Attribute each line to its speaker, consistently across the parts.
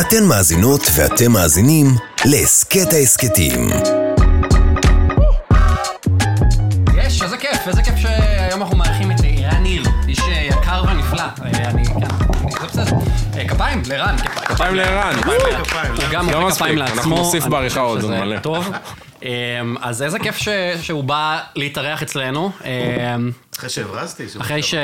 Speaker 1: אתן מאזינות ואתם מאזינים להסכת ההסכתים.
Speaker 2: יש, איזה כיף, איזה כיף שהיום אנחנו מארחים את ערן ניר, איש אה, יקר ונפלא. אה, אני, כן, אני- זה בסדר. אה, כפיים לערן, כפיים.
Speaker 3: כפיים לערן.
Speaker 2: הוא גם
Speaker 3: לא
Speaker 2: מוחא
Speaker 3: מספיק,
Speaker 2: כפיים
Speaker 3: אנחנו
Speaker 2: לעצמו.
Speaker 3: נוסיף
Speaker 2: אני
Speaker 3: בעריכה
Speaker 2: חושב
Speaker 3: עוד,
Speaker 2: שזה
Speaker 3: זה מלא.
Speaker 2: טוב. אה, אז איזה כיף ש- שהוא בא להתארח אצלנו. אה,
Speaker 4: אחרי שהברזתי. שהוא-
Speaker 2: אחרי ש...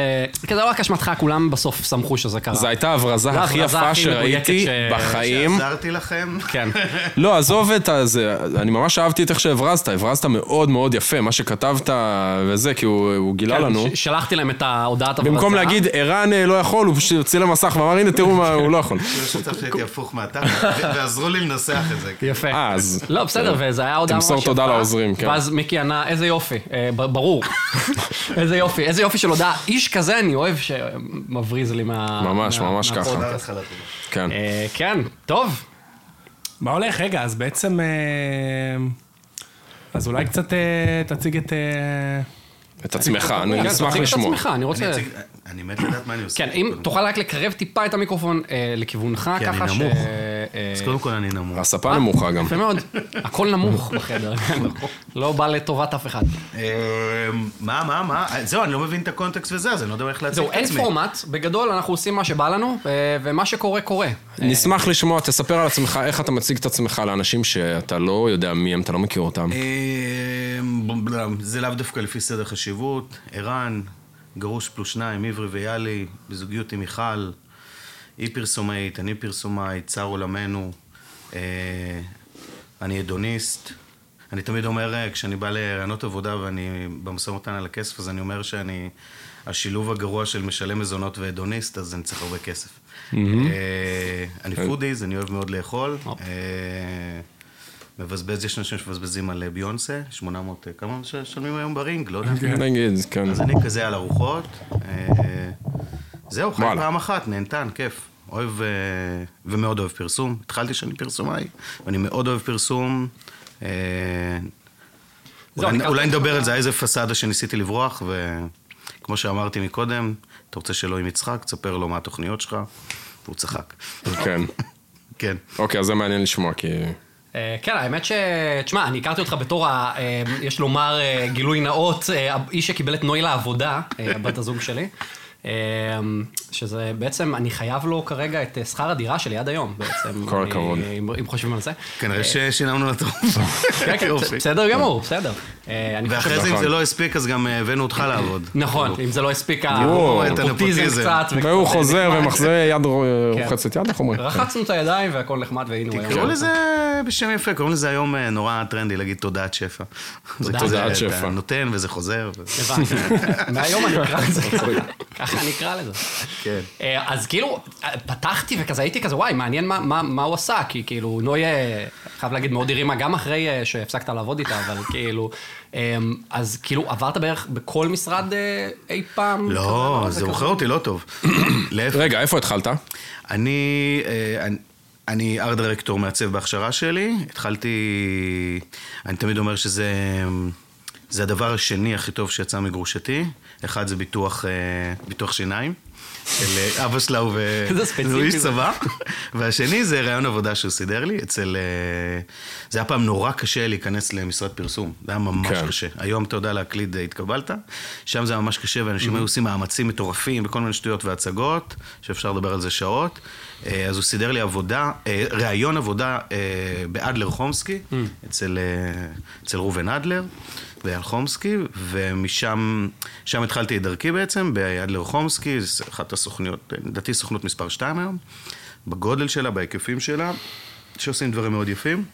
Speaker 2: כי זה לא רק אשמתך, כולם בסוף שמחו שזה קרה.
Speaker 3: זו הייתה
Speaker 2: זו
Speaker 3: הברזה הכי
Speaker 2: לא, ההברזה
Speaker 3: יפה
Speaker 2: הכי
Speaker 3: שראיתי
Speaker 2: מדויקת ש-
Speaker 3: בחיים.
Speaker 4: שעזרתי לכם.
Speaker 2: כן.
Speaker 3: לא, עזוב את הזה, אני ממש אהבתי את איך שהברזת, הברזת מאוד מאוד יפה, מה שכתבת וזה, כי הוא הוא גילה
Speaker 2: כן,
Speaker 3: לנו.
Speaker 2: ש- שלחתי להם את ההודעת הברצה.
Speaker 3: במקום להגיד, ערן אה, לא יכול, הוא פשוט הוציא למסך ואמר, הנה, תראו מה הוא לא יכול.
Speaker 4: כאילו שצריך שהייתי הפוך מהתחת, ועזרו לי לנסח את זה.
Speaker 2: יפה.
Speaker 3: אה, אז...
Speaker 2: לא, בסדר, וזה היה הודעה ממש יפה.
Speaker 3: תמסור תודה לעוזרים, כן.
Speaker 2: ואז מיקי ענה, איזה יופי, אה, ב- ברור. איזה יופי, איזה יופי של הודעה. איש כזה אני אוהב שמבריז לי מה...
Speaker 3: ממש,
Speaker 2: מה-
Speaker 3: ממש
Speaker 2: מהפוד.
Speaker 3: ככה.
Speaker 4: תודה לך על התודה.
Speaker 3: כן.
Speaker 2: אה, כן, טוב.
Speaker 5: מה הולך? רגע, אז בעצם... אה, אז אולי קצת אה, תציג את... אה,
Speaker 3: את עצמך, אני
Speaker 2: כן,
Speaker 3: אשמח
Speaker 2: תציג את
Speaker 3: לשמוע.
Speaker 2: עצמך, אני רוצה...
Speaker 4: אני אציג- אני מת לדעת מה אני עושה.
Speaker 2: כן, אם
Speaker 4: קודם כל.
Speaker 2: תוכל רק לקרב טיפה את המיקרופון אה, לכיוונך,
Speaker 4: כי אני
Speaker 2: ככה ש...
Speaker 4: נמוך.
Speaker 2: אה,
Speaker 4: אז קודם כל אני נמוך.
Speaker 3: הספה נמוכה גם.
Speaker 2: יפה מאוד, הכל נמוך בחדר, לא בא לטובת אף אחד.
Speaker 4: אה, מה, מה, מה? זהו, אני לא מבין את הקונטקסט וזה, אז אני לא יודע איך להציג
Speaker 2: זהו,
Speaker 4: את
Speaker 2: אין
Speaker 4: עצמי.
Speaker 2: פורמט, בגדול אנחנו עושים מה שבא לנו, אה, ומה שקורה, קורה.
Speaker 3: נשמח לשמוע, תספר על עצמך, איך אתה מציג את עצמך לאנשים שאתה לא יודע מי הם, אתה לא מכיר אותם.
Speaker 4: אה, זה לאו דווקא לפי סדר חשיבות. ערן, גרוש פלוס שניים, עברי ויאלי, בזוגיות עם מיכל, היא פרסומאית, אני פרסומאי, צר עולמנו, אה, אני אדוניסט. אני תמיד אומר, אה, כשאני בא לרעיונות עבודה ואני במשא ומתן על הכסף, אז אני אומר שאני השילוב הגרוע של משלם מזונות והדוניסט, אז אני צריך הרבה כסף. אה, אני פודיז, אני אוהב מאוד לאכול. אה, מבזבז, יש אנשים שמבזבזים על אה, ביונסה, 800, אה, כמה משלמים היום ברינג? לא יודע.
Speaker 3: נגיד, כן.
Speaker 4: אז אני כזה על ארוחות. אה, זהו, חי
Speaker 3: וואלה.
Speaker 4: פעם אחת, נהנתן, כיף. אוהב, אה, ומאוד אוהב פרסום. התחלתי שאני פרסומאי, ואני מאוד אוהב פרסום. אה,
Speaker 2: זהו,
Speaker 4: אולי-
Speaker 2: אני
Speaker 4: אולי
Speaker 2: ככה-
Speaker 4: נדבר על זה, איזה פסאדה שניסיתי לברוח, וכמו שאמרתי מקודם, אתה רוצה שאלוהים יצחק, תספר לו מה התוכניות שלך, והוא צחק.
Speaker 3: כן.
Speaker 4: כן.
Speaker 3: אוקיי, אז זה מעניין לשמוע, כי...
Speaker 2: אה, כן, האמת ש... תשמע, אני הכרתי אותך בתור, ה- אה, יש לומר, אה, גילוי נאות, אה, האיש שקיבל את נוי לעבודה, אה, בת הזוג שלי. אה, שזה בעצם, אני חייב לו כרגע את אה, שכר הדירה שלי עד היום, בעצם.
Speaker 3: כל
Speaker 2: אני-
Speaker 3: הכבוד. כן,
Speaker 2: אם- אם חושבים על זה.
Speaker 4: כנראה ששילמנו לה טוב.
Speaker 2: כן, כן,
Speaker 4: יופי.
Speaker 2: בסדר גמור, בסדר. אה, אני חושב-
Speaker 4: ואחרי זה, אם
Speaker 3: נכון.
Speaker 4: זה לא הספיק, אז גם אה, הבאנו אותך לעבוד.
Speaker 2: נכון, אם זה לא הספיק
Speaker 3: וואו.
Speaker 4: את
Speaker 2: הפוטיזם
Speaker 4: הנפוטיזם.
Speaker 2: קצת.
Speaker 3: והוא
Speaker 2: וקצת
Speaker 3: חוזר
Speaker 2: נחמד.
Speaker 3: ומחזיר יד רו- רוחצת יד, איך אומרים?
Speaker 2: רחצנו את הידיים והכל נחמד, והנה הוא
Speaker 3: כן.
Speaker 4: קראו לזה בשם יפה, קוראים לזה היום אה, נורא טרנדי להגיד תודעת שפע. זה כזה,
Speaker 3: תודעת
Speaker 4: אתה
Speaker 3: שפע.
Speaker 4: נותן וזה חוזר. ו-
Speaker 2: הבנתי. מהיום אני אקרא לזה. ככה אני אקרא לזה.
Speaker 4: כן.
Speaker 2: אה, אז כאילו, אה, פתחתי וכזה הייתי כזה, וואי, מעניין מה- מה מה הוא עשה, כי כאילו, נוי, אה, חייב להגיד, מאוד הרימה גם אחרי אה, שהפסקת לעבוד איתה, אבל כאילו, אה, אז כאילו, עברת בערך בכל משרד אה, אי פעם?
Speaker 4: לא,
Speaker 2: כזה,
Speaker 4: זה מוכר אותי לא טוב. להפך,
Speaker 3: כן. רגע, איפה התחלת?
Speaker 4: אני... אה, אני- אני ארט דירקטור מעצב בהכשרה שלי, התחלתי, אני תמיד אומר שזה זה הדבר השני הכי טוב שיצא מגרושתי, אחד זה ביטוח, אה, ביטוח שיניים, של אה, אבא שלה הוא ו-
Speaker 2: איזה ספציפי
Speaker 4: הוא איש
Speaker 2: זה.
Speaker 4: צבא, והשני זה ראיון עבודה שהוא סידר לי אצל... אה, זה היה פעם נורא קשה להיכנס למשרד פרסום, זה היה ממש
Speaker 3: כן.
Speaker 4: קשה. היום אתה יודע להקליד אה, התקבלת, שם זה היה ממש קשה, ואנשים היו עושים מאמצים מטורפים וכל מיני שטויות והצגות, שאפשר לדבר על זה שעות. אה, אז הוא סידר לי עבודה, אה, ראיון עבודה אה, באדלר חומסקי, אצל, אה, אצל ראובן אדלר. ואייל חומסקי, ומשם שם התחלתי את דרכי בעצם, באדלר חומסקי, זו אחת הסוכניות, אה, לדעתי סוכנות מספר 2 היום, בגודל שלה, בהיקפים שלה, שעושים דברים מאוד יפים.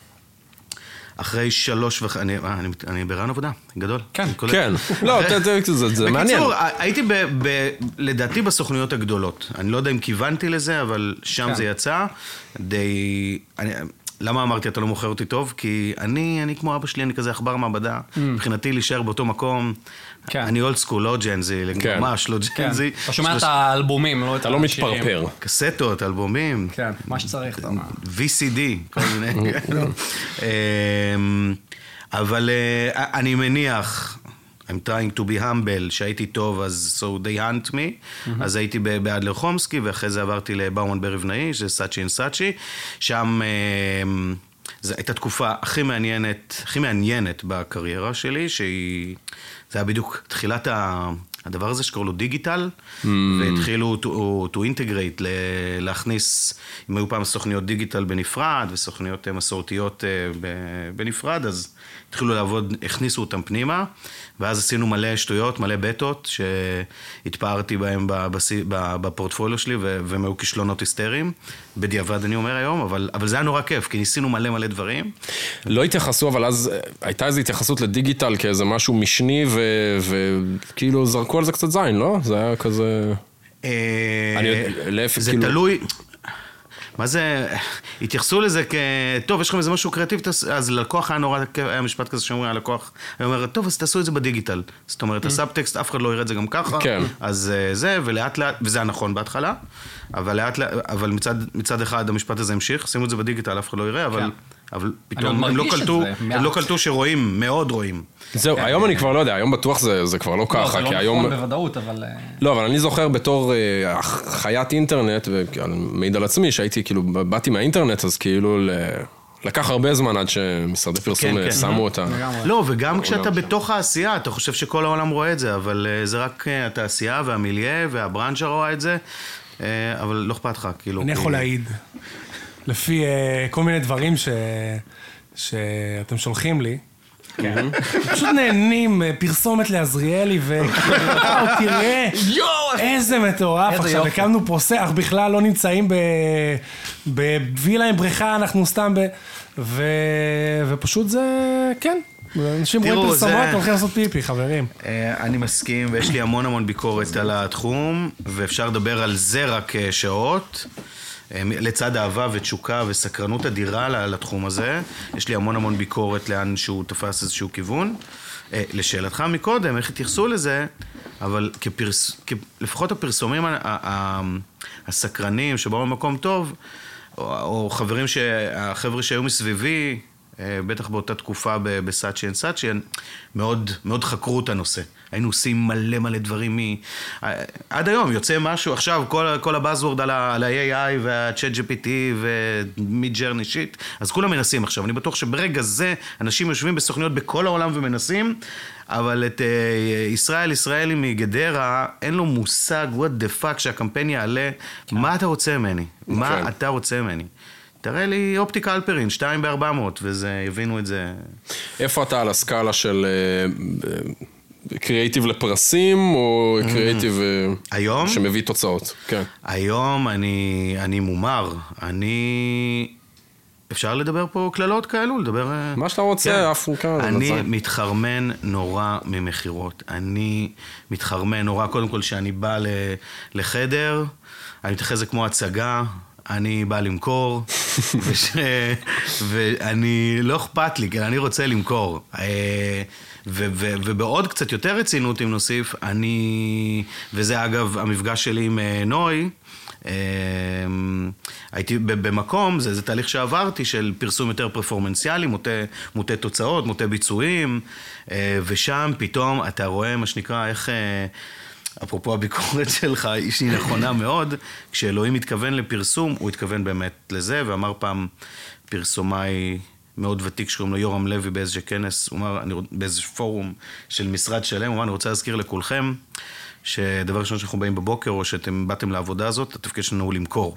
Speaker 4: אחרי שלוש וחצי, אני, אה, אני, אני ברעיון עבודה, גדול. אני קולט.
Speaker 3: כן. לא, ת- ת- זה- זה מעניין.
Speaker 4: בקיצור, ה- הייתי ב, ב, לדעתי בסוכנויות הגדולות. אני לא יודע אם כיוונתי לזה, אבל
Speaker 3: כן.
Speaker 4: שם זה יצא. די... אני, למה אמרתי, אתה לא מוכר אותי טוב? כי אני, אני כמו אבא שלי, אני כזה עכבר מעבדה.
Speaker 3: Mm.
Speaker 4: מבחינתי להישאר באותו מקום.
Speaker 2: כן.
Speaker 4: אני אולד סקול, לא ג'נזי,
Speaker 3: כן.
Speaker 4: ממש לא
Speaker 2: כן.
Speaker 4: ג'נזי.
Speaker 2: אתה שומע את האלבומים, לא את
Speaker 3: אתה לא
Speaker 2: השירים.
Speaker 3: מתפרפר.
Speaker 4: קסטות, אלבומים.
Speaker 2: כן, מה שצריך, אתה אומר.
Speaker 4: VCD, כל מיני כאלו. אמ, אבל אה, אני מניח, I'm trying to be humble, שהייתי טוב, אז so they hunt me. Mm-hmm. אז הייתי ב- באדלר חומסקי, ואחרי זה עברתי לבאומן ברבנאי, שזה סאצ'י אנד סאצ'י. שם אה, זו הייתה תקופה הכי מעניינת, הכי מעניינת בקריירה שלי, שהיא... זה היה בדיוק תחילת ה... הדבר הזה שקוראים לו דיגיטל, mm. והתחילו to, to integrate, ל- להכניס, אם היו פעם סוכניות דיגיטל בנפרד, וסוכניות אה, מסורתיות אה, ב- בנפרד, אז התחילו לעבוד, הכניסו אותם פנימה, ואז עשינו מלא שטויות, מלא בטות, שהתפארתי בהן בבסי- ב- בפורטפוליו שלי, ו- והם היו כישלונות היסטריים, בדיעבד אני אומר היום, אבל, אבל זה היה נורא כיף, כי ניסינו מלא מלא דברים.
Speaker 3: לא התייחסו, אבל אז אה, הייתה איזו התייחסות לדיגיטל כאיזה משהו משני, ו- וכאילו זרקו על זה קצת זין, לא? זה היה כזה... אני יודע, להפך,
Speaker 4: אה, זה
Speaker 3: כאילו-
Speaker 4: תלוי... מה זה, התייחסו לזה כ... טוב, יש לכם איזה משהו קריאטיבי, תעש- אז ללקוח היה נורא, כיף, היה משפט כזה שאומרים ללקוח, היה אומר, טוב, אז תעשו את זה בדיגיטל. זאת אומרת, הסאבטקסט, אף אחד לא יראה את זה גם ככה.
Speaker 3: כן.
Speaker 4: אז אה, זה, ולאט לאט, וזה היה נכון בהתחלה, אבל לאט לאט, אבל מצד, מצד אחד המשפט הזה המשיך, שימו את זה בדיגיטל, אף אחד לא יראה, אבל, אבל פתאום
Speaker 2: עוד
Speaker 4: הם לא
Speaker 2: מרגיש את
Speaker 4: קלטו,
Speaker 2: זה,
Speaker 4: הם
Speaker 2: מעט.
Speaker 4: לא קלטו שרואים, מאוד רואים.
Speaker 3: זהו, היום אני כבר לא יודע, היום בטוח זה זה כבר לא
Speaker 2: לא,
Speaker 3: ככה,
Speaker 2: זה
Speaker 3: כי
Speaker 2: לא
Speaker 3: היום...
Speaker 2: נכון בוודאות, אבל... אה,
Speaker 3: לא, אבל אני זוכר בתור אה, אח- חיית אינטרנט, ואני מעיד על עצמי, שהייתי כאילו, באתי מהאינטרנט, אז כאילו ל- לקח הרבה זמן עד שמשרדי פרסום
Speaker 4: כן,
Speaker 3: אה,
Speaker 4: כן.
Speaker 3: שמו אותה.
Speaker 4: לא, וגם כשאתה בתוך העשייה, אתה חושב שכל העולם רואה את זה, אבל אה, זה רק אה, התעשייה והמיליה והברנז'ה רואה את זה, אה, אבל לא אכפת לך, כאילו.
Speaker 5: אני
Speaker 4: כי-
Speaker 5: יכול להעיד. לפי אה, כל מיני דברים ש... שאתם שולחים לי.
Speaker 4: כן.
Speaker 5: פשוט נהנים, אה, פרסומת לעזריאלי, ו... וואו, תראה, איזה מטורף.
Speaker 2: איזה
Speaker 5: עכשיו
Speaker 2: יופי.
Speaker 5: הקמנו פרוסה, אנחנו בכלל לא נמצאים ב- בווילה עם בריכה, אנחנו סתם ב... ו... ופשוט זה, כן. אנשים רואים
Speaker 4: תראו,
Speaker 5: פרסומות,
Speaker 4: זה-
Speaker 5: הולכים לעשות פיפי, חברים.
Speaker 4: אה, אני מסכים, ויש לי המון המון ביקורת על התחום, ואפשר לדבר על זה רק אה, שעות. אה, מ- לצד אהבה ותשוקה וסקרנות אדירה ל- לתחום הזה, יש לי המון המון ביקורת לאן שהוא תפס איזשהו כיוון. אה, לשאלתך מקודם, איך התייחסו לזה, אבל כפרס... כ... לפחות הפרסומים ה... ה... ה... הסקרנים שבאו ממקום טוב, או, או חברים, ש... החבר'ה שהיו מסביבי, אה, בטח באותה תקופה ב- בסאצ'י אנד סאצ'י, הם מאוד, מאוד חקרו את הנושא. היינו עושים מלא מלא דברים מ... אה, עד היום יוצא משהו, עכשיו כל, כל הבאזוורד על ה- על ה-AI וה-Chat GPT ומידג'רני שיט, אז כולם מנסים עכשיו. אני בטוח שברגע זה אנשים יושבים בסוכניות בכל העולם ומנסים, אבל את אה, ישראל ישראלי מגדרה, אין לו מושג, what the fuck, שהקמפיין יעלה, מה אתה רוצה ממני? מה אתה רוצה ממני? תראה לי אופטיקה אלפרין, 2 ב-400, וזה, יבינו את זה.
Speaker 3: איפה אתה על הסקאלה של אה, קריאיטיב לפרסים, או קריאיטיב... אה,
Speaker 4: היום?
Speaker 3: שמביא תוצאות, כן.
Speaker 4: היום אני, אני מומר, אני... אפשר לדבר פה קללות כאלו? לדבר... אה,
Speaker 3: מה שאתה רוצה,
Speaker 4: כן.
Speaker 3: אף הוא כאן,
Speaker 4: אני
Speaker 3: אבל זה-
Speaker 4: מתחרמן נורא ממכירות. אני מתחרמן נורא, קודם כל, שאני בא ל- לחדר, אני מתייחס לזה כמו הצגה, אני בא למכור, וש... ואני, לא אכפת לי, כן, אני רוצה למכור. אה, ו- ו- ובעוד קצת יותר רצינות, אם נוסיף, אני... וזה אגב המפגש שלי עם אה, נוי. אה, אמ, הייתי ב- במקום, זה, זה תהליך שעברתי של פרסום יותר פרפורמנציאלי, מוטה, מוטה תוצאות, מוטה ביצועים, אה, ושם פתאום אתה רואה מה שנקרא איך, אה, אפרופו הביקורת שלך, היא שהיא נכונה מאוד, כשאלוהים התכוון לפרסום, הוא התכוון באמת לזה, ואמר פעם פרסומאי מאוד ותיק שקוראים לו יורם לוי באיזה כנס, הוא אמר, אני, רוצ- באיזה פורום של משרד שלם, הוא אמר, אני רוצה להזכיר לכולכם, שדבר ראשון שאנחנו באים בבוקר, או שאתם באתם לעבודה הזאת, התפקיד שלנו הוא למכור.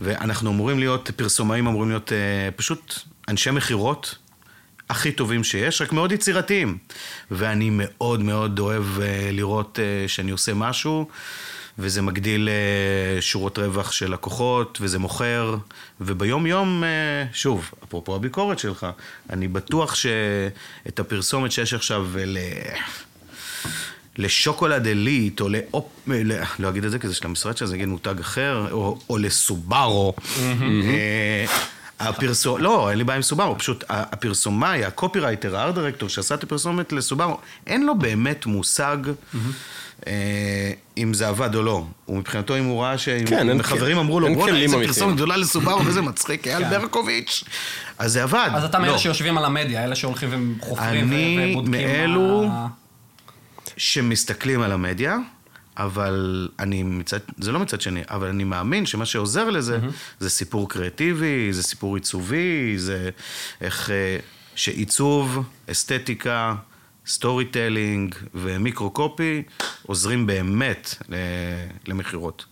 Speaker 4: ואנחנו אמורים להיות, פרסומאים אמורים להיות אה, פשוט אנשי מכירות הכי טובים שיש, רק מאוד יצירתיים. ואני מאוד מאוד אוהב אה, לראות אה, שאני עושה משהו, וזה מגדיל אה, שורות רווח של לקוחות, וזה מוכר, וביום-יום, אה, שוב, אפרופו הביקורת שלך, אני בטוח שאת הפרסומת שיש עכשיו אה, ל... לשוקולד עילית, או לאופ... ל- לא אגיד את זה, כי זה של המשרד שלך, זה יגיד מותג אחר, או, או לסובארו. אה, הפרסום... לא, אין לי בעיה עם סובארו, פשוט ה- הפרסומאי, הקופירייטר, הארט-דירקטור שעשה את הפרסומת לסובארו, אין לו באמת מושג אה, אם זה עבד או לא. הוא מבחינתו, אם הוא ראה ש...
Speaker 3: כן, אין-
Speaker 4: אם חברים אמרו לו,
Speaker 3: אין
Speaker 4: בוא'נה,
Speaker 3: כלים
Speaker 4: איזה
Speaker 3: אמיתיים."
Speaker 4: פרסומת גדולה לסובארו, וזה מצחיק, אייל ברקוביץ'. אז זה עבד.
Speaker 2: כן. אז אתה מאלה
Speaker 4: לא.
Speaker 2: שיושבים על המדיה, אלה שהולכים וחופרים ו-
Speaker 4: אני
Speaker 2: ובודקים...
Speaker 4: מאלו
Speaker 2: מה-
Speaker 4: שמסתכלים על המדיה, אבל אני מצד, זה לא מצד שני, אבל אני מאמין שמה שעוזר לזה, זה סיפור קריאטיבי, זה סיפור עיצובי, זה איך... אה, שעיצוב, אסתטיקה, סטורי טלינג ומיקרו קופי עוזרים באמת אה, למכירות.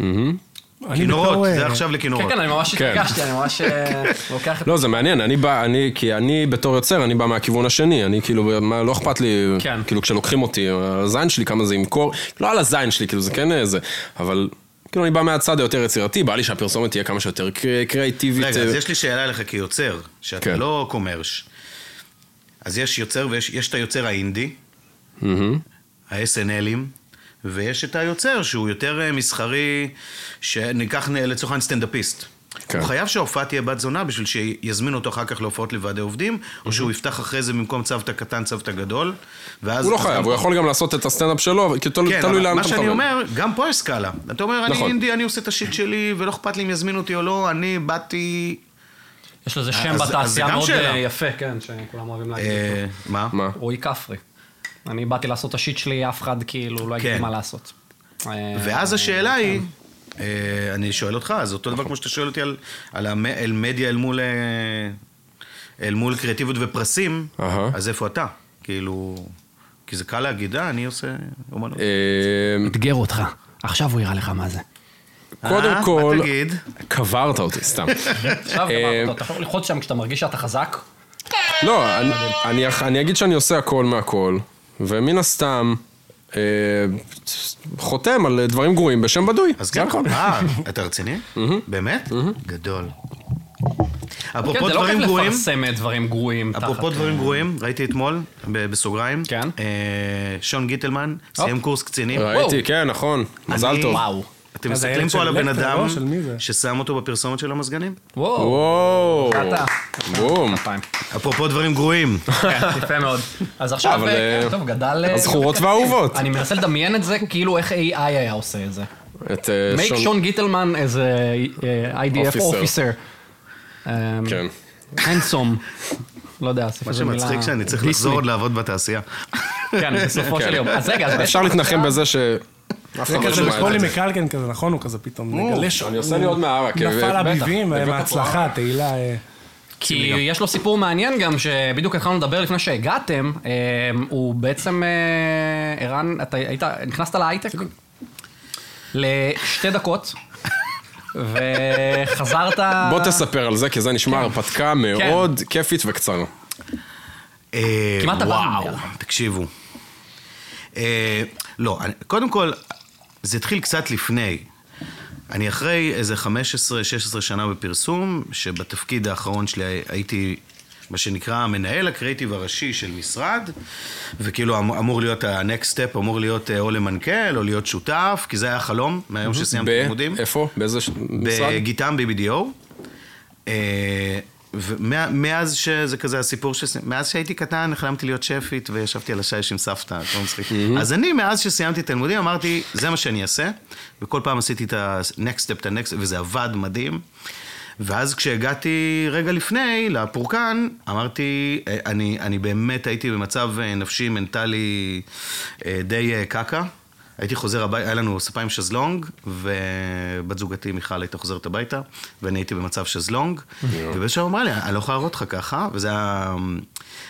Speaker 5: אני בתור,
Speaker 4: כינורות,
Speaker 5: אה,
Speaker 4: זה עכשיו לכינורות.
Speaker 2: כן, כן, אני ממש
Speaker 3: כן.
Speaker 2: התרגשתי, אני ממש אה, לוקח את...
Speaker 3: לא, זה מעניין, אני בא, אני, כי אני בתור יוצר, אני בא מהכיוון השני, אני כאילו, מה, לא אכפת לי,
Speaker 2: כן.
Speaker 3: כאילו כשלוקחים אותי, על הזין שלי, כמה זה ימכור, לא על הזין שלי, כאילו זה כן אה, זה, אבל כאילו אני בא מהצד היותר יצירתי, בא לי שהפרסומת תהיה כמה שיותר קר- קריאטיבית.
Speaker 4: רגע,
Speaker 3: אה,
Speaker 4: אז יש לי שאלה אליך כיוצר, שאתה
Speaker 3: כן.
Speaker 4: לא קומרש. אז יש יוצר ויש יש את היוצר האינדי,
Speaker 3: מהמם.
Speaker 4: ה-SNLים, ויש את היוצר שהוא יותר אה, מסחרי, שניקח נ- לצורך העניין סטנדאפיסט.
Speaker 3: כן.
Speaker 4: הוא חייב שההופעה תהיה בת זונה בשביל שיזמינו אותו אחר כך להופעות לוועדי עובדים, או שהוא יפתח אחרי זה במקום צוותא קטן, צוותא גדול, ואז...
Speaker 3: הוא לא חייב, הוא יכול גם לעשות את הסטנדאפ שלו, אבל כי תל- תלוי
Speaker 4: כן, אבל
Speaker 3: לאן
Speaker 4: מה
Speaker 3: אתה
Speaker 4: שאני
Speaker 3: מכוון.
Speaker 4: אומר, גם פה יש סקאלה. אתה אומר, אני
Speaker 3: נכון.
Speaker 4: אינדי, אני עושה את השיט שלי, ולא אכפת לי אם יזמינו אותי או לא, אני באתי...
Speaker 2: יש לזה שם
Speaker 4: אה, אז- אז
Speaker 2: בתעשייה
Speaker 4: זה גם
Speaker 2: מאוד
Speaker 4: שאלה.
Speaker 2: אה, יפה, כן, שכולם אוהבים להגיד. אותו.
Speaker 4: אה, מה?
Speaker 3: מה?
Speaker 2: רועי כפרי. אני באתי לעשות את השיט שלי, אף אחד כאילו לא יגיד לי
Speaker 4: כן.
Speaker 2: מה לעשות. אה,
Speaker 4: ואז השאלה היא,
Speaker 3: כן.
Speaker 4: אה, אני שואל אותך, אז אותו
Speaker 3: נכון.
Speaker 4: דבר כמו שאתה שואל אותי על- על המ- אל מדיה אל מול, אה, אל מול קריאטיביות ופרסים,
Speaker 3: אהה.
Speaker 4: אז איפה אתה? כאילו, כי זה קל להגיד, "אה, אני עושה אומנות.
Speaker 3: אה,
Speaker 2: אתגר אותך, עכשיו הוא יראה לך מה זה.
Speaker 3: קודם
Speaker 4: אה,
Speaker 3: כל,
Speaker 4: מה תגיד?
Speaker 3: קברת אותי, סתם.
Speaker 2: עכשיו
Speaker 4: אה,
Speaker 2: גמרת אותו, אתה יכול ללחוץ שם כשאתה מרגיש שאתה חזק.
Speaker 3: לא, אני, אני, אח- אני אגיד שאני עושה הכל מהכל, ומן הסתם, אה, חותם על דברים גרועים בשם בדוי. נכון.
Speaker 4: אז
Speaker 3: זה
Speaker 4: כן,
Speaker 3: הכל.
Speaker 4: אה, אתה רציני? באמת? גדול.
Speaker 2: כן,
Speaker 4: אפרופו
Speaker 2: זה לא
Speaker 4: דברים
Speaker 2: כיף
Speaker 4: גרועים,
Speaker 2: לפרסם אה, דברים גרועים תחת. אה,
Speaker 4: אפרופו דברים גרועים, ראיתי אתמול, ב- בסוגריים,
Speaker 2: כן.
Speaker 4: אה, שון גיטלמן סיים קורס קצינים.
Speaker 3: ראיתי,
Speaker 2: וואו.
Speaker 3: כן, נכון. מזל
Speaker 4: אני-
Speaker 3: טוב.
Speaker 2: וואו.
Speaker 4: אתם
Speaker 5: מה, זה
Speaker 4: מסתכלים
Speaker 5: הילד
Speaker 4: פה
Speaker 5: של
Speaker 4: על הבן
Speaker 5: לקטר,
Speaker 4: אדם
Speaker 5: לא? של מי זה?
Speaker 4: ששם אותו בפרסומת של המזגנים?
Speaker 2: וואו.
Speaker 3: וואו.
Speaker 2: אתה.
Speaker 3: בום.
Speaker 2: כפיים.
Speaker 4: אפרופו דברים גרועים.
Speaker 2: כן, יפה מאוד. אז עכשיו,
Speaker 3: אבל,
Speaker 2: אה,
Speaker 3: אה,
Speaker 2: טוב, גדל... אה,
Speaker 3: הזכורות
Speaker 2: קצין.
Speaker 3: והאהובות.
Speaker 2: אני מנסה לדמיין את זה, כאילו איך AI היה עושה את זה.
Speaker 3: את אה,
Speaker 2: make
Speaker 3: שון...
Speaker 2: שון גיטלמן as a אה, IDF
Speaker 3: Officer.
Speaker 2: officer. אה,
Speaker 3: כן.
Speaker 2: handsome. לא יודע, סליחה,
Speaker 4: מה
Speaker 2: זו מילה-
Speaker 4: שמצחיק שאני צריך
Speaker 2: דיסני.
Speaker 4: לחזור עוד לעבוד בתעשייה.
Speaker 2: כן, בסופו
Speaker 3: כן.
Speaker 2: של יום. אז רגע, אז
Speaker 3: אפשר
Speaker 2: בעצם
Speaker 3: להתנחם
Speaker 2: עכשיו-
Speaker 3: בזה ש... אף אחד
Speaker 5: זה
Speaker 3: לא
Speaker 5: כזה
Speaker 3: שומע
Speaker 5: מקולי
Speaker 3: את זה.
Speaker 5: מקלקן כזה, נכון? הוא כזה פתאום מגלה שהוא
Speaker 3: אני עושה לי עוד מהערק,
Speaker 5: נפל
Speaker 3: אה, בטח.
Speaker 5: הביבים
Speaker 3: הבאת פה
Speaker 5: מההצלחה, תהילה. אה.
Speaker 2: כי יש לו סיפור מעניין גם, שבדיוק התחלנו לדבר לפני שהגעתם, אה, הוא בעצם, אה, ערן, אתה היית, נכנסת להייטק? לשתי דקות, וחזרת...
Speaker 3: בוא תספר על זה, כי זה נשמע הרפתקה מאוד כיפית וקצרה.
Speaker 4: אה,
Speaker 2: כמעט עברנו
Speaker 4: וואו,
Speaker 2: ביחד.
Speaker 4: תקשיבו. אה, לא, אני- קודם כל, זה התחיל קצת לפני. אני אחרי איזה 15-16 שנה בפרסום, שבתפקיד האחרון שלי הייתי מה שנקרא המנהל הקריאיטיב הראשי של משרד, וכאילו אמ- אמור להיות ה-next step, אמור להיות אה, או למנכ"ל או להיות שותף, כי זה היה החלום מהיום
Speaker 3: ב...
Speaker 4: שסיימתי לימודים.
Speaker 3: איפה? באיזה ש- משרד?
Speaker 4: בגיטם BBDO. אה, ומאז שזה כזה הסיפור ש... מאז שהייתי קטן חלמתי להיות שפית וישבתי על השיש עם סבתא, אתה לא מצחיק. אז אני, מאז שסיימתי את הלימודים, אמרתי, זה מה שאני אעשה, וכל פעם עשיתי את ה-next step, את ה-next, וזה עבד מדהים. ואז כשהגעתי רגע לפני, לפורקן, אמרתי, אה, אני, אני באמת הייתי במצב אה, נפשי, מנטלי, אה, די אה, קקה. הייתי חוזר הביתה, היה לנו ספה עם שזלונג, ובת זוגתי מיכל הייתה חוזרת הביתה, ואני הייתי במצב שזלונג, ובאיזשהו שלב אמרה לי, אני לא יכול להראות לך ככה, וזה היה...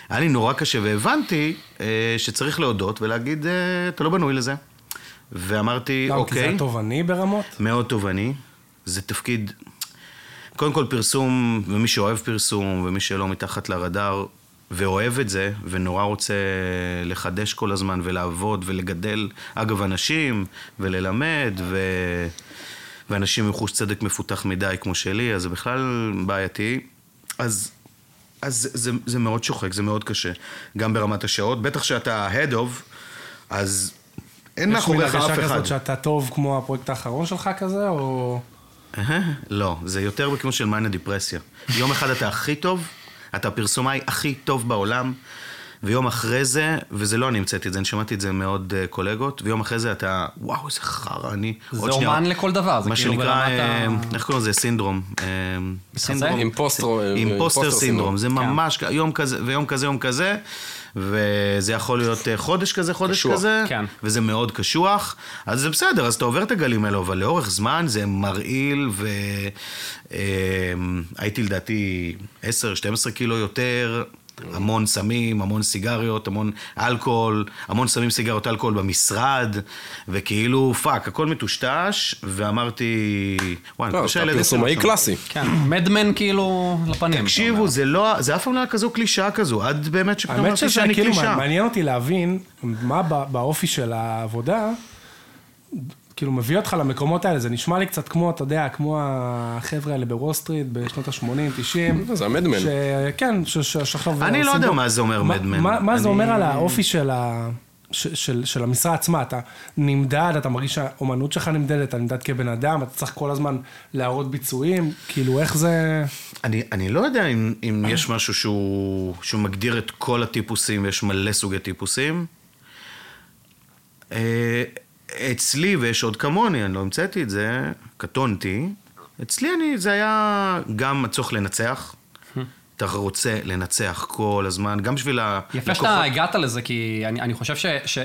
Speaker 4: היה לי נורא קשה, והבנתי אה, שצריך להודות ולהגיד, אה, אתה לא בנוי לזה. ואמרתי,
Speaker 5: למה, כי זה
Speaker 4: אוקיי.
Speaker 5: היה תובעני ברמות?
Speaker 4: מאוד תובעני. זה תפקיד, קודם כל פרסום, ומי שאוהב פרסום, ומי שלא מתחת לרדאר, ואוהב את זה, ונורא רוצה לחדש כל הזמן, ולעבוד, ולגדל, אגב, אנשים, וללמד, ו... ואנשים עם חוש צדק מפותח מדי, כמו שלי, אז זה בכלל בעייתי. אז אז זה, זה מאוד שוחק, זה מאוד קשה. גם ברמת השעות, בטח שאתה head of, אז אין
Speaker 5: יש מין
Speaker 4: מאחוריך אף אחד.
Speaker 5: הרגשה כזאת שאתה טוב כמו הפרויקט האחרון שלך כזה, או...
Speaker 4: לא, זה יותר בכיוון של מניה דיפרסיה. יום אחד אתה הכי טוב, אתה הפרסומאי הכי טוב בעולם, ויום אחרי זה, וזה לא אני המצאתי את זה, אני שמעתי את זה מעוד אה, קולגות, ויום אחרי זה אתה, וואו, איזה חרא אני.
Speaker 2: זה
Speaker 4: עוד שנייה,
Speaker 2: אומן לכל דבר, זה
Speaker 4: מה
Speaker 2: כאילו
Speaker 4: שנקרא,
Speaker 2: ברמת ה-
Speaker 4: אה, איך קוראים לזה? סינדרום. אה, סינדרום.
Speaker 3: אימפוסטר- אה,
Speaker 4: אימפוסטר
Speaker 3: אימפוסטר
Speaker 4: סינדרום.
Speaker 3: סינדרום.
Speaker 4: זה ממש כ- יום כזה, ויום כזה, יום כזה, וזה יכול להיות אה, חודש כזה, חודש
Speaker 3: קשוח,
Speaker 4: כזה,
Speaker 2: כן.
Speaker 4: וזה מאוד קשוח. אז זה בסדר, אז אתה עובר את הגלים האלו, אבל לאורך זמן זה מרעיל, והייתי לדעתי 10-12 קילו יותר. המון סמים, המון סיגריות, המון אלכוהול, המון סמים, סיגריות, אלכוהול במשרד, וכאילו, פאק, הכל מטושטש, ואמרתי, וואי, אני
Speaker 3: לא,
Speaker 4: חושב
Speaker 3: אתה
Speaker 4: שהילד עשר
Speaker 3: פרסומאי
Speaker 4: שם."
Speaker 3: קלאסי.
Speaker 2: כן, מדמן כאילו לפנים. אתה
Speaker 4: תקשיבו,
Speaker 2: אומר.
Speaker 4: זה לא, זה אף פעם לא היה כזו קלישאה כזו, עד באמת שפתאום
Speaker 5: האמת
Speaker 4: אמרתי
Speaker 5: שזה
Speaker 4: שאני
Speaker 5: כאילו
Speaker 4: קלישאה.
Speaker 5: מעניין אותי להבין מה ב- באופי של העבודה, כאילו מביא אותך למקומות האלה. זה נשמע לי קצת כמו, אתה יודע, כמו החבר'ה האלה בוול סטריט בשנות ה-80, 90.
Speaker 3: זה המדמן.
Speaker 5: ש... כן, ש- ש- שעכשיו...
Speaker 4: אני לא
Speaker 5: עושים
Speaker 4: יודע
Speaker 5: בו-
Speaker 4: מה זה אומר
Speaker 5: מה-
Speaker 4: מדמן.
Speaker 5: מה מה זה
Speaker 4: אני-
Speaker 5: אומר על האופי של ה... ש- של, של המשרה עצמה, אתה נמדד, אתה מרגיש שהאומנות שלך נמדדת, אתה נמדד כבן אדם, אתה צריך כל הזמן להראות ביצועים, כאילו איך זה...
Speaker 4: אני, אני לא יודע אם, אם יש משהו שהוא, שהוא מגדיר את כל הטיפוסים, ויש מלא סוגי טיפוסים. אה, אצלי, ויש עוד כמוני, אני לא המצאתי את זה, קטונתי. אצלי אני, זה היה גם הצורך לנצח. אתה רוצה לנצח כל הזמן, גם בשביל הלקוחות.
Speaker 2: יפה שאתה הגעת לזה, כי אני אני חושב ש- ש-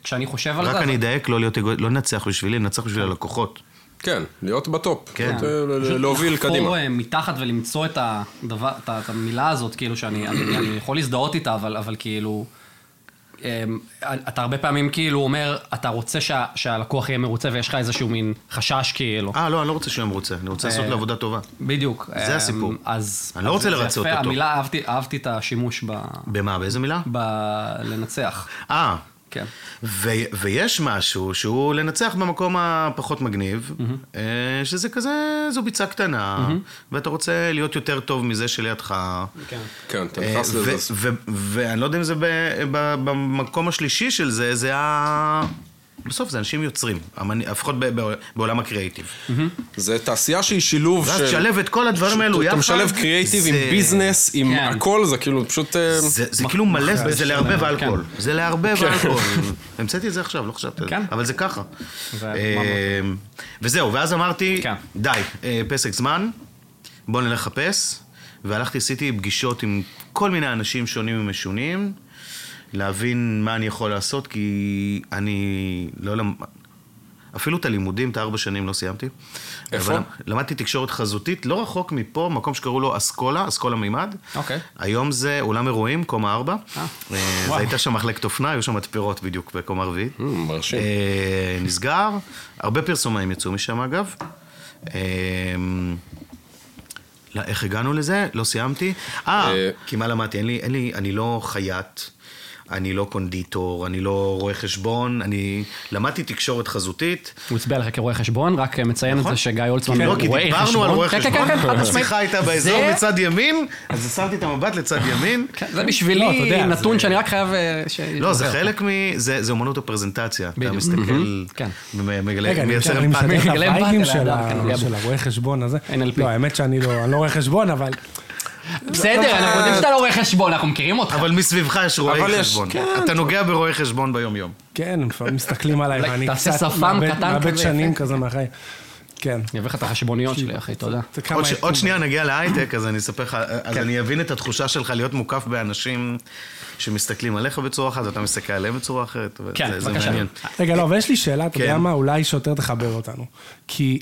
Speaker 2: שכשאני חושב על זה...
Speaker 4: רק
Speaker 2: אז-
Speaker 4: אני אדייק, לא להיות אגואיסט, לא לנצח בשבילי, לנצח בשביל הלקוחות.
Speaker 3: כן, להיות בטופ.
Speaker 4: כן.
Speaker 3: להיות, אה, ל-
Speaker 2: פשוט
Speaker 3: להוביל
Speaker 2: לחפור,
Speaker 3: קדימה.
Speaker 2: אה, מתחת ולמצוא את, הדבר, את, ה- את המילה הזאת, כאילו, שאני אני, אני יכול להזדהות איתה, אבל, אבל כאילו... אמ, אתה הרבה פעמים כאילו אומר, אתה רוצה שה, שהלקוח יהיה מרוצה ויש לך איזשהו מין חשש כאילו.
Speaker 4: אה, לא, אני לא רוצה שהוא יהיה מרוצה, אני רוצה לעשות לו עבודה טובה.
Speaker 2: בדיוק.
Speaker 4: זה
Speaker 2: אמ,
Speaker 4: הסיפור.
Speaker 2: אז...
Speaker 4: אני לא
Speaker 2: אז
Speaker 4: רוצה
Speaker 2: זה
Speaker 4: לרצות
Speaker 2: יפה,
Speaker 4: אותו.
Speaker 2: המילה, אהבתי, אהבתי את השימוש ב...
Speaker 4: במה, באיזה מילה?
Speaker 2: ב... לנצח.
Speaker 4: אה,
Speaker 2: כן.
Speaker 4: ו- ויש משהו שהוא לנצח במקום הפחות מגניב, אה, שזה כזה, זו ביצה קטנה, ואתה רוצה להיות יותר טוב מזה שלידך.
Speaker 2: כן.
Speaker 3: כן, אתה
Speaker 4: אה,
Speaker 3: נכנס
Speaker 4: ו-
Speaker 3: לזה.
Speaker 4: ו- ו- ואני לא יודע אם זה ב- ב- במקום השלישי של זה, זה ה... בסוף זה אנשים יוצרים, אמני- לפחות ב- ב- בעולם הקריאיטיב.
Speaker 3: זה תעשייה שהיא שילוב של...
Speaker 4: ואז תשלב את כל הדברים האלו יחד.
Speaker 3: אתה משלב קריאיטיב עם
Speaker 4: זה-
Speaker 3: ביזנס, עם
Speaker 2: כן.
Speaker 3: הכל, זה כאילו פשוט... אה,
Speaker 4: זה, זה כאילו מלא, זה לערבב אלכוהול. זה לערבב אלכוהול. המצאתי את זה עכשיו, לא חשבתי על זה.
Speaker 2: כן.
Speaker 4: אבל זה ככה.
Speaker 2: זה
Speaker 4: אה,
Speaker 2: ממש.
Speaker 4: וזהו, ואז אמרתי,
Speaker 2: כן.
Speaker 4: די, אה, פסק זמן, בוא נלך לחפש. והלכתי, עשיתי פגישות עם כל מיני אנשים שונים ומשונים, להבין מה אני יכול לעשות, כי אני לא... למ- אפילו את הלימודים, את הארבע שנים לא סיימתי.
Speaker 3: איפה?
Speaker 4: אבל למדתי תקשורת חזותית, לא רחוק מפה, מקום שקראו לו אסכולה, אסכולה מימד.
Speaker 2: אוקיי.
Speaker 4: היום זה אולם אירועים, קומה ארבע. אה, זה הייתה שם מחלקת אופנה, היו שם מתפרות בדיוק בקומה רביעית.
Speaker 3: אה, מרשים.
Speaker 4: אה, נסגר, הרבה פרסומאים יצאו משם אגב. אה, לא, איך הגענו לזה? לא סיימתי. אה,
Speaker 3: אה,
Speaker 4: כי מה למדתי? אין לי, אין לי, אני לא חייט, אני לא קונדיטור, אני לא רואה חשבון, אני למדתי תקשורת חזותית.
Speaker 2: הוא הצביע עליך כרואה חשבון, רק מציין את זה שגיא הולצמן
Speaker 4: כן,
Speaker 2: הוא
Speaker 4: לא, כי
Speaker 2: רואה חשבון.
Speaker 4: דיברנו על רואה
Speaker 2: כן, כן,
Speaker 4: חשבון,
Speaker 2: כן, חד משמעית.
Speaker 4: השיחה הייתה באזור
Speaker 2: זה-
Speaker 4: מצד ימין, אז הסרתי את המבט לצד ימין.
Speaker 2: כן, זה
Speaker 5: לא, אתה
Speaker 2: בשבילי
Speaker 5: יודע,
Speaker 2: נתון
Speaker 5: זה-
Speaker 2: שאני רק חייב... אה, ש-
Speaker 4: לא, זה
Speaker 2: להתמודד.
Speaker 4: חלק מ... זה זה אומנות הפרזנטציה. אתה
Speaker 2: בדיוק.
Speaker 4: מסתכל,
Speaker 2: כן.
Speaker 4: ומ-
Speaker 5: רגע,
Speaker 4: מגלה-
Speaker 5: אני
Speaker 4: מייצר
Speaker 5: משתדל
Speaker 4: אמפתיה.
Speaker 2: מסתכל- מגלה
Speaker 5: לווייבים
Speaker 2: אמפתיה
Speaker 5: של
Speaker 2: לאדם, כן, נוגע
Speaker 5: ה-
Speaker 2: בו.
Speaker 5: של הרואה חשבון הזה.
Speaker 2: NLP.
Speaker 5: לא, האמת שאני לא אני לא רואה חשבון, אבל...
Speaker 2: בסדר, אנחנו יודעים שאתה לא רואה חשבון, אנחנו מכירים אותך.
Speaker 4: אבל מסביבך יש
Speaker 3: אבל
Speaker 4: רואי
Speaker 3: יש-
Speaker 4: חשבון.
Speaker 3: כן.
Speaker 4: אתה נוגע ברואי חשבון ביום-יום.
Speaker 5: כן, הם לפעמים מסתכלים עליי,
Speaker 2: אולי
Speaker 5: ואני
Speaker 2: תעשה
Speaker 5: קצת
Speaker 2: שפם
Speaker 5: מאבד-
Speaker 2: קטן
Speaker 5: מאבד
Speaker 2: כזה,
Speaker 5: שנים
Speaker 2: יפה.
Speaker 5: כזה מהחיים. כן.
Speaker 2: אני אביא לך את החשבוניות שלי, אחי, תודה.
Speaker 5: זה כמה
Speaker 4: עוד ש-
Speaker 5: יקום. כן.
Speaker 4: עוד שנייה נגיע להייטק, אז אני אספר לך, אז אני אבין את התחושה שלך להיות מוקף באנשים שמסתכלים עליך בצורה אחת, ואתה מסתכל עליהם בצורה אחרת. וזה-
Speaker 2: כן,
Speaker 4: זה
Speaker 2: בבקשה.
Speaker 4: מעניין.
Speaker 5: רגע, לא, אבל יש לי שאלה, אתה יודע
Speaker 4: כן.
Speaker 5: מה, אולי שיותר תחבר אותנו. כי,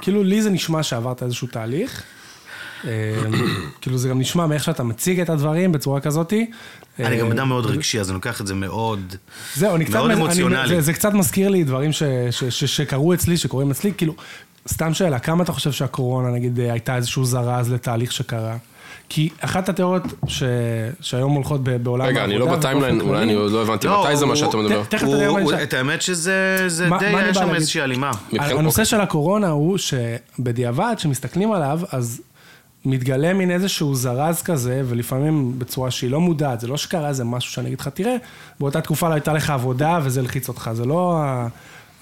Speaker 5: כאילו, לי זה נשמע שעברת איזשהו תהליך. אה, כאילו, זה גם נשמע מאיך שאתה מציג את הדברים בצורה כזאתי.
Speaker 4: אני
Speaker 5: אה,
Speaker 4: גם אדם מאוד רגשי, אז אני לוקח את זה מאוד...
Speaker 5: זהו, אני קצת...
Speaker 4: מאוד
Speaker 5: אני-
Speaker 4: אמוציונלי.
Speaker 5: זה, זה קצת מזכיר לי דברים ש, ש, ש, שקרו אצלי, שקורים אצלי, כאילו, סתם שאלה, כמה אתה חושב שהקורונה, נגיד, אה, הייתה איזשהו זרז לתהליך שקרה? כי אחת התיאוריות ש, שהיום הולכות ב, בעולם
Speaker 3: רגע, אני לא
Speaker 5: ובאופן
Speaker 3: בטיימליין,
Speaker 5: כללי-
Speaker 3: אולי אני עוד לא הבנתי
Speaker 4: לא,
Speaker 3: מתי זה מה
Speaker 4: הוא-
Speaker 3: שאתה מדבר.
Speaker 5: תכף אתה יודע
Speaker 4: הוא-
Speaker 5: מה אני
Speaker 4: הוא-
Speaker 5: אשאל.
Speaker 4: את האמת שזה זה
Speaker 5: מה-
Speaker 4: די,
Speaker 5: מה אני
Speaker 4: יש שם
Speaker 5: בא להגיד?
Speaker 4: איזושהי הלימה.
Speaker 3: מבחינת
Speaker 5: הנושא של הקורונה הוא שבדיעבד, כשמסתכלים עליו, אז מתגלה מין איזשהו זרז כזה, ולפעמים בצורה שהיא לא מודעת, זה לא שקרה איזה משהו שאני אגיד לך, תראה, באותה תקופה לא הייתה לך עבודה וזה הלחיץ אותך, זה לא ה-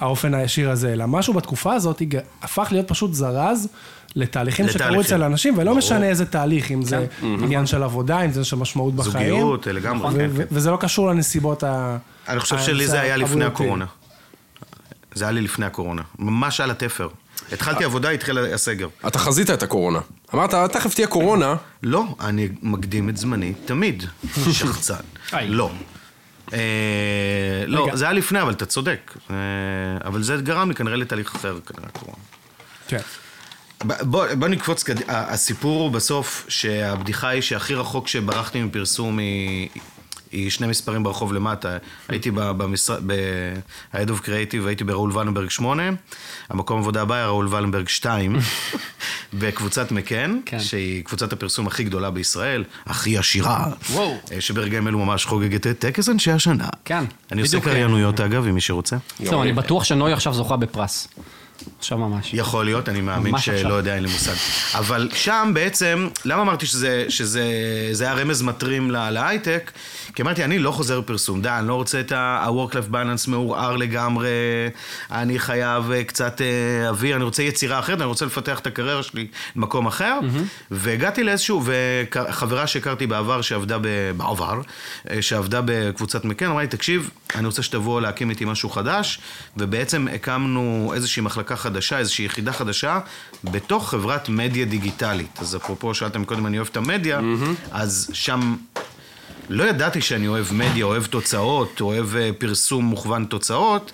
Speaker 5: האופן הישיר הזה, אלא משהו בתקופה הזאת הג- הפך להיות פשוט זרז לתהליכים שקרו
Speaker 4: לתהליכים.
Speaker 5: אצל אנשים, ולא
Speaker 4: ברור. כן.
Speaker 5: משנה איזה תהליך, אם זה עניין של עבודה, אם זה של משמעות בחיים.
Speaker 4: זוגיות, לגמרי,
Speaker 5: ו-
Speaker 4: כן,
Speaker 5: ו-
Speaker 4: כן.
Speaker 5: וזה לא קשור לנסיבות ה...
Speaker 4: אני חושב
Speaker 5: ה-
Speaker 4: שלי זה היה לפני
Speaker 5: הבריאותיות.
Speaker 4: הקורונה. זה היה לי לפני הקורונה. ממש על התפר. התחלתי עבודה, התחיל הסגר.
Speaker 3: אתה חזית את הקורונה. אמרת, תכף תהיה קורונה.
Speaker 4: לא, אני מקדים את זמני תמיד. שחצן.
Speaker 2: היי.
Speaker 4: לא. אה, לא,
Speaker 5: רגע.
Speaker 4: זה היה לפני, אבל אתה צודק. אה, אבל זה גרם לי כנראה לתהליך אחר, כנראה הקורונה.
Speaker 5: כן.
Speaker 4: ב- בוא, בוא נקפוץ קדימה. הסיפור הוא בסוף שהבדיחה היא שהכי רחוק שברחתי מפרסום היא, היא שני מספרים ברחוב למטה. הייתי ב- במשרד, ב-Head of Creative, הייתי בראול ולנברג 8, המקום עבודה הבא היה ראול ולנברג 2, בקבוצת מקן,
Speaker 2: כן.
Speaker 4: כן. שהיא קבוצת הפרסום הכי גדולה בישראל, הכי עשירה.
Speaker 2: וואו.
Speaker 4: אה, שברגעים אלו ממש חוגגת את טקס אנשי השנה.
Speaker 2: כן,
Speaker 4: אני עושה
Speaker 2: בדיוק.
Speaker 4: קריינויות אגב, אם מי שרוצה.
Speaker 2: טוב, אני בטוח שנוי עכשיו זוכה בפרס. עכשיו ממש.
Speaker 4: יכול להיות, אני מאמין
Speaker 2: ממש עכשיו.
Speaker 4: שלא יודע, אין לי מושג. אבל שם בעצם, למה אמרתי שזה, שזה זה היה רמז מטרים ל- להייטק? כי אמרתי, אני לא חוזר פרסום, די, אני לא רוצה את ה-work-life balance מעורער לגמרי, אני חייב אה, קצת אה, אוויר, אני רוצה יצירה אחרת, אני רוצה לפתח את הקריירה שלי למקום אחר. והגעתי לאיזשהו, וחברה שהכרתי בעבר, שעבדה ב- בעבר, אה, שעבדה בקבוצת מקן, אמרה לי, תקשיב, אני רוצה שתבוא להקים איתי משהו חדש, ובעצם הקמנו איזושהי מחלקה חדשה, איזושהי יחידה חדשה, בתוך חברת מדיה דיגיטלית. אז אפרופו, שאלתם קודם, אני אוהב את המדיה, אז שם... לא ידעתי שאני אוהב מדיה, אוהב תוצאות, אוהב אה, פרסום מוכוון תוצאות,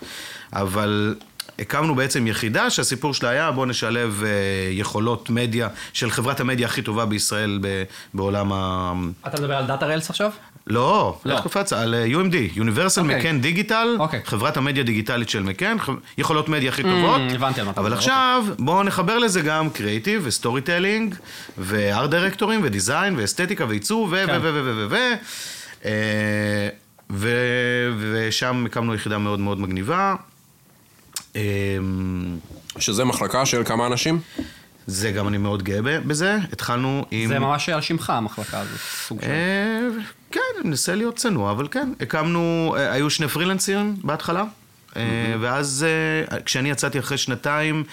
Speaker 4: אבל הקמנו בעצם יחידה שהסיפור שלה היה בואו נשלב אה, יכולות מדיה של חברת המדיה הכי טובה בישראל ב- בעולם ה...
Speaker 2: אתה מדבר על דאטה רלס עכשיו?
Speaker 4: לא,
Speaker 2: לא.
Speaker 4: לא תקופת על אה, UMD, Universal
Speaker 2: אוקיי.
Speaker 4: מקן דיגיטל,
Speaker 2: אוקיי. Mm,
Speaker 4: חברת המדיה הדיגיטלית של מקן, ח- יכולות מדיה הכי טובות.
Speaker 2: הבנתי על מה אתה
Speaker 4: אבל
Speaker 2: מדבר,
Speaker 4: עכשיו, בואו נחבר לזה גם קריאיטיב וסטורי טלינג, וארט דירקטורים ודיזיין ואסתטיקה ועיצוב ו... ו...
Speaker 2: כן.
Speaker 4: ו... ו... ו... ו... ו... אה, ו- ושם הקמנו יחידה מאוד מאוד מגניבה. אה, אמ,
Speaker 3: שזה מחלקה של כמה אנשים?
Speaker 4: זה גם אני מאוד גאה ב- בזה. התחלנו עם...
Speaker 2: זה ממש על שמך המחלקה הזאת. סוג של-
Speaker 4: אה, כן, אני מנסה להיות צנוע, אבל כן. הקמנו, אה, היו שני פרילנסרים בהתחלה, אה, ואז אה, כשאני יצאתי אחרי שנתיים,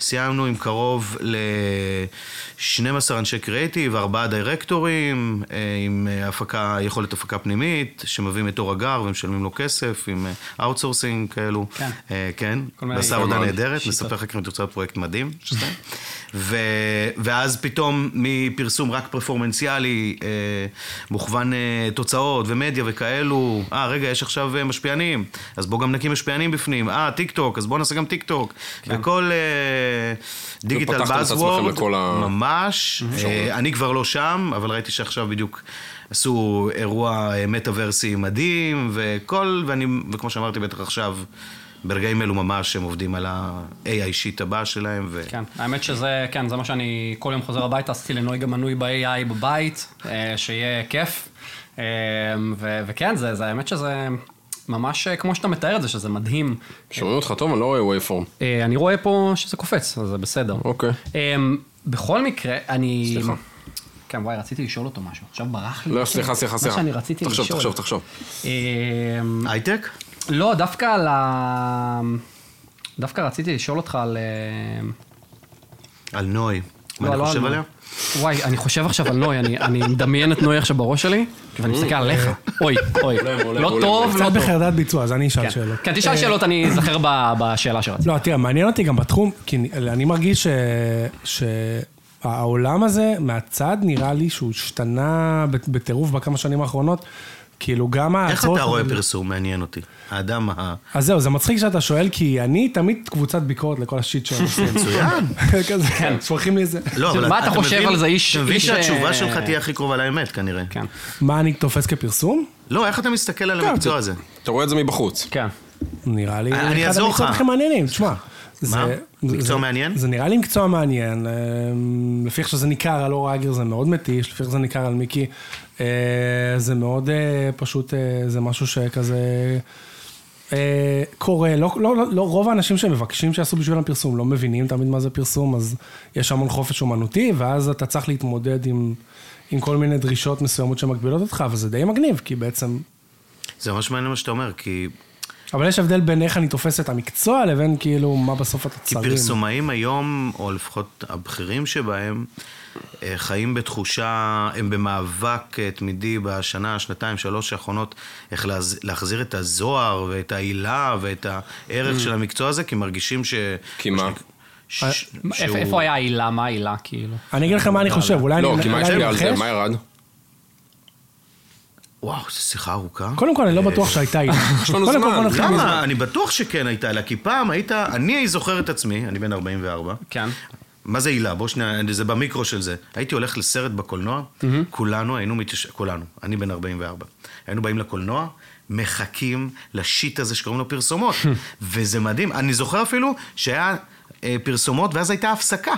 Speaker 4: סיימנו עם קרוב ל-12 אנשי קריאיטיב, ארבעה דירקטורים, אה, עם אה, הפקה, יכולת הפקה פנימית, שמביאים את אור הגר ומשלמים לו כסף, עם אה, אאוטסורסינג כאלו.
Speaker 2: כן.
Speaker 4: אה, כן.
Speaker 2: כל מיני
Speaker 4: ועשה עבודה
Speaker 2: מאוד
Speaker 4: נהדרת,
Speaker 2: שיטות.
Speaker 4: נספר אחר כך אם תוצאה פרויקט מדהים. שזה. ו... ואז פתאום מפרסום רק פרפורמנציאלי, אה, מוכוון אה, תוצאות ומדיה וכאלו, אה רגע, יש עכשיו אה, משפיענים, אז בוא גם נקים משפיענים בפנים, אה טיק טוק, אז בוא נעשה גם טיק טוק.
Speaker 2: כן.
Speaker 4: וכל אה, דיגיטל
Speaker 3: ופתחתם את עצמכם
Speaker 4: באזוורד,
Speaker 3: לכל ה-
Speaker 4: ממש,
Speaker 2: אוקיי.
Speaker 4: אה, אני כבר לא שם, אבל ראיתי שעכשיו בדיוק עשו אירוע אה, מטאוורסי מדהים, וכל, ואני, וכמו שאמרתי בטח עכשיו, ברגעים אלו ממש הם עובדים על ה-AI שיט הבא שלהם, ו...
Speaker 2: כן, האמת שזה, כן, זה מה שאני כל יום חוזר הביתה, עשיתי לנוי גם מנוי ב-AI בבית, אה, שיהיה כיף. אה, ו- וכן, זה, זה, האמת שזה ממש אה, כמו שאתה מתאר את זה, שזה מדהים.
Speaker 3: שומעים אותך טוב, אני לא רואה וייפורם.
Speaker 2: אה, אני רואה פה שזה קופץ, אז זה בסדר.
Speaker 3: אוקיי.
Speaker 2: אה, בכל מקרה, אני...
Speaker 3: סליחה.
Speaker 2: כן, וואי, רציתי לשאול אותו משהו, עכשיו ברח לי.
Speaker 3: לא, סליחה, סליחה, סליחה.
Speaker 2: מה שאני רציתי
Speaker 3: תחשוב,
Speaker 2: לשאול.
Speaker 3: תחשוב, תחשוב.
Speaker 2: אה,
Speaker 4: הייטק?
Speaker 2: לא, דווקא על ה... דווקא רציתי לשאול אותך על... אה,
Speaker 4: על נוי. מה
Speaker 2: לא,
Speaker 4: אני
Speaker 2: לא
Speaker 4: חושב
Speaker 2: על
Speaker 4: עליה?
Speaker 2: נוי. וואי, אני חושב עכשיו על נוי, אני- אני מדמיין את נוי עכשיו בראש שלי, ואני
Speaker 4: אה.
Speaker 2: מסתכל עליך. אוי, אוי,
Speaker 3: עולה,
Speaker 2: לא
Speaker 3: עולה,
Speaker 2: טוב, לא טוב.
Speaker 5: קצת בחרדת ביצוע, אז אני אשאל
Speaker 2: כן.
Speaker 5: שאלות.
Speaker 2: כן, תשאל שאלות, אני אזכר ב- בשאלה שרציתי.
Speaker 5: לא, תראה, מעניין אותי גם בתחום, כי אני מרגיש ש... שהעולם הזה, מהצד, נראה לי שהוא השתנה בט- בטירוף בכמה שנים האחרונות. כאילו, גם
Speaker 2: אה,
Speaker 4: איך
Speaker 5: ההצעות-
Speaker 4: אתה רואה פרסום? מעניין אותי. האדם ה...
Speaker 5: אז זהו, זה מצחיק שאתה שואל, כי אני תמיד קבוצת ביקורת לכל השיט שהם עושים.
Speaker 4: מצוין.
Speaker 5: כזה, שולחים לי את זה.
Speaker 4: לא, אבל
Speaker 2: מה אתה חושב
Speaker 4: מבין-
Speaker 2: על זה, איש-
Speaker 4: אתה מבין
Speaker 2: איש, אה,
Speaker 4: שהתשובה שלך תהיה הכי קרובה לאמת, כנראה.
Speaker 2: כן,
Speaker 5: מה אני תופס כפרסום?
Speaker 4: לא, איך אתה מסתכל על המקצוע הזה?
Speaker 3: אתה רואה את זה מבחוץ.
Speaker 2: כן.
Speaker 5: נראה לי,
Speaker 4: אני אעזור לך.
Speaker 5: אחד המקצועות הכי מעניינים, תשמע.
Speaker 4: מה?
Speaker 5: זה-
Speaker 4: מקצוע
Speaker 5: זה-
Speaker 4: מעניין?
Speaker 5: זה נראה לי מקצוע מעניין. אה, לפי איך שזה ניכר על אור אגר זה מאוד מתיש, לפי איך שזה ניכר על מיקי, אה, זה מאוד אה, פשוט, אה, זה משהו שכזה אה, קורה. לא- לא- לא- לא- רוב האנשים שמבקשים שיעשו בשבילם פרסום לא מבינים תמיד מה זה פרסום, אז יש המון חופש אומנותי, ואז אתה צריך להתמודד עם... עם כל מיני דרישות מסוימות שמגבילות אותך, אבל זה די מגניב, כי בעצם
Speaker 4: זה ממש מעניין מה שאתה אומר, כי
Speaker 5: אבל יש הבדל בין איך אני תופס את המקצוע לבין כאילו מה בסוף
Speaker 4: כי
Speaker 5: התוצרים.
Speaker 4: פרסומאים היום, או לפחות הבכירים שבהם, אה, חיים בתחושה, הם במאבק אה, תמידי בשנה, שנתיים, שלוש האחרונות, איך להז- להחזיר את הזוהר ואת ההילה ואת
Speaker 5: Mm.
Speaker 4: הערך של המקצוע הזה, כי מרגישים ש...
Speaker 3: כי מה?
Speaker 5: אה,
Speaker 4: ש-
Speaker 2: מה- איפה-
Speaker 4: שהוא-
Speaker 2: איפה היה העילה? מה העילה, כאילו?
Speaker 5: אני אגיד לך מה אני חושב, אולי אני
Speaker 3: לא, כי מה
Speaker 5: אולי
Speaker 3: השפיע
Speaker 5: אני
Speaker 3: על זה?
Speaker 5: מנחש?
Speaker 3: מה ירד?
Speaker 4: וואו, זו שיחה ארוכה.
Speaker 5: קודם כל, אני לא בטוח שהייתה איתה.
Speaker 3: אה, יש לנו
Speaker 5: קודם כל,
Speaker 3: זמן,
Speaker 5: בוא נתחיל מזה.
Speaker 4: למה? אני בטוח שכן הייתה לה, כי פעם היית... אני זוכר את עצמי, אני בן 44.
Speaker 2: כן.
Speaker 4: מה זה הילה? בוא שנייה, זה במיקרו של זה. הייתי הולך לסרט בקולנוע, כולנו היינו מתיישב... כולנו, אני בן 44. היינו באים לקולנוע, מחכים לשיט הזה שקוראים לו פרסומות. וזה מדהים. אני זוכר אפילו שהיה אה, פרסומות, ואז הייתה הפסקה.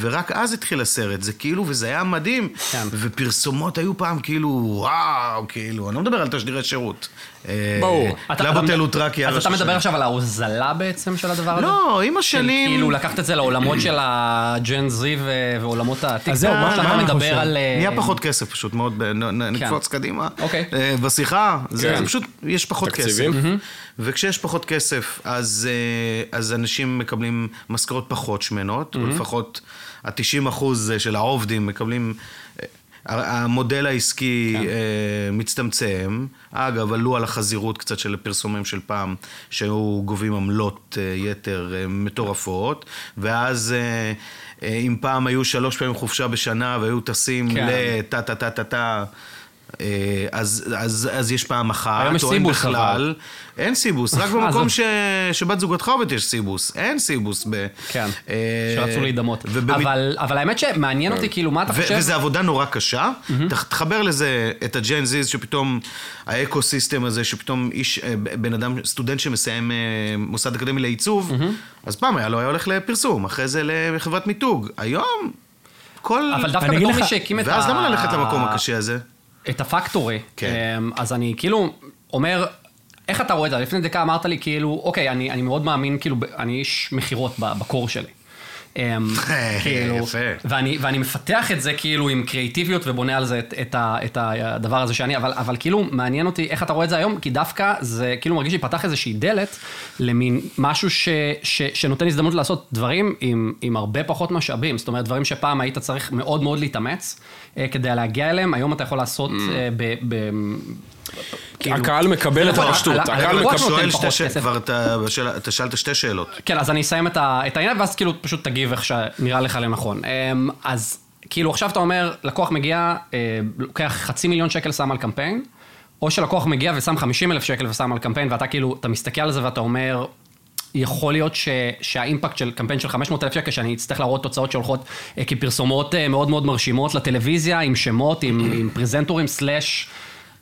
Speaker 4: ורק אז התחיל הסרט, זה כאילו, וזה היה מדהים.
Speaker 2: כן.
Speaker 4: ופרסומות היו פעם כאילו, וואו, כאילו, אני לא מדבר על תשדירי שירות. אה,
Speaker 3: ברור.
Speaker 2: אתה-
Speaker 4: קלאבוטל
Speaker 2: אתה-
Speaker 4: הוא טראק יער
Speaker 2: אז אתה מדבר
Speaker 4: השושן.
Speaker 2: עכשיו על ההוזלה בעצם של הדבר הזה?
Speaker 4: לא, עם
Speaker 2: של
Speaker 4: השנים...
Speaker 2: כאילו לקחת את זה לעולמות של הג'ן זי ו- ועולמות הטיקטוק.
Speaker 5: אז זהו, מה-
Speaker 2: שאתה
Speaker 5: מה אני
Speaker 2: מדבר
Speaker 5: חושב?
Speaker 2: על... אה,
Speaker 4: נהיה פחות כסף פשוט, מאוד, ב- נ- נ-
Speaker 2: כן.
Speaker 4: נקפוץ קדימה.
Speaker 2: אוקיי.
Speaker 4: אה, בשיחה, זה
Speaker 3: כן.
Speaker 4: זה פשוט, יש פחות כסף.
Speaker 3: תקציבים.
Speaker 4: וכשיש פחות כסף, אז אה, אז אנשים מקבלים משכורות פחות שמנות, או לפחות ה-90 אחוז אה, של העובדים מקבלים... אה, ה- המודל העסקי
Speaker 2: כן.
Speaker 4: אה, מצטמצם. אגב, עלו על החזירות קצת של הפרסומים של פעם, שהיו גובים עמלות אה, יתר אה, מטורפות, ואז אה, אה, אם פעם היו שלוש פעמים חופשה בשנה והיו טסים
Speaker 2: כן.
Speaker 4: לטה טה טה טה טה, אה, אז, אז, אז יש פעם אחת,
Speaker 2: היום יש
Speaker 4: או אין
Speaker 2: סיבוס,
Speaker 4: בכלל. אין סיבוס,
Speaker 2: אה,
Speaker 4: רק במקום ש... שבת זוגתך עובדת יש סיבוס. אין סיבוס ב...
Speaker 2: כן,
Speaker 4: אה,
Speaker 2: שרצו להידמות.
Speaker 4: ובמת-
Speaker 2: אבל- אבל האמת שמעניין אותי, כאילו, מה אתה
Speaker 4: ו-
Speaker 2: חושב?
Speaker 4: וזו עבודה נורא קשה. ת- תחבר לזה את הג'ן זיז, שפתאום האקו סיסטם הזה, שפתאום איש, אה, ב- בן אדם, סטודנט שמסיים אה, מוסד אקדמי לעיצוב, אז פעם היה לו, היה הולך לפרסום, אחרי זה לחברת מיתוג. היום, כל...
Speaker 2: אבל דווקא
Speaker 5: אני אגיד
Speaker 2: בתור מי
Speaker 5: לך-
Speaker 2: שהקים את ה...
Speaker 4: ואז למה ללכת למקום הקשה הזה?
Speaker 2: את הפקטורי.
Speaker 4: כן.
Speaker 2: אמ, אז אני כאילו אומר, איך אתה רואה את זה? לפני דקה אמרת לי כאילו, אוקיי, אני, אני מאוד מאמין, כאילו, ב- אני איש מכירות ב- בקור שלי. אמ, כאילו,
Speaker 4: יפה.
Speaker 2: ואני, ואני מפתח את זה כאילו עם קריאיטיביות ובונה על זה את, את, ה, את הדבר הזה שאני, אבל, אבל כאילו מעניין אותי איך אתה רואה את זה היום, כי דווקא זה כאילו מרגיש לי פתח איזושהי דלת למין משהו ש, ש, שנותן הזדמנות לעשות דברים עם, עם הרבה פחות משאבים, זאת אומרת דברים שפעם היית צריך מאוד מאוד להתאמץ אה, כדי להגיע אליהם, היום אתה יכול לעשות אה, ב... ב כאילו-
Speaker 3: הקהל מקבל את
Speaker 2: נכון,
Speaker 3: הפשטות,
Speaker 2: על- על-
Speaker 3: הקהל
Speaker 2: על-
Speaker 3: מקבל-
Speaker 2: רק נותן
Speaker 4: שואל שתי
Speaker 2: פחות
Speaker 4: שאלות,
Speaker 2: כסף.
Speaker 4: כבר אתה בשאלה- אתה שאלת שתי שאלות.
Speaker 2: כן, אז אני אסיים את, ה, את העניין, ואז כאילו פשוט תגיב איך שנראה לך לנכון. אמ, אז כאילו עכשיו אתה אומר, לקוח מגיע, אה, לוקח חצי מיליון שקל שם על קמפיין, או שלקוח מגיע ושם 50 אלף שקל ושם על קמפיין, ואתה כאילו, אתה מסתכל על זה ואתה אומר, יכול להיות ש, שהאימפקט של קמפיין של 500 אלף שקל, שאני אצטרך להראות תוצאות שהולכות אה, כפרסומות אה, מאוד מאוד מרשימות לטלוויזיה, עם שמות, עם, עם פרזנטורים, סלאש,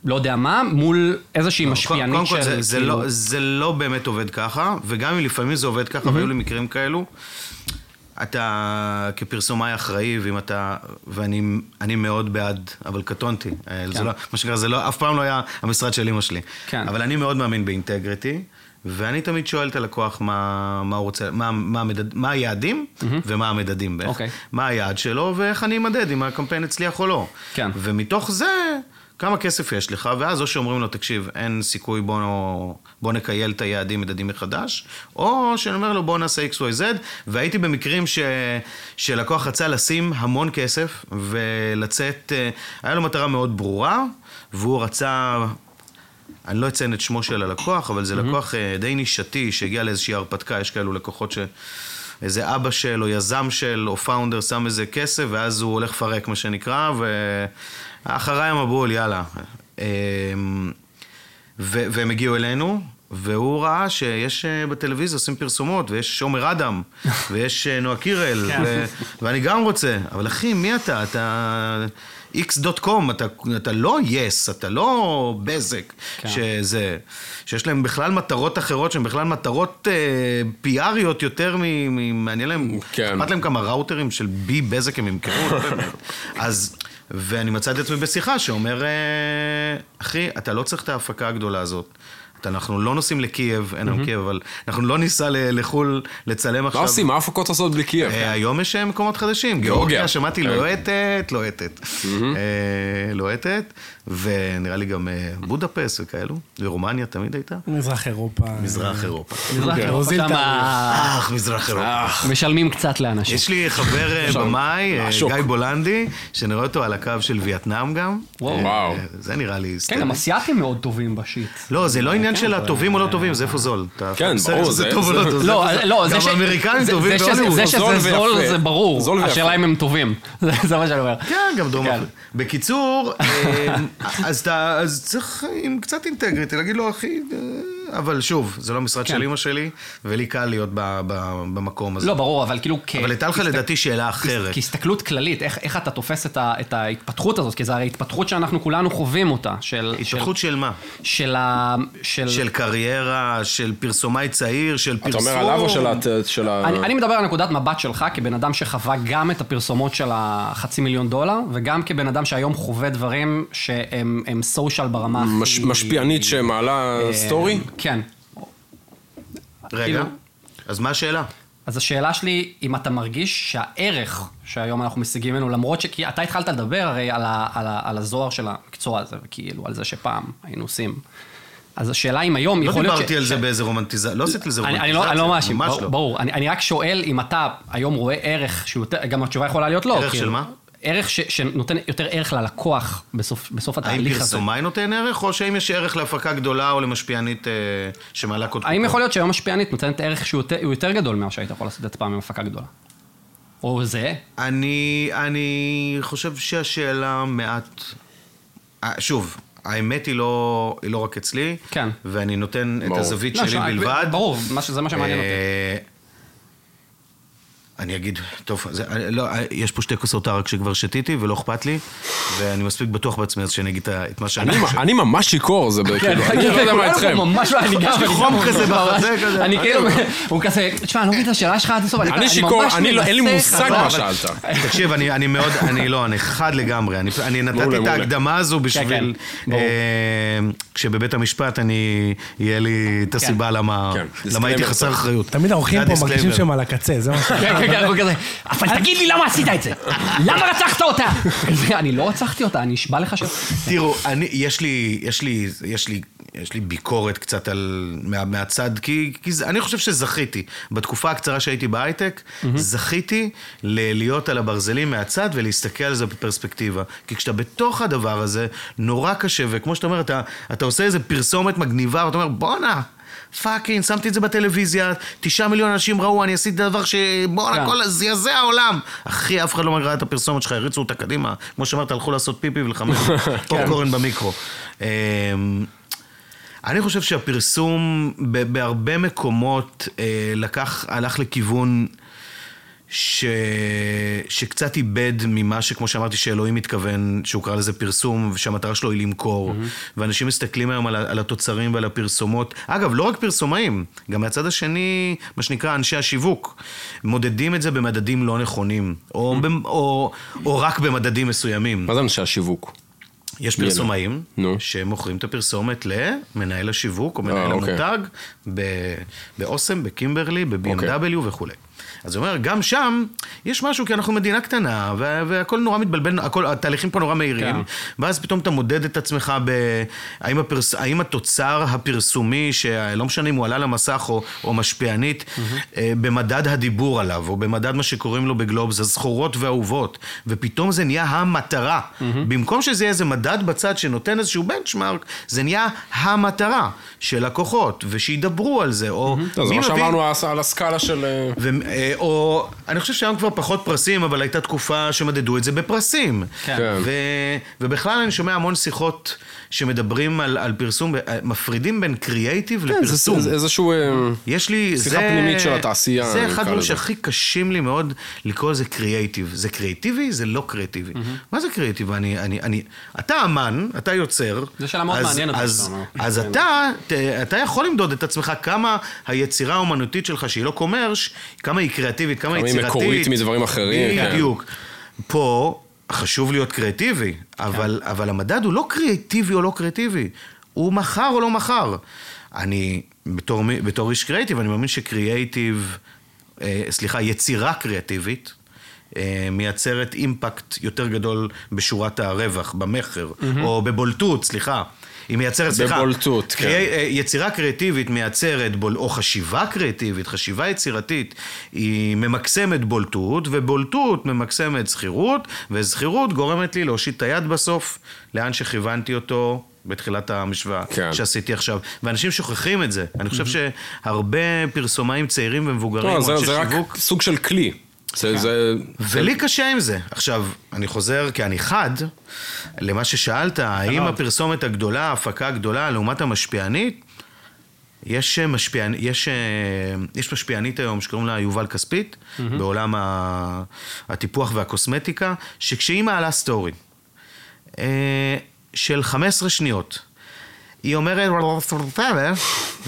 Speaker 2: לא יודע מה, מול איזושהי משפיענית
Speaker 4: קודם
Speaker 2: של...
Speaker 4: כל, זה, זה,
Speaker 2: כאילו-
Speaker 4: לא, זה לא באמת עובד ככה, וגם אם לפעמים זה עובד ככה,
Speaker 2: Mm-hmm.
Speaker 4: והיו לי מקרים כאלו, אתה כפרסומאי אחראי, ואם אתה... ואני אני מאוד בעד, אבל קטונתי. אה, זה לא, מה שנקרא, זה לא, אף פעם לא היה המשרד של אמא שלי.
Speaker 2: כן.
Speaker 4: אבל אני מאוד מאמין באינטגריטי. ואני תמיד שואל את הלקוח מה, מה הוא רוצה, מה, מה, המדד, מה היעדים ומה המדדים. בערך.
Speaker 2: Mm-hmm. אוקיי.
Speaker 4: מה היעד שלו ואיך אני אמדד אם הקמפיין הצליח או לא.
Speaker 2: כן.
Speaker 4: ומתוך זה, כמה כסף יש לך, ואז או שאומרים לו, תקשיב, אין סיכוי, בוא, נו- בוא נקייל את היעדים מדדים מחדש, או שאני אומר לו, בוא נעשה XYZ, והייתי במקרים ש... שלקוח רצה לשים המון כסף ולצאת, אה, היה לו מטרה מאוד ברורה, והוא רצה... אני לא אציין את שמו של הלקוח, אבל זה לקוח אה, די נישתי שהגיע לאיזושהי הרפתקה, יש כאלו לקוחות ש... איזה אבא של, או יזם של, או פאונדר שם איזה כסף, ואז הוא הולך לפרק, מה שנקרא, ואחריי המבול, יאללה. אמ, ו- והם הגיעו אלינו, והוא ראה שיש אה, בטלוויזיה עושים פרסומות, ויש עומר אדם, ויש אה, נועה קירל, ו- ואני גם רוצה. אבל אחי, מי אתה? אתה x.com, אתה, אתה לא יס, אתה לא בזק, שזה, שיש להם בכלל מטרות אחרות, שהן בכלל מטרות אה, פיאריות יותר מ... מ- מעניין להם,
Speaker 3: כן.
Speaker 4: אכפת להם כמה ראוטרים של בי בזק הם ימכרו, לא באמת. אז, ואני מצא את עצמי בשיחה שאומר, אה, אחי, אתה לא צריך את ההפקה הגדולה הזאת. אנחנו לא נוסעים לקייב, אין לנו קייב, אבל אנחנו לא ניסע ל- לחו"ל לצלם עכשיו.
Speaker 3: לא עושים, מה הפקות לעשות בלי קייב?
Speaker 4: אה, היום יש אה, מקומות חדשים.
Speaker 3: גיאורגיה.
Speaker 4: גיאורגיה, שמעתי
Speaker 3: כן.
Speaker 4: לוהטת, לוהטת. אה, לוהטת, ונראה לי גם אה, בודפסט וכאלו, ורומניה תמיד הייתה.
Speaker 5: מזרח אירופה.
Speaker 4: מזרח אירופה.
Speaker 2: מזרח אירופה
Speaker 5: להוזיל את
Speaker 2: שם
Speaker 4: אך, מזרח אירופה.
Speaker 2: משלמים קצת לאנשים.
Speaker 4: יש לי חבר אה, במאי, אה,
Speaker 3: לעשוק.
Speaker 4: גיא בולנדי, שאני רואה אותו על הקו של וייטנאם גם.
Speaker 2: וואו.
Speaker 4: אה,
Speaker 3: וואו.
Speaker 4: זה נראה לי...
Speaker 2: כן, גם כן, אסיאתים מאוד טובים בשיט.
Speaker 4: לא, זה לא עניין של הטובים או לא טובים, זה איפה זול. אתה
Speaker 3: כן,
Speaker 4: בסדר,
Speaker 3: ברור,
Speaker 4: זה
Speaker 3: זה-
Speaker 4: טוב או לא
Speaker 3: זה-
Speaker 4: טוב. זה
Speaker 2: לא,
Speaker 4: איפה זול.
Speaker 2: לא, זה ש...
Speaker 4: גם אמריקאים
Speaker 2: זה-
Speaker 4: טובים
Speaker 2: זה שזה-
Speaker 4: בהוליווד.
Speaker 2: זה שזה
Speaker 3: זול
Speaker 2: זול
Speaker 3: ויפה.
Speaker 2: זה ברור,
Speaker 3: זול ויפה.
Speaker 2: השאלה אם הם טובים. זה- זה מה שאני אומר.
Speaker 4: כן, גם דרום
Speaker 2: כן.
Speaker 4: אפריקה. בקיצור, אמ, אז אתה, אז צריך עם קצת אינטגריטי, להגיד לו, אחי, אה, אבל שוב, זה לא משרד
Speaker 2: כן.
Speaker 4: של אימא שלי, ולי קל להיות ב- ב- במקום הזה.
Speaker 2: לא, ברור, אבל כאילו... כ-
Speaker 4: אבל הייתה לך לדעתי שאלה אחרת.
Speaker 2: כהסתכלות כללית, איך, איך אתה תופס את, ה, את ההתפתחות הזאת, כי זו הרי התפתחות שאנחנו כולנו חווים אותה, של...
Speaker 4: התפתחות של מה?
Speaker 2: של, של, ה, של,
Speaker 4: של קריירה, של פרסומאי צעיר, של פרסום.
Speaker 3: אתה אומר עליו או של ה- של ה...
Speaker 2: אני, אני מדבר על נקודת מבט שלך, כבן אדם שחווה גם את הפרסומות של החצי מיליון דולר, וגם כבן אדם שהיום חווה דברים שהם הם סושיאל ברמה הכי...
Speaker 3: מש- משפיענית שמעלה סטורי?
Speaker 2: כן.
Speaker 4: רגע,
Speaker 2: כאילו-
Speaker 4: אז מה השאלה?
Speaker 2: אז השאלה שלי, אם אתה מרגיש שהערך שהיום אנחנו משיגים ממנו, למרות ש... כי אתה התחלת לדבר הרי על, ה, על, ה, על הזוהר של המקצוע הזה, וכאילו, על זה שפעם היינו עושים. אז השאלה אם היום,
Speaker 4: לא
Speaker 2: יכול להיות ש...
Speaker 4: דיברתי על זה באיזה רומנטיזציה, לא עשיתי לזה
Speaker 2: אני,
Speaker 4: רומנטיזציה.
Speaker 2: אני, לא, אני לא מאשים,
Speaker 4: ממש
Speaker 2: ברור,
Speaker 4: לא.
Speaker 2: ברור. אני, אני רק שואל אם אתה היום רואה ערך שהוא יותר, גם התשובה יכולה להיות לא.
Speaker 4: ערך של מה?
Speaker 2: ערך ש, שנותן יותר ערך ללקוח בסוף, בסוף
Speaker 4: האם
Speaker 2: התהליך הזה.
Speaker 4: פרסומאי נותן ערך, או שהאם יש ערך להפקה גדולה או למשפיענית אה, שמעלה קודקוד?
Speaker 2: האם יכול להיות שהיום משפיענית נותנת ערך שהוא יותר, הוא יותר גדול ממה שהיית יכול לעשות את זה פעם עם הפקה גדולה? או זה?
Speaker 4: אני, אני חושב שהשאלה מעט... אה, שוב, האמת היא לא, היא לא רק אצלי,
Speaker 2: כן.
Speaker 4: ואני נותן את
Speaker 3: ברור.
Speaker 4: הזווית
Speaker 2: לא,
Speaker 4: שלי
Speaker 2: שואל-
Speaker 4: בלבד.
Speaker 2: ברור, מה ש- זה מה שמעניין אותי.
Speaker 4: אה, אני אגיד, טוב, זה, אני- לא, יש פה שתי כוסות ערק שכבר שתיתי ולא אכפת לי, ואני מספיק בטוח בעצמי אז שאני אגיד את מה שאני
Speaker 3: אני-
Speaker 4: חושב.
Speaker 3: אני ממש שיכור, זה כאילו, אני לא יודע מה איתכם.
Speaker 2: אנחנו ממש לא, אני גם...
Speaker 4: יש לי
Speaker 2: אני
Speaker 4: חום
Speaker 2: גם-
Speaker 4: כזה בחזה, כזה.
Speaker 2: אני כאילו, הוא כזה, תשמע, אני לא מבין את השאלה שלך עד הסוף, אני
Speaker 3: אני
Speaker 2: ממש
Speaker 3: שיכור, אני לא- אין לי
Speaker 2: מנסה
Speaker 3: מושג
Speaker 2: חזק.
Speaker 3: מה שאלת.
Speaker 4: תקשיב, אני, אני מאוד, אני לא, אני חד לגמרי. אני, אני נתתי
Speaker 3: מעולה,
Speaker 4: את
Speaker 3: מעולה.
Speaker 4: ההקדמה הזו בשביל...
Speaker 2: כן, ברור.
Speaker 4: אה, כשבבית המשפט אני... יהיה לי את הסיבה למה...
Speaker 3: כן,
Speaker 4: למה הייתי
Speaker 3: disclaimer.
Speaker 4: חסר אחריות.
Speaker 5: תמיד האורחים
Speaker 4: זה
Speaker 5: פה מרגישים
Speaker 4: ה-disclaimer.
Speaker 5: שהם על הקצה, זה מה ש...
Speaker 2: כן, כן, כן, אנחנו כזה, אבל תגיד לי למה עשית את זה? למה רצחת אותה? כזה, אני לא רצחתי אותה, אני אשבע לך ש...
Speaker 4: תראו, אני, יש לי, יש לי, יש לי, יש לי ביקורת קצת על, מה, מהצד, כי, כי זה, אני חושב שזכיתי. בתקופה הקצרה שהייתי בהייטק, mm-hmm. זכיתי ל- להיות על הברזלים מהצד ולהסתכל על זה בפרספקטיבה. כי כשאתה בתוך הדבר הזה, נורא קשה, וכמו שאתה אומר, אתה, אתה עושה איזה פרסומת מגניבה, ואתה אומר, בואנה. פאקינג, שמתי את זה בטלוויזיה, תשעה מיליון אנשים ראו, אני עשיתי דבר ש... בואנה,
Speaker 2: כן.
Speaker 4: כל זעזע העולם. אחי, אף אחד לא ראה את הפרסומת שלך, הריצו אותה קדימה. כמו שאמרת, הלכו לעשות פיפי ולחמם פופקורן במיקרו. אמ, אני חושב שהפרסום ב- בהרבה מקומות אה, לקח, הלך לכיוון ש... שקצת איבד ממה שכמו שאמרתי, שאלוהים מתכוון, שהוא קרא לזה פרסום, ושהמטרה שלו היא למכור. Mm-hmm. ואנשים מסתכלים היום על, ה- על התוצרים ועל הפרסומות. אגב, לא רק פרסומאים, גם מהצד השני, מה שנקרא אנשי השיווק, מודדים את זה במדדים לא נכונים, או, mm-hmm. או, או רק במדדים מסוימים.
Speaker 3: מה זה אנשי השיווק?
Speaker 4: יש פרסומאים
Speaker 3: נו.
Speaker 4: שמוכרים את הפרסומת למנהל השיווק או
Speaker 3: אה,
Speaker 4: מנהל
Speaker 3: אוקיי.
Speaker 4: המותג ב- באוסם, בקימברלי,
Speaker 3: אוקיי.
Speaker 4: ב-BMW וכולי. אז זה אומר, גם שם יש משהו, כי אנחנו מדינה קטנה, וה- והכל נורא מתבלבל, הכל, התהליכים פה נורא
Speaker 3: כן.
Speaker 4: מהירים, ואז פתאום אתה מודד את עצמך ב... האם, הפרס... האם התוצר הפרסומי, שלא משנה אם הוא עלה למסך או, או משפיענית, אה, במדד הדיבור עליו, או במדד מה שקוראים לו בגלובס, הזכורות והאהובות, ופתאום זה נהיה המטרה. במקום שזה יהיה איזה מדד בצד שנותן איזשהו בנצ'מארק, זה נהיה המטרה של לקוחות, ושידברו על זה, או...
Speaker 3: לא, זה
Speaker 4: מי
Speaker 3: מה
Speaker 4: מביא-
Speaker 3: שאמרנו על- על הסקאלה של... אה,
Speaker 4: ו- אה, או, אני חושב שהיום כבר פחות פרסים, אבל הייתה תקופה שמדדו את זה בפרסים.
Speaker 2: כן.
Speaker 3: כן.
Speaker 4: ו, ובכלל אני שומע המון שיחות שמדברים על, על פרסום, אה, מפרידים בין קריאייטיב
Speaker 3: כן, זה-
Speaker 4: לפרסום.
Speaker 3: זה איזשהו... אה,
Speaker 4: יש לי...
Speaker 3: שיחה
Speaker 4: זה-
Speaker 3: פנימית של התעשייה,
Speaker 4: זה
Speaker 3: אני
Speaker 4: אחד
Speaker 3: אקרא
Speaker 4: הדברים
Speaker 3: לזה.
Speaker 4: שהכי קשים לי מאוד לקרוא לזה קריאייטיב. זה קריאייטיבי, זה לא קריאייטיבי. מה זה קריאייטיב? אני, אני, אני... אתה אמן, אתה יוצר.
Speaker 2: זו שאלה מאוד
Speaker 4: אז-
Speaker 2: מעניינת,
Speaker 4: אז,
Speaker 2: אתה אומר.
Speaker 4: אז
Speaker 3: כן.
Speaker 4: אתה, ת, אתה יכול למדוד את עצמך כמה היצירה האומנותית שלך, שהיא לא קומרש, כמה היא קריאטיבית, כמה,
Speaker 3: כמה היא
Speaker 4: יצירתית.
Speaker 3: מקורית מדברים אחרים, כן.
Speaker 4: בדיוק. פה חשוב להיות קריאטיבי,
Speaker 3: כן.
Speaker 4: אבל, אבל המדד הוא לא קריאטיבי או לא קריאטיבי, הוא מכר או לא מכר. אני, בתור, מי- בתור איש קריאיטיב, אני מאמין שקריאיטיב, אה, סליחה, יצירה קריאטיבית, אה, מייצרת אימפקט יותר גדול בשורת הרווח, במכר, או בבולטות, סליחה. היא מייצרת, סליחה.
Speaker 3: בבולטות, כן.
Speaker 4: קריאי- אה, יצירה קריאטיבית מייצרת, בול, או חשיבה קריאטיבית, חשיבה יצירתית, היא ממקסמת בולטות, ובולטות ממקסמת זכירות, וזכירות גורמת לי להושיט את היד בסוף, לאן שכיוונתי אותו בתחילת המשוואה
Speaker 3: כן.
Speaker 4: שעשיתי עכשיו. ואנשים שוכחים את זה. אני חושב שהרבה פרסומאים צעירים ומבוגרים,
Speaker 3: לא,
Speaker 4: או
Speaker 3: זה
Speaker 4: אנשי
Speaker 3: זה רק
Speaker 4: שיווק,
Speaker 3: סוג של כלי. זה, זה...
Speaker 4: ולי קשה עם זה. עכשיו, אני חוזר כי אני חד למה ששאלת, האם הפרסומת הגדולה, ההפקה הגדולה, לעומת המשפיענית, יש, אה, משפיענ... יש, אה, יש משפיענית היום שקוראים לה יובל כספית, בעולם ה... הטיפוח והקוסמטיקה, שכשהיא מעלה סטורי אה, של 15 שניות, היא אומרת,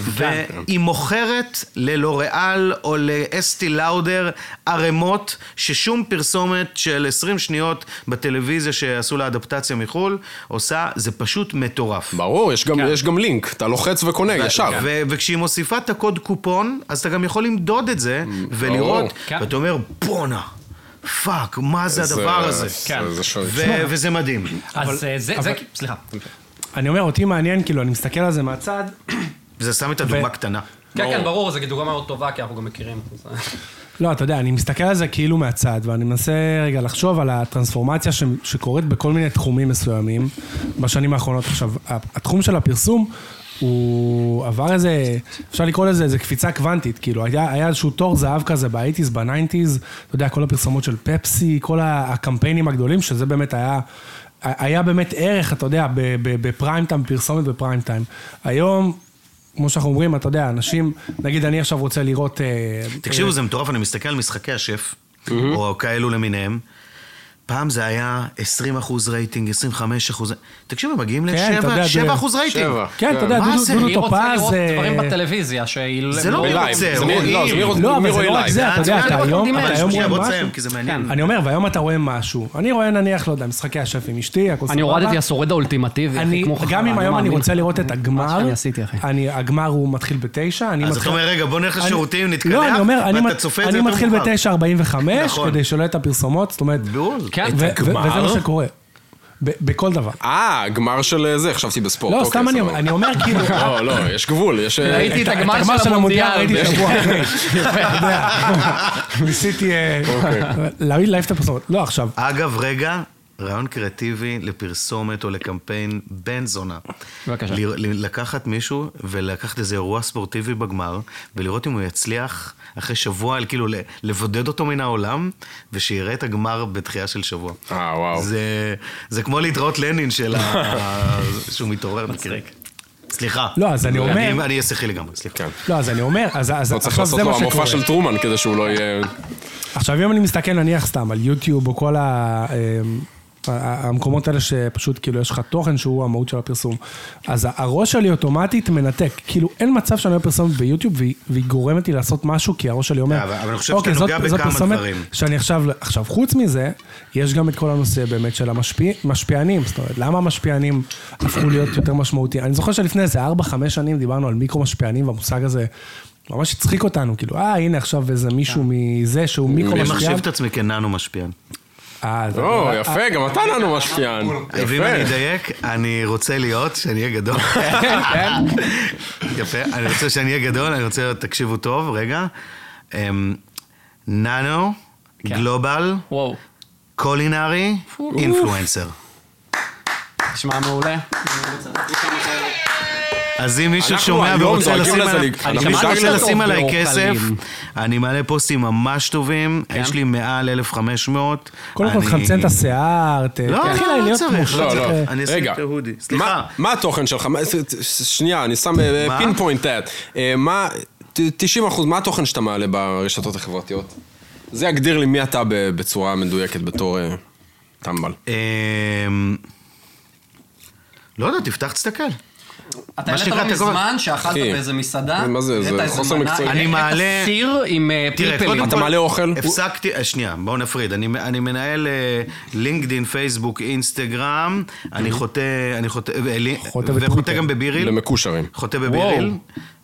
Speaker 4: והיא מוכרת ללוריאל או לאסטי לאודר ערימות ששום פרסומת של 20 שניות בטלוויזיה שעשו לה אדפטציה מחו"ל עושה, זה פשוט מטורף.
Speaker 3: ברור, יש גם, יש גם לינק, אתה לוחץ וקונה ישר.
Speaker 4: ו- וכשהיא מוסיפה את הקוד קופון, אז אתה גם יכול למדוד את זה ולראות,
Speaker 2: כן.
Speaker 4: ואתה אומר, בואנה, פאק, מה זה הדבר הזה?
Speaker 3: זה- זה שונה.
Speaker 4: ו- וזה מדהים.
Speaker 2: אז אה, זה, זה, סליחה.
Speaker 5: אני אומר, אותי מעניין, כאילו, אני מסתכל על זה מהצד,
Speaker 4: זה שם את הדוגמה קטנה.
Speaker 2: כן, כן, ברור, זו דוגמה מאוד טובה, כי אנחנו גם מכירים.
Speaker 5: לא, אתה יודע, אני מסתכל על זה כאילו מהצד, ואני מנסה רגע לחשוב על הטרנספורמציה ש... שקורית בכל מיני תחומים מסוימים בשנים האחרונות. עכשיו, ה- התחום של הפרסום, הוא עבר איזה, אפשר לקרוא לזה איזה קפיצה קוונטית, כאילו, היה, היה איזשהו תור זהב כזה באייטיז, בניינטיז, אתה יודע, כל הפרסומות של פפסי, כל ה- הקמפיינים הגדולים, שזה באמת היה... היה באמת ערך, אתה יודע, ב- ב- בפריים טיים, פרסומת בפריים טיים. היום, כמו שאנחנו אומרים, אתה יודע, אנשים, נגיד אני עכשיו רוצה לראות... אה,
Speaker 4: תקשיבו, זה מטורף, אני מסתכל על משחקי השף, או כאלו למיניהם. פעם זה היה 20 אחוז רייטינג, 25 אחוז... תקשיבו, מגיעים
Speaker 5: כן, אתה יודע,
Speaker 4: ל-7
Speaker 5: זה-
Speaker 4: 7 אחוז רייטינג.
Speaker 3: שבע.
Speaker 5: כן, אתה יודע,
Speaker 4: מה
Speaker 5: דודו-
Speaker 4: זה?
Speaker 5: דודו
Speaker 2: היא רוצה
Speaker 5: טופז...
Speaker 2: לראות
Speaker 5: אה,
Speaker 2: דברים בטלוויזיה שהיא...
Speaker 4: זה לא
Speaker 3: בלייב.
Speaker 4: רוצה,
Speaker 3: זה מי-
Speaker 4: רואים.
Speaker 3: לא, זה מי רואה-
Speaker 5: לא, אבל
Speaker 3: מי
Speaker 5: זה
Speaker 3: רואה
Speaker 5: לא רק
Speaker 3: לייב.
Speaker 5: זה, אתה יודע,
Speaker 4: לאט
Speaker 5: אתה
Speaker 4: לאט
Speaker 5: היום
Speaker 2: לומדים את
Speaker 5: אתה
Speaker 2: זה.
Speaker 5: היום
Speaker 4: שנייה, בוא
Speaker 5: רואה
Speaker 4: תסיים, כי
Speaker 5: משהו. כן.
Speaker 4: זה מעניין.
Speaker 5: אני אומר, והיום אתה רואה משהו. אני רואה נניח, לא יודע, משחקי השף עם אשתי, הכל סבבה.
Speaker 2: אני הורדתי השורד האולטימטיבי, אחי,
Speaker 5: אני,
Speaker 2: כמו חכם.
Speaker 5: גם אם היום אני
Speaker 2: מאמין.
Speaker 5: רוצה לראות את הגמר,
Speaker 2: שאני עשיתי, אחי.
Speaker 5: אני, הגמר הוא מתחיל בתשע, אני
Speaker 4: אז
Speaker 5: מתחיל...
Speaker 4: אתה אומר, רגע, בוא נלך
Speaker 5: אני-
Speaker 4: לשירותים, נתקלח,
Speaker 5: לא, אני אומר, אני
Speaker 4: ואתה
Speaker 5: מת-
Speaker 4: צופה את זה
Speaker 5: אני
Speaker 4: יותר
Speaker 5: מתחיל
Speaker 4: מאוחר.
Speaker 5: ב-9.45,
Speaker 4: נכון.
Speaker 5: כדי שלא יהיה את הפרסומות, זאת אומרת...
Speaker 4: בול.
Speaker 2: כן.
Speaker 5: ו- ו-
Speaker 3: הגמר?
Speaker 5: וזה מה שקורה. ב- בכל דבר.
Speaker 3: אה, גמר של אה, זה, חשבתי בספורט.
Speaker 5: לא,
Speaker 3: אוקיי,
Speaker 5: סתם אני
Speaker 3: סבבה.
Speaker 5: אומר- אני אומר, כאילו...
Speaker 3: לא, לא, יש גבול, יש... אה,
Speaker 2: ראיתי את הגמר של המונדיאל.
Speaker 5: ראיתי שבוע אחרי. אתה יודע, ניסיתי אה,
Speaker 3: אוקיי.
Speaker 5: להביא להעיף את הפרסומות. לא, עכשיו,
Speaker 4: אגב, רגע, רעיון קריאטיבי לפרסומת או לקמפיין בן זונה.
Speaker 2: בבקשה.
Speaker 4: ל- ל- לקחת מישהו ולקחת איזה אירוע ספורטיבי בגמר, ולראות אם הוא יצליח אחרי שבוע, כאילו ל- לבודד אותו מן העולם, ושיראה את הגמר בדחייה של שבוע.
Speaker 3: אה, וואו.
Speaker 4: זה, זה כמו להתראות לנין של ה... שהוא מתעורר בקריק. סליחה.
Speaker 5: לא, אז אני אומר-
Speaker 4: אני אהיה שיחי לגמרי, סליחה.
Speaker 3: כן.
Speaker 5: לא, אז אני אומר, אז אז-
Speaker 3: לא צריך
Speaker 5: עכשיו
Speaker 3: לעשות
Speaker 5: זה
Speaker 3: לו
Speaker 5: מה
Speaker 3: המופע
Speaker 5: שקורה.
Speaker 3: של טרומן כדי שהוא לא יהיה...
Speaker 5: עכשיו, אם אני מסתכל נניח סתם על יוטיוב או כל ה... אמ, ה- המקומות האלה שפשוט כאילו יש לך תוכן שהוא המהות של הפרסום. אז ה- הראש שלי אוטומטית מנתק. כאילו אין מצב שאני רואה פרסומת ביוטיוב והיא- והיא גורמת לי לעשות משהו כי הראש שלי אומר,
Speaker 4: אבל- אבל אני חושב שאתה
Speaker 5: "אוקיי, זאת-
Speaker 4: נוגע
Speaker 5: זאת
Speaker 4: בכמה
Speaker 5: פרסומת
Speaker 4: דברים."
Speaker 5: שאני עכשיו, עכשיו חוץ מזה, יש גם את כל הנושא באמת של המשפיענים, זאת אומרת, למה המשפיענים הפכו להיות יותר משמעותיים? אני זוכר שלפני איזה 4-5 שנים דיברנו על מיקרו משפיענים והמושג הזה ממש הצחיק אותנו, כאילו, אה, הנה עכשיו איזה מישהו מזה שהוא מיקרו
Speaker 4: אה. אני מחשיב
Speaker 5: משפיען.
Speaker 4: את עצמי כננו משפיען.
Speaker 5: אה,
Speaker 4: לא,
Speaker 5: זה-
Speaker 3: או,
Speaker 5: אה,
Speaker 3: לא, יפה, גם אתה לנו משפיען.
Speaker 4: ואם אני
Speaker 3: יפה. כן,
Speaker 4: אדייק, אני רוצה להיות, שאני אהיה גדול. יפה, אני רוצה שאני אהיה גדול, אני רוצה, תקשיבו טוב, רגע. אמ, ננו,
Speaker 3: כן.
Speaker 4: גלובל,
Speaker 2: וואו.
Speaker 4: קולינרי, אינפלואנסר.
Speaker 2: נשמע מעולה.
Speaker 4: אז אם מישהו
Speaker 3: אנחנו
Speaker 4: שומע
Speaker 3: היום
Speaker 4: ורוצה
Speaker 3: דואגים
Speaker 4: לשים
Speaker 3: לזה,
Speaker 4: עליי-
Speaker 3: אני לא,
Speaker 4: אם מישהו
Speaker 2: שמעתי
Speaker 4: רוצה
Speaker 2: אותו
Speaker 4: לשים עליי
Speaker 2: באורקלים.
Speaker 4: כסף, אני מעלה פוסטים ממש טובים,
Speaker 3: כן.
Speaker 4: יש לי מעל 1,500.
Speaker 5: קודם כל
Speaker 4: אני-
Speaker 5: תחמצן את השיער, ת-
Speaker 4: לא,
Speaker 5: תתחיל
Speaker 4: לא, לא
Speaker 5: להיות
Speaker 4: צריך,
Speaker 5: כמו-
Speaker 3: לא, לא.
Speaker 5: אה,
Speaker 4: אני אשים
Speaker 3: רגע.
Speaker 4: את ההודי.
Speaker 3: מה-
Speaker 4: סליחה.
Speaker 3: מה התוכן שלך? מה- ש- ש- שנייה, אני שם אה,
Speaker 4: מה?
Speaker 3: פינפוינט את. אה, מה... ת- 90 אחוז, מה התוכן שאתה מעלה ברשתות החברתיות? זה יגדיר לי מי אתה ב- בצורה מדויקת בתור אה, טמבל.
Speaker 4: אמ, לא יודע, תפתח, תסתכל.
Speaker 2: אתה
Speaker 4: מה
Speaker 2: העלית
Speaker 4: שנקרא,
Speaker 2: לא
Speaker 4: אתה כל-
Speaker 2: מזמן שאכלת
Speaker 3: אחי,
Speaker 2: באיזה מסעדה,
Speaker 3: מה זה,
Speaker 2: העלית
Speaker 3: זה
Speaker 2: איזה
Speaker 3: חוסר
Speaker 2: מנה,
Speaker 3: מקצועיות.
Speaker 4: אני
Speaker 2: העלית
Speaker 4: מעלה-
Speaker 2: סיר עם אה,
Speaker 4: תראה,
Speaker 2: פלפלים.
Speaker 4: קודם
Speaker 3: אתה
Speaker 4: כל-
Speaker 3: מעלה אוכל?
Speaker 4: הפסקתי, אה, שנייה, בואו נפריד. אני אני מנהל אה, לינקדין, פייסבוק, אינסטגרם,
Speaker 3: Mm-hmm.
Speaker 4: אני חוטא, אני חוטא, אה, לי-
Speaker 5: חוטא
Speaker 4: וחוטא
Speaker 5: בטוויטר.
Speaker 4: גם בביריל.
Speaker 3: למקושרים.
Speaker 4: חוטא בביריל.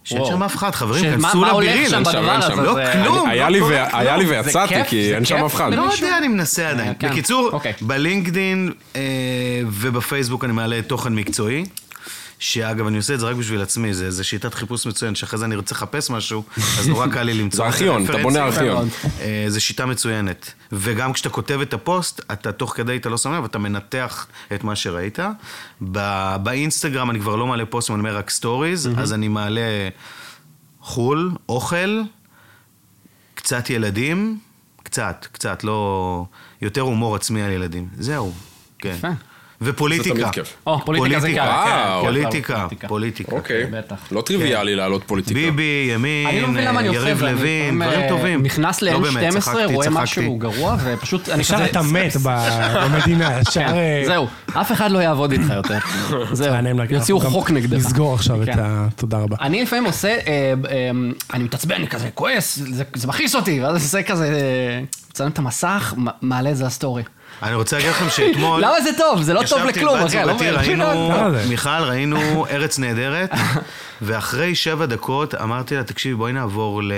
Speaker 4: שאין
Speaker 2: וואו.
Speaker 4: שם אף אחד, חברים,
Speaker 2: שמה-
Speaker 4: כנסו
Speaker 2: מה הולך
Speaker 4: לביריל.
Speaker 2: שם
Speaker 3: שם,
Speaker 2: בדבר
Speaker 3: אין
Speaker 2: הזה?
Speaker 3: שם. אה,
Speaker 4: לא,
Speaker 2: זה-
Speaker 4: כלום.
Speaker 3: היה לי ו-
Speaker 4: קורה
Speaker 3: היה לי ויצאתי,
Speaker 2: כיף,
Speaker 3: כי
Speaker 2: זה
Speaker 3: אין שם
Speaker 2: כיף,
Speaker 3: אף אחד.
Speaker 2: זה
Speaker 4: לא
Speaker 2: מישהו?
Speaker 4: יודע, אני מנסה עדיין.
Speaker 2: כן.
Speaker 4: בקיצור,
Speaker 2: אוקיי.
Speaker 4: בלינקדין אה, ובפייסבוק אני מעלה תוכן מקצועי. שאגב, אני עושה את זה רק בשביל עצמי, זה, זה שיטת חיפוש מצוין, שאחרי זה אני רוצה לחפש משהו, אז נורא קל לי
Speaker 3: זה
Speaker 4: למצוא.
Speaker 3: ארכיון, אתה בונה
Speaker 4: רפרנסים.
Speaker 3: ארכיון.
Speaker 4: אה, זו שיטה מצוינת. וגם כשאתה כותב את הפוסט, אתה תוך כדי, אתה לא שם לב, אתה מנתח את מה שראית. ב- באינסטגרם אני כבר לא מעלה פוסטים, אני אומר רק סטוריז, אז אני מעלה חו"ל, אוכל, קצת ילדים, קצת, קצת, לא... יותר הומור עצמי על ילדים. זהו, כן.
Speaker 2: יפה.
Speaker 4: ופוליטיקה.
Speaker 3: זה תמיד כיף.
Speaker 4: אה,
Speaker 2: או, אה, פוליטיקה זה קל.
Speaker 3: וואו.
Speaker 2: כן, כן,
Speaker 4: פוליטיקה,
Speaker 2: פוליטיקה.
Speaker 4: פוליטיקה.
Speaker 3: אוקיי.
Speaker 2: בטח.
Speaker 3: לא טריוויאלי להעלות פוליטיקה.
Speaker 4: ביבי, ימין,
Speaker 2: אני לא מבין למה אני עושה את
Speaker 4: אה, יריב
Speaker 2: זה. אני
Speaker 4: לוין,
Speaker 2: לפעמים,
Speaker 4: דברים
Speaker 2: אה,
Speaker 4: טובים.
Speaker 2: נכנס
Speaker 4: לא באמת,
Speaker 2: ל-N12,
Speaker 4: צחקתי,
Speaker 2: רואה
Speaker 4: צחקתי.
Speaker 2: משהו גרוע, ופשוט אני
Speaker 5: ישר
Speaker 2: כזה...
Speaker 5: אתה מת ב- במדינה,
Speaker 2: כן,
Speaker 5: ישר... אה,
Speaker 2: זהו, אף אחד לא יעבוד איתך יותר. זהו,
Speaker 5: תענם להגיד,
Speaker 2: יוציאו
Speaker 5: אנחנו גם
Speaker 2: חוק נגדך.
Speaker 5: נסגור עכשיו את
Speaker 2: כן.
Speaker 5: ה... תודה רבה.
Speaker 2: אני לפעמים עושה, אה, אה, אני מתעצבן, אני כזה כועס, זה זה מכעיס אותי, ואז אני עושה כזה, אה, מצלם את המסך, מ- מעלה את זה לסטורי.
Speaker 4: אני רוצה להגיד לכם שאתמול...
Speaker 2: למה זה טוב? זה לא טוב
Speaker 4: ישבתי
Speaker 2: לכלום,
Speaker 4: עם בת
Speaker 2: אחי, אני לא
Speaker 4: זוגתי,
Speaker 2: מבין.
Speaker 4: ראינו,
Speaker 5: למה זה?
Speaker 4: מיכל, ראינו ארץ נהדרת, ואחרי שבע דקות אמרתי לה, תקשיבי, בואי נעבור ל...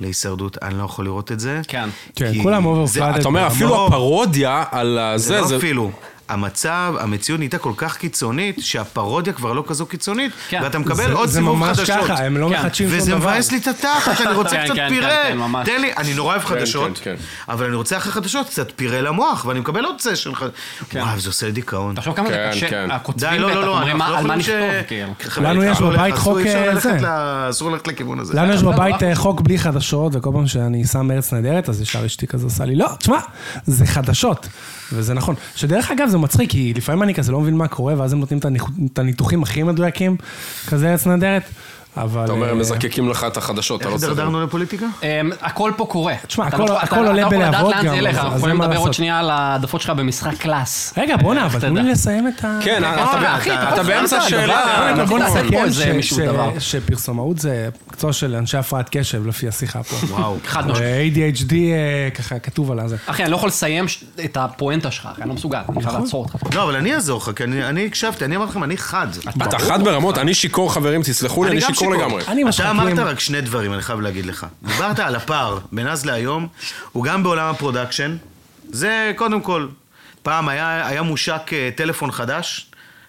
Speaker 4: להישרדות, אני לא יכול לראות את זה.
Speaker 2: כן.
Speaker 5: כן,
Speaker 4: כי
Speaker 5: כולם
Speaker 4: זה-
Speaker 5: אוברפלאדד.
Speaker 3: אתה אומר, אפילו הפרודיה על
Speaker 4: זה
Speaker 3: הזה,
Speaker 4: לא
Speaker 3: זה...
Speaker 4: אפילו. המצב, המציאות נהייתה כל כך קיצונית, שהפרודיה כבר לא כזו קיצונית,
Speaker 2: כן.
Speaker 4: ואתה מקבל עוד
Speaker 5: זה
Speaker 4: סיבוב
Speaker 5: ממש
Speaker 4: חדשות.
Speaker 5: ככה, הם לא
Speaker 2: כן.
Speaker 5: מחדשים שום דבר.
Speaker 4: וזה מבאס לי את התחת, אני רוצה
Speaker 2: כן,
Speaker 4: קצת
Speaker 2: כן,
Speaker 4: פירה.
Speaker 2: כן, כן, ממש.
Speaker 4: תן לי, אני לא אוהב חדשות,
Speaker 3: כן,
Speaker 4: אבל אני רוצה אחרי חדשות קצת פירה למוח, ואני מקבל עוד סשן חדש. וואו, זה עושה לי דיכאון.
Speaker 2: כן. תחשוב כמה זה
Speaker 3: כן,
Speaker 2: קשה,
Speaker 3: כן.
Speaker 4: די,
Speaker 2: הכותבים
Speaker 4: לא,
Speaker 2: בטח
Speaker 4: לא, לא,
Speaker 2: אומרים
Speaker 4: אנחנו
Speaker 2: מה-
Speaker 4: לא
Speaker 2: על מה
Speaker 4: יכולים ש...
Speaker 2: נכתוב, כאילו.
Speaker 4: חבר'ה,
Speaker 5: לנו יש
Speaker 4: אסור
Speaker 5: בבית
Speaker 4: ללכת-
Speaker 5: חוק,
Speaker 4: אסור
Speaker 5: אה,
Speaker 4: ללכת
Speaker 5: זה.
Speaker 4: ל- אסור ללכת לכיוון הזה.
Speaker 5: לנו יש
Speaker 2: אתה
Speaker 5: בבית
Speaker 2: לא-
Speaker 5: אה, חוק בלי חדשות, וכל פעם שאני שם ארץ נהדרת, אז ישר אשתי כזה עושה לי, לא, תשמע, זה חדשות. וזה נכון. שדרך אגב, זה מצחיק, כי לפעמים אני כזה לא מבין מה קורה, ואז הם נותנים את הניח- את הניתוחים הכי מדויקים, כזה ארץ נהדרת, אבל...
Speaker 3: אתה אומר, הם
Speaker 5: אה,
Speaker 3: מזקקים לך את החדשות, אתה
Speaker 4: איך
Speaker 3: לא צריך...
Speaker 4: הידרדרנו לפוליטיקה?
Speaker 2: אמ, הכל פה קורה.
Speaker 5: תשמע,
Speaker 2: אתה
Speaker 5: הכל-
Speaker 2: לא- אתה-
Speaker 5: הכל עולה
Speaker 2: אתה לא יכול
Speaker 5: בלהבות
Speaker 2: לדעת לאן זה
Speaker 5: גם,
Speaker 2: ילך,
Speaker 5: אז-
Speaker 2: אנחנו
Speaker 5: אז
Speaker 2: יכולים
Speaker 5: אין מה
Speaker 2: לדבר עוד
Speaker 5: לעשות.
Speaker 2: שנייה על העדפות שלך במשחק קלאס.
Speaker 5: רגע, בואנה, אבל
Speaker 2: איך
Speaker 5: תנו
Speaker 2: תדע?
Speaker 5: לי לסיים את ה...
Speaker 3: כן, אתה-
Speaker 2: אה, אחי,
Speaker 3: אתה-
Speaker 2: אתה
Speaker 3: אתה באמצע
Speaker 2: חוזר על
Speaker 3: השאלה.
Speaker 2: הדבר.
Speaker 3: נכון.
Speaker 2: בוא נעשה פה
Speaker 5: נסכם
Speaker 2: איזה
Speaker 5: ש-
Speaker 2: מישהו
Speaker 5: ש-
Speaker 2: דבר.
Speaker 5: שפרסומאות זה מקצוע של אנשי הפרעת קשב, לפי השיחה פה.
Speaker 4: וואו.
Speaker 2: חד משמעית.
Speaker 5: ו-ADHD, אה, ככה כתוב על הזה.
Speaker 2: אחי, אני לא יכול לסיים ש- את הפואנטה שלך, אחי, אני לא מסוגל, אני
Speaker 5: נכון.
Speaker 2: חייב לעצור אותך.
Speaker 4: לא, אבל אני אעזור לך, כי אני אני הקשבתי, אני אמרתי לכם, אני חד.
Speaker 3: אתה חד ברמות, אני שיכור חברים, תסלחו לי,
Speaker 4: אני
Speaker 3: אני
Speaker 4: גם
Speaker 3: שיכור
Speaker 4: שיכור.
Speaker 3: לגמרי.
Speaker 5: אני
Speaker 4: אתה
Speaker 5: משחקים...
Speaker 4: אמרת רק שני דברים, אני חייב להגיד לך. דיברת על הפער בין אז להיום, הוא גם בעולם הפרודקשן. זה קודם כל, פעם היה, היה מושק אה, טלפון חדש.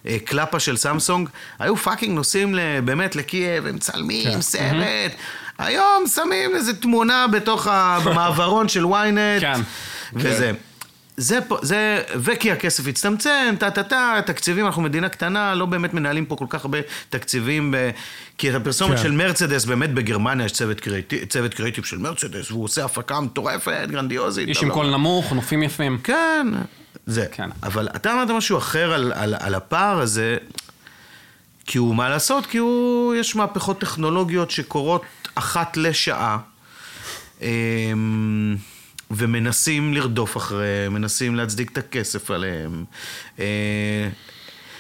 Speaker 4: אה, קלפה של סמסונג, היו פאקינג נוסעים ל- באמת לקייב, הם מצלמים סרט. היום שמים איזה תמונה בתוך ה- במעברון של ynet.
Speaker 2: כן.
Speaker 4: וזה. זה פה, זה, וכי הכסף הצטמצם, טה-טה-טה, תקציבים, אנחנו מדינה קטנה, לא באמת מנהלים פה כל כך הרבה תקציבים, ב... כי את הפרסומת
Speaker 5: כן.
Speaker 4: של מרצדס, באמת בגרמניה יש צוות, קריאיטיב, צוות קריאיטיב של מרצדס, והוא עושה הפקה מטורפת, גרנדיוזית.
Speaker 2: איש
Speaker 4: לא,
Speaker 2: עם
Speaker 4: לא.
Speaker 2: קול נמוך, נופים יפים.
Speaker 4: כן, זה.
Speaker 2: כן.
Speaker 4: אבל אתה אמרת משהו אחר על, על, על הפער הזה, כי הוא, מה לעשות, כי הוא, יש מהפכות טכנולוגיות שקורות אחת לשעה, אמ, ומנסים לרדוף אחריהם, מנסים להצדיק את הכסף עליהם. אה,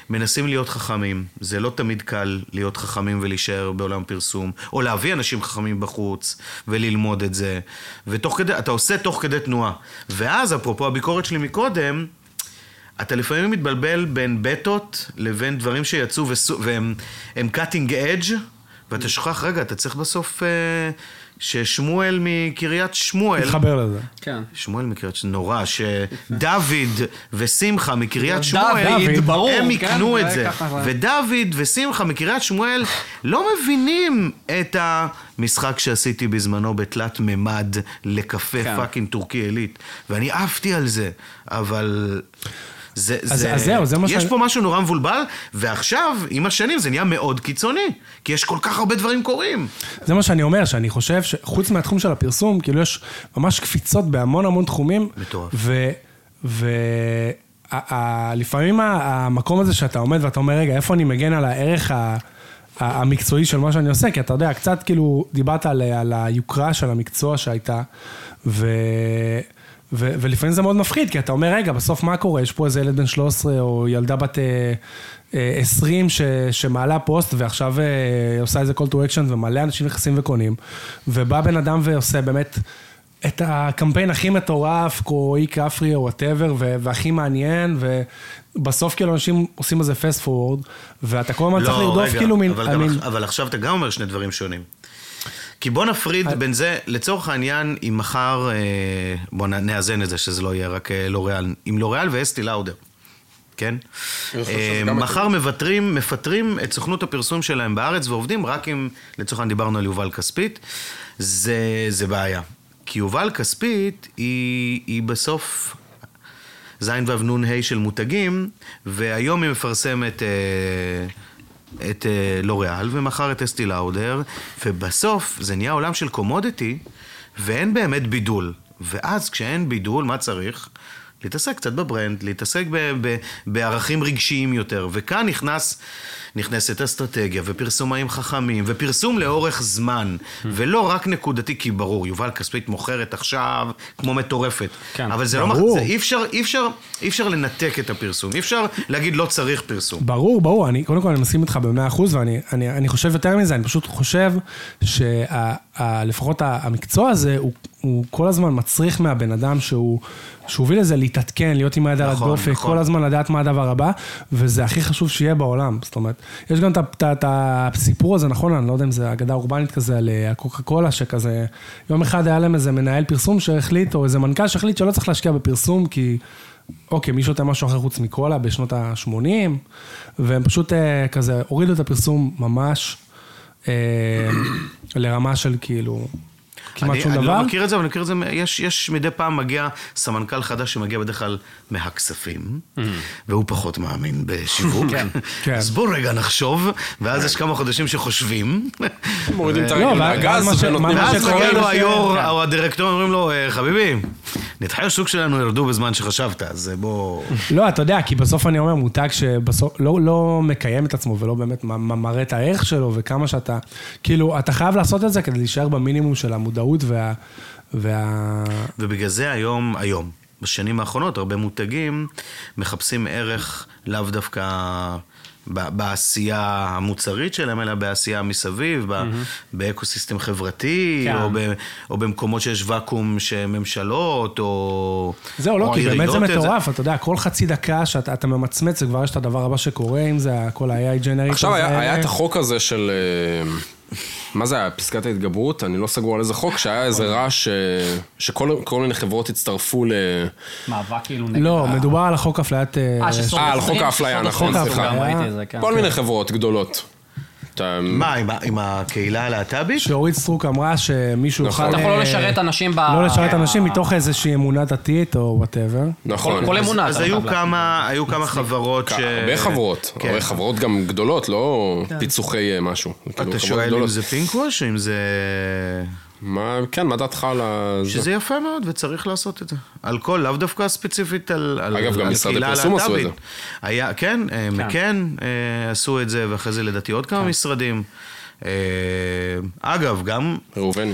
Speaker 4: מנסים להיות חכמים, זה לא תמיד קל להיות חכמים ולהישאר בעולם פרסום, או להביא אנשים חכמים בחוץ וללמוד את זה, ותוך כדי, אתה עושה תוך כדי תנועה. ואז, אפרופו הביקורת שלי מקודם, אתה לפעמים מתבלבל בין בטות לבין דברים שיצאו וסו- והם הם cutting edge, ואתה שוכח, רגע, אתה צריך בסוף אה, ששמואל מקריית שמואל...
Speaker 5: מתחבר לזה.
Speaker 2: כן.
Speaker 4: שמואל מקריית שמואל, נורא, שדוד ושמחה מקריית שמואל,
Speaker 2: דוד, ברור.
Speaker 4: הם
Speaker 2: כן,
Speaker 4: יקנו את
Speaker 2: זה
Speaker 4: זה.
Speaker 2: ככה, זה-
Speaker 4: ודוד ושמחה מקריית שמואל לא מבינים את המשחק שעשיתי בזמנו בתלת ממד לקפה
Speaker 2: כן.
Speaker 4: פאקינג טורקי עילית. ואני עפתי על זה, אבל... זה,
Speaker 5: אז-
Speaker 4: זה,
Speaker 5: אז זהו, זה מה
Speaker 4: יש
Speaker 5: שאני-
Speaker 4: פה משהו נורא מבולבל, ועכשיו, עם השנים, זה נהיה מאוד קיצוני, כי יש כל כך הרבה דברים קורים.
Speaker 5: זה מה שאני אומר, שאני חושב שחוץ מהתחום של הפרסום, כאילו יש ממש קפיצות בהמון המון תחומים.
Speaker 4: מטורף.
Speaker 5: ו... ו... ה- ה- לפעמים ה- המקום הזה שאתה עומד ואתה אומר, רגע, איפה אני מגן על הערך ה- ה- המקצועי של מה שאני עושה? כי אתה יודע, קצת כאילו, דיברת על, על היוקרה של המקצוע שהייתה, ו... ו- ולפעמים זה מאוד מפחיד, כי אתה אומר, רגע, בסוף מה קורה? יש פה איזה ילד בן 13 או ילדה בת אה, אה, 20 ש- שמעלה פוסט ועכשיו אה, עושה איזה call to action ומלא אנשים נכנסים וקונים, ובא בן אדם ועושה באמת את הקמפיין הכי מטורף, קרואי כפרי או וואטאבר, והכי מעניין, ובסוף כאילו אנשים עושים איזה fast forward, ואתה כל הזמן צריך לרדוף כאילו מין...
Speaker 4: לא, אבל,
Speaker 5: I
Speaker 4: גם,
Speaker 5: mean-
Speaker 4: אח- אבל עכשיו אתה גם אומר שני דברים שונים. כי בוא נפריד
Speaker 5: אה.
Speaker 4: בין זה, לצורך העניין, אם מחר, אה, בוא נ- נאזן את זה, שזה לא יהיה רק אה, לוריאל, עם לוריאל ואסתי לאודר, כן?
Speaker 3: אני חושב לא.
Speaker 4: אה,
Speaker 3: שזה גם
Speaker 4: מחר מוותרים, מפטרים את סוכנות הפרסום שלהם בארץ ועובדים רק אם, לצורך העניין דיברנו על יובל כספית, זה, זה בעיה. כי יובל כספית היא, היא בסוף ז' ו' נ' ה' של מותגים, והיום היא מפרסמת אה, את אה, לוריאל, ומחר את אסטי לאודר, ובסוף זה נהיה עולם של קומודיטי, ואין באמת בידול. ואז כשאין בידול, מה צריך? להתעסק קצת בברנד, להתעסק ב- ב- בערכים רגשיים יותר. וכאן נכנס, נכנסת אסטרטגיה ופרסומאים חכמים, ופרסום לאורך זמן, ולא רק נקודתי, כי ברור, יובל כספית מוכרת עכשיו כמו מטורפת.
Speaker 2: כן.
Speaker 4: אבל זה לא מח...
Speaker 5: ברור.
Speaker 4: זה אי אפשר, אי אפשר, אי אפשר לנתק את הפרסום, אי אפשר להגיד לא צריך פרסום.
Speaker 5: ברור, ברור. אני, קודם כל, אני מסכים איתך במאה אחוז, ואני אני, אני חושב יותר מזה, אני פשוט חושב שלפחות המקצוע הזה, הוא, הוא כל הזמן מצריך מהבן אדם שהוא, שהוא הוביל לזה להתעדכן, להיות עם היד על
Speaker 4: נכון,
Speaker 5: הדופק,
Speaker 4: נכון.
Speaker 5: כל הזמן לדעת מה הדבר הבא, וזה הכי חשוב שיהיה בעולם. זאת אומרת, יש גם את ה- את ה- את הסיפור הזה, נכון? אני לא יודע אם זה אגדה אורבנית כזה על אה, הקוקה קולה, שכזה, יום אחד היה להם איזה מנהל פרסום שהחליט, או איזה מנכ"ל שהחליט שלא צריך להשקיע בפרסום, כי... אוקיי, מי שותה משהו אחר חוץ מקולה בשנות ה-80, והם פשוט אה, כזה הורידו את הפרסום ממש אה, לרמה של כאילו כמעט
Speaker 4: אני,
Speaker 5: שום
Speaker 4: אני
Speaker 5: דבר.
Speaker 4: לא מכיר את זה, אבל אני מכיר את זה, מ- יש, יש מדי פעם מגיע סמנכ"ל חדש שמגיע בדרך כלל מהכספים, והוא פחות מאמין בשיווק.
Speaker 5: Mm. כן.
Speaker 4: אז בואו רגע נחשוב, ואז יש כמה חודשים שחושבים,
Speaker 3: מורידים את
Speaker 5: לא,
Speaker 3: הרגל מהגז
Speaker 5: ואז- ואז מה ש-
Speaker 3: ונותנים...
Speaker 5: מה
Speaker 4: ואז מגיע
Speaker 5: שקורה
Speaker 4: לו
Speaker 5: זה- כן.
Speaker 4: היו"ר או הדירקטור, אומרים לו, "אה, חביבי, נתחי השוק שלנו ירדו בזמן שחשבת, אז אה, בוא...
Speaker 5: לא, אתה יודע, כי בסוף אני אומר, מותג שבסוף לא, לא מקיים את עצמו ולא באמת מ- מ- מראה את הערך שלו וכמה שאתה... כאילו, אתה חייב לעשות את זה כדי להישאר במינימום של המודעות וה... וה...
Speaker 4: ובגלל זה היום, היום, בשנים האחרונות, הרבה מותגים מחפשים ערך לאו דווקא ב- בעשייה המוצרית שלהם, אלא בעשייה מסביב, ב- באקוסיסטם חברתי,
Speaker 2: כן.
Speaker 4: או, ב- או במקומות שיש ואקום שממשלות, או...
Speaker 5: זהו, לא,
Speaker 4: או
Speaker 5: כי באמת זה
Speaker 4: העיריות,
Speaker 5: מטורף, אתה יודע, כל חצי דקה שאתה אתה ממצמץ, זה כבר יש את הדבר הבא שקורה, אם זה כל ה-AI ג'נריטור.
Speaker 3: עכשיו היה היה את החוק הזה של... אה, מה זה היה? פסקת ההתגברות? אני לא סגור על איזה חוק, שהיה איזה רעש ש- שכל כל מיני חברות הצטרפו ל...
Speaker 2: מאבק כאילו נגד...
Speaker 5: לא,
Speaker 2: ה-
Speaker 5: מדובר על החוק אפליית... אה,
Speaker 2: אה, שסוד
Speaker 3: אה, על
Speaker 2: הספרים,
Speaker 3: חוק האפליה,
Speaker 2: שסוד
Speaker 3: נכון,
Speaker 2: הספרים,
Speaker 5: סליחה.
Speaker 2: גם ראיתי את זה, כן.
Speaker 3: כל מיני חברות גדולות. אתה-
Speaker 4: מה, עם, ה- עם הקהילה הלהט"בית?
Speaker 5: שאורית סטרוק אמרה שמישהו
Speaker 3: נכון. אתה
Speaker 5: יוכל...
Speaker 2: אתה יכול
Speaker 5: אה,
Speaker 2: לא לשרת אנשים ב...
Speaker 5: לא לשרת אנשים מתוך איזושהי אמונה דתית או וואטאבר.
Speaker 3: נכון.
Speaker 2: אה, כל אמונה.
Speaker 4: אז
Speaker 2: אתה
Speaker 4: היו
Speaker 2: חייב להגיד.
Speaker 4: כמה, היו כמה חברות ש...
Speaker 3: הרבה חברות,
Speaker 4: כן.
Speaker 3: הרבה חברות גם גדולות, לא פיצוחי אה, משהו. כאילו,
Speaker 4: אתה
Speaker 3: חברות
Speaker 4: שואל אם
Speaker 3: גדולות.
Speaker 4: זה פינק ווש, אם זה...
Speaker 3: מה, כן, מה דעתך על ה... זה?
Speaker 4: שזה יפה מאוד, וצריך לעשות את זה. על כל, לאו דווקא ספציפית על על-
Speaker 3: אגב, גם
Speaker 4: על
Speaker 3: משרדי
Speaker 4: קהילה
Speaker 3: פרסום עשו את
Speaker 4: להט"בית. היה, כן, אה, מקן אה, עשו את זה, ואחרי זה לדעתי עוד כמה משרדים. אה, אגב, גם
Speaker 3: ראובן.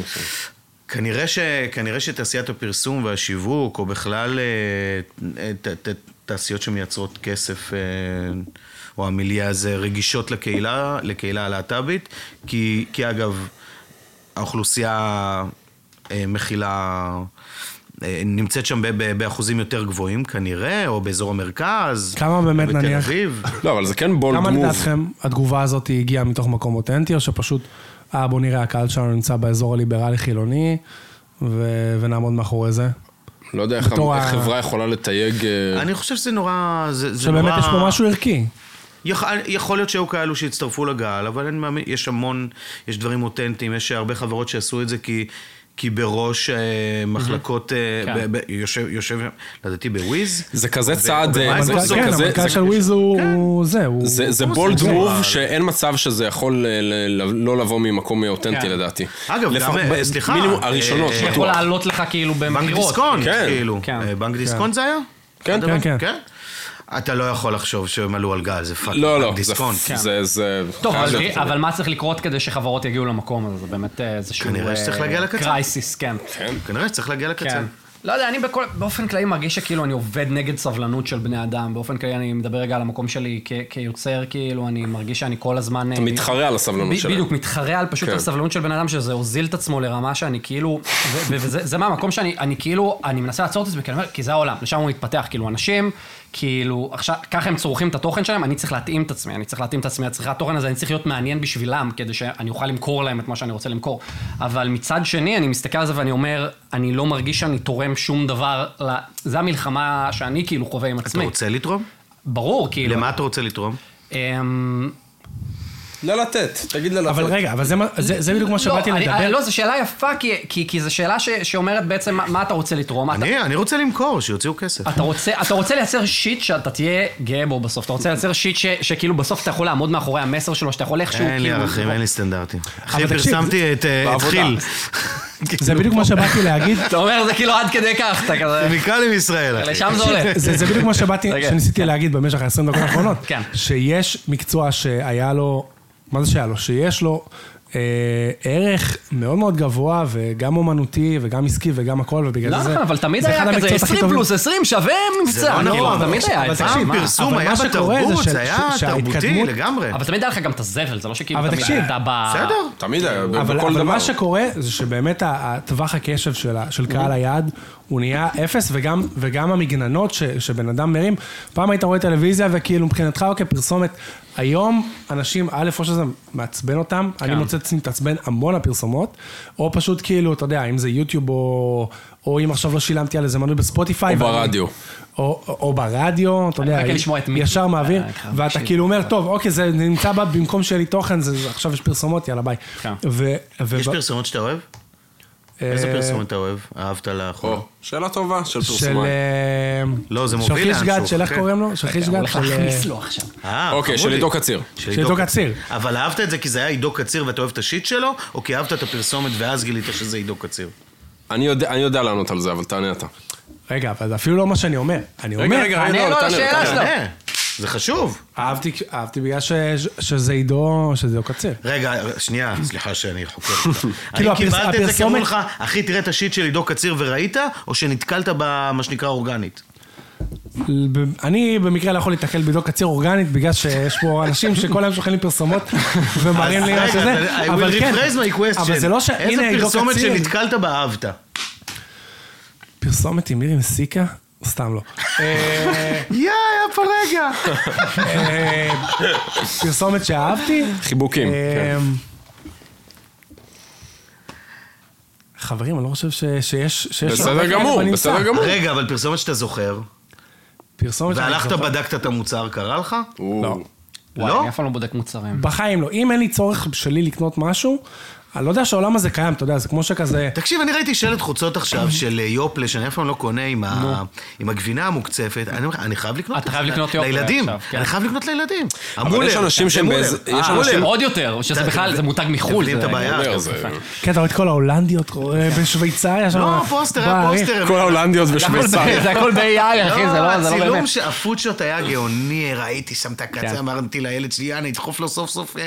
Speaker 4: כנראה, ש, כנראה שתעשיית הפרסום והשיווק, או בכלל אה, ת, ת, תעשיות שמייצרות כסף, אה, או המיליה הזה, רגישות לקהילה, לקהילה הלהט"בית, כי, כי אגב, האוכלוסייה אה, מכילה... אה, נמצאת שם ב- ב- באחוזים יותר גבוהים כנראה, או באזור המרכז.
Speaker 5: כמה באמת,
Speaker 4: או בתל
Speaker 5: נניח?
Speaker 4: אביב.
Speaker 3: לא, אבל זה כן בולד
Speaker 5: כמה
Speaker 3: מוב.
Speaker 5: לדעתכם התגובה הזאת הגיעה מתוך מקום אותנטי, או שפשוט, אה, בוא נראה, הקהל שלנו נמצא באזור הליברלי-חילוני, ו- ונעמוד מאחורי זה?
Speaker 3: לא יודע איך
Speaker 5: בתור
Speaker 3: איך
Speaker 5: ה-
Speaker 3: חברה יכולה לתייג... אה,
Speaker 4: אני חושב שזה נורא... זה, זה
Speaker 5: שבאמת
Speaker 4: נורא...
Speaker 5: יש פה משהו ערכי.
Speaker 4: יכול, יכול להיות שהיו כאלו שהצטרפו לגל, אבל אני מאמין, יש המון, יש דברים אותנטיים, יש הרבה חברות שעשו את זה כי... כי בראש אה, מחלקות, אה,
Speaker 2: כן.
Speaker 4: ב, ב, יושב, יושב, לדעתי בוויז,
Speaker 3: זה כזה צעד... אה,
Speaker 4: במאי
Speaker 3: זה-
Speaker 4: פרסום,
Speaker 3: זה
Speaker 5: כן,
Speaker 3: כזה-
Speaker 5: המנכ"ל
Speaker 3: זה-
Speaker 5: של וויז
Speaker 2: כן.
Speaker 5: הוא זה, הוא...
Speaker 3: זה זה
Speaker 5: הוא
Speaker 3: בולד
Speaker 5: זה.
Speaker 3: מוב שאין מצב שזה יכול אה, ל- ל- לא לבוא ממקום אותנטי
Speaker 2: כן.
Speaker 3: לדעתי.
Speaker 4: אגב,
Speaker 3: לפח-
Speaker 4: גם, אה,
Speaker 3: ב-
Speaker 4: סליחה,
Speaker 3: מינימום
Speaker 4: אה,
Speaker 3: הראשונות,
Speaker 4: אה,
Speaker 2: יכול
Speaker 3: בטוח.
Speaker 2: לעלות לך כאילו
Speaker 4: בנק
Speaker 2: במכירות.
Speaker 4: דיסקונט,
Speaker 3: כן.
Speaker 4: כאילו.
Speaker 2: כן.
Speaker 4: אה, בנק דיסקונט זה היה?
Speaker 3: כן,
Speaker 4: הדבר?
Speaker 5: כן, כן.
Speaker 4: אתה לא יכול לחשוב שהם עלו על גל, זה פאקינג
Speaker 3: לא, לא,
Speaker 4: בנק
Speaker 3: זה-
Speaker 4: דיסקונט.
Speaker 3: זה... זה-
Speaker 2: טוב,
Speaker 3: חייב
Speaker 2: אבל-
Speaker 3: להיות.
Speaker 2: אבל מה צריך לקרות כדי שחברות יגיעו למקום הזה? זה באמת אה, איזשהו...
Speaker 4: כנראה שצריך להגיע לקצה.
Speaker 2: קרייסיס, כן.
Speaker 4: כנראה שצריך להגיע לקצה.
Speaker 2: כן. לא יודע, אני בכל, באופן כללי מרגיש שכאילו אני עובד נגד סבלנות של בני אדם. באופן כללי אני מדבר רגע על המקום שלי כ- כיוצר, כאילו, אני מרגיש שאני כל הזמן... אה,
Speaker 3: אתה מתחרה על
Speaker 4: לא
Speaker 3: הסבלנות
Speaker 2: ב-
Speaker 3: שלהם.
Speaker 2: בדיוק, מתחרה על פשוט
Speaker 3: כן.
Speaker 2: על סבלנות של בן אדם, שזה הוזיל את עצמו לרמה שאני כאילו... ו- ו- וזה זה מהמקום שאני אני כאילו, אני מנסה לעצור את עצמי, כי אני אומר, כי זה העולם, לשם הוא מתפתח, כאילו, אנשים, כאילו, עכשיו, ככה הם צורכים את התוכן שלהם, אני צריך להתאים את עצמי, אני צריך להתאים את עצמי לצריכת התוכן הזה, אני צריך להיות מעניין בשבילם, כדי שאני אוכל למכור להם את מה שאני רוצה למכור. אבל מצד שני, אני מסתכל על זה ואני אומר, אני לא מרגיש שאני תורם שום דבר, ל... זה המלחמה שאני כאילו חווה עם
Speaker 4: אתה
Speaker 2: עצמי.
Speaker 4: רוצה לתרום?
Speaker 2: ברור, כאילו.
Speaker 4: למה אתה רוצה לתרום?
Speaker 2: אמ,
Speaker 3: לא לתת, תגיד לא לתת.
Speaker 5: אבל רגע, אבל זה מה- זה זה בדיוק מה כאילו שבאתי
Speaker 2: לא, אני-
Speaker 5: לדבר.
Speaker 2: לא, זו שאלה יפה, כי- כי כי זו שאלה ש- שאומרת בעצם מה- מה אתה רוצה לתרום.
Speaker 3: לא.
Speaker 2: אתה-
Speaker 4: אני, אני רוצה למכור, שיוציאו כסף.
Speaker 2: אתה רוצה, אתה רוצה לייצר שיט שאתה תהיה גאה בו בסוף, אתה רוצה לייצר שיט ש, שכאילו בסוף אתה יכול לעמוד מאחורי המסר שלו, שאתה יכול איכשהו
Speaker 4: אין לי
Speaker 2: כאילו...
Speaker 4: ערכים, אין לי סטנדרטים. אחי,
Speaker 5: תקשיב,
Speaker 4: פרסמתי את אה, את
Speaker 3: בעבודה.
Speaker 4: חיל.
Speaker 5: זה בדיוק מה שבאתי להגיד.
Speaker 2: אתה אומר זה כאילו עד כדי כך, אתה כזה,
Speaker 4: כימיקלים ישראל, אחי.
Speaker 2: לשם זה עולה.
Speaker 5: זה, זה בדיוק מה שבאתי,
Speaker 2: רגע.
Speaker 5: שניסיתי להגיד במשך ה-20 דקות האחרונות.
Speaker 2: כן.
Speaker 5: שיש מקצוע שהיה לו, מה זה שהיה לו? שיש לו אה, ערך מאוד מאוד גבוה, וגם אומנותי, וגם עסקי, וגם הכל, ובגלל זה...
Speaker 2: למה? לא נכון, אבל תמיד
Speaker 5: זה
Speaker 2: היה
Speaker 5: אחד
Speaker 2: כזה
Speaker 5: המקצועות הכי
Speaker 2: 20
Speaker 5: טובים.
Speaker 2: פלוס 20 שווה מבצע,
Speaker 4: לא
Speaker 2: כאילו,
Speaker 4: נכון,
Speaker 2: תמיד
Speaker 4: אבל-
Speaker 2: היה, את זה,
Speaker 4: פעם
Speaker 2: מה?
Speaker 4: פרסום
Speaker 5: אבל
Speaker 4: היה
Speaker 5: מה שקורה זה
Speaker 4: בתרבות,
Speaker 5: ש-
Speaker 4: זה היה
Speaker 5: ש-
Speaker 4: תרבותי
Speaker 5: שההתקדמות-
Speaker 4: לגמרי.
Speaker 2: אבל תמיד היה לך גם את הזבל, זה לא שכאילו
Speaker 5: אבל
Speaker 2: תמיד
Speaker 5: תקשיב.
Speaker 2: אתה ב...
Speaker 4: בסדר.
Speaker 3: תמיד היה,
Speaker 5: אבל,
Speaker 3: בכל
Speaker 5: אבל
Speaker 3: דבר.
Speaker 5: מה שקורה זה שבאמת ה- הטווח הקשב של, ה- של קהל היעד הוא נהיה אפס, וגם, וגם המגננות ש, שבן אדם מרים, פעם היית רואה טלוויזיה וכאילו מבחינתך, אוקיי, פרסומת. היום אנשים, א', או שזה מעצבן אותם,
Speaker 3: כן.
Speaker 5: אני מוצא את עצמי מתעצבן המון הפרסומות, או פשוט כאילו, אתה יודע, אם זה יוטיוב או... או אם עכשיו לא שילמתי על איזה מנוי בספוטיפיי.
Speaker 3: או
Speaker 5: ואני-
Speaker 3: ברדיו.
Speaker 5: או, או ברדיו, אתה יודע,
Speaker 2: מחכה לשמוע את מיקי.
Speaker 5: ישר מעביר,
Speaker 2: אה, ככה,
Speaker 5: ואתה
Speaker 2: מקשיב.
Speaker 5: כאילו אומר, טוב, אוקיי, זה נמצא בה במקום שיהיה לי תוכן, זה- זה- עכשיו יש פרסומות, יאללה ביי.
Speaker 2: כן.
Speaker 5: ו- וב-
Speaker 4: יש פרסומות שאתה אוהב?
Speaker 5: אה,
Speaker 4: איזה פרסומת אתה אוהב? אהבת לאחרונה.
Speaker 3: או, שאלה טובה של
Speaker 5: של...
Speaker 3: פרסומה.
Speaker 5: אה,
Speaker 4: לא, זה מוביל
Speaker 5: של חיש
Speaker 4: לאנשהו,
Speaker 5: גד, של איך
Speaker 4: כן.
Speaker 5: קוראים לו? של חיש
Speaker 2: הוא
Speaker 5: גד,
Speaker 2: הולך
Speaker 5: של...
Speaker 2: להכניס לו עכשיו.
Speaker 4: אה,
Speaker 3: אוקיי, של
Speaker 4: חמודי.
Speaker 3: עידו קציר.
Speaker 4: של
Speaker 5: עידו קציר.
Speaker 4: אבל אהבת את זה כי זה היה עידו קציר ואתה אוהב את השיט שלו, או כי אהבת את הפרסומת ואז גילית שזה עידו קציר?
Speaker 3: אני יודע- אני יודע לענות על זה, אבל תענה אתה.
Speaker 5: רגע, אבל זה אפילו לא מה שאני אומר. אני
Speaker 3: רגע,
Speaker 5: אומר,
Speaker 3: רגע,
Speaker 2: ענה
Speaker 3: רגע,
Speaker 2: לו
Speaker 3: תענה,
Speaker 2: לשאלה
Speaker 3: תענה.
Speaker 2: שלו. לא.
Speaker 4: אה, זה חשוב.
Speaker 5: אהבתי אהבתי בגלל ש- שזה עידו, שזה עידו קציר.
Speaker 4: רגע, שנייה, סליחה שאני חוקר אותך.
Speaker 5: כאילו,
Speaker 4: אני קיבלתי את זה כי אמרו
Speaker 5: הפרסומת-
Speaker 4: לך, אחי, תראה את השיט של עידו קציר וראית, או שנתקלת במה שנקרא אורגנית?
Speaker 5: ב- אני במקרה לא יכול להתקל בעידו קציר אורגנית, בגלל שיש פה אנשים שכל היום שולחים לי פרסומות ומראים לי מה
Speaker 4: אז רגע,
Speaker 5: שזה.
Speaker 4: I
Speaker 5: אבל
Speaker 4: will
Speaker 5: כן,
Speaker 4: rephrase my question.
Speaker 5: אבל זה לא ש...
Speaker 4: איזה
Speaker 5: הנה עידו
Speaker 4: פרסומת
Speaker 5: קציר.
Speaker 4: שנתקלת בה אהבת?
Speaker 5: פרסומת עם מירי מסיקה? סתם לא.
Speaker 4: יא, היה פה רגע.
Speaker 5: אה, פרסומת שאהבתי?
Speaker 3: חיבוקים,
Speaker 4: אה,
Speaker 3: כן.
Speaker 5: אמ, חברים, אני לא חושב ש- שיש... שיש הרבה
Speaker 3: בסדר
Speaker 5: כאלה
Speaker 3: גמור,
Speaker 5: בנמצא.
Speaker 3: בסדר גמור.
Speaker 4: רגע, אבל פרסומת שאתה זוכר,
Speaker 5: פרסומת שאני
Speaker 4: והלכת
Speaker 5: זוכר.
Speaker 4: בדקת את המוצר, קרה לך?
Speaker 3: לא.
Speaker 2: וואי,
Speaker 4: לא?
Speaker 2: אני אף פעם לא בודק מוצרים.
Speaker 5: בחיים לא. אם אין לי צורך שלי לקנות משהו, אני לא יודע שהעולם הזה קיים, אתה יודע, זה כמו שכזה...
Speaker 4: תקשיב, אני ראיתי שלט חוצות עכשיו של אה, יופלה, שאני אף פעם לא קונה עם, ה... עם הגבינה המוקצפת. אני, אומר לך, אני חייב לקנות
Speaker 2: אתה
Speaker 4: את זה
Speaker 2: חייב לקנות יופלה
Speaker 4: לילדים.
Speaker 2: עכשיו, כן.
Speaker 4: אני חייב לקנות לילדים.
Speaker 3: אבל יש אנשים שהם באיזה... יש
Speaker 2: אה,
Speaker 3: אנשים...
Speaker 2: עוד יותר, שזה בכלל, זה מותג מחו"ל.
Speaker 4: מבינים
Speaker 2: זה-
Speaker 4: את הבעיה?
Speaker 3: אומר, זה-
Speaker 5: כן, אתה רואה את כל ההולנדיות אה, בשוויצריה שם.
Speaker 4: כן. לא, פוסטר, היה
Speaker 5: בערים.
Speaker 4: פוסטר.
Speaker 3: כל ההולנדיות בשוויצריה.
Speaker 2: זה הכל ב-AI, אחי, זה לא זה לא
Speaker 4: הצילום,
Speaker 2: באמת.
Speaker 4: ש- הפודשוט היה גאוני, ראיתי שם את
Speaker 2: כן.
Speaker 4: הקצה, אמרתי לילד שלי, יאללה, נדחוף לו סוף סוף אה,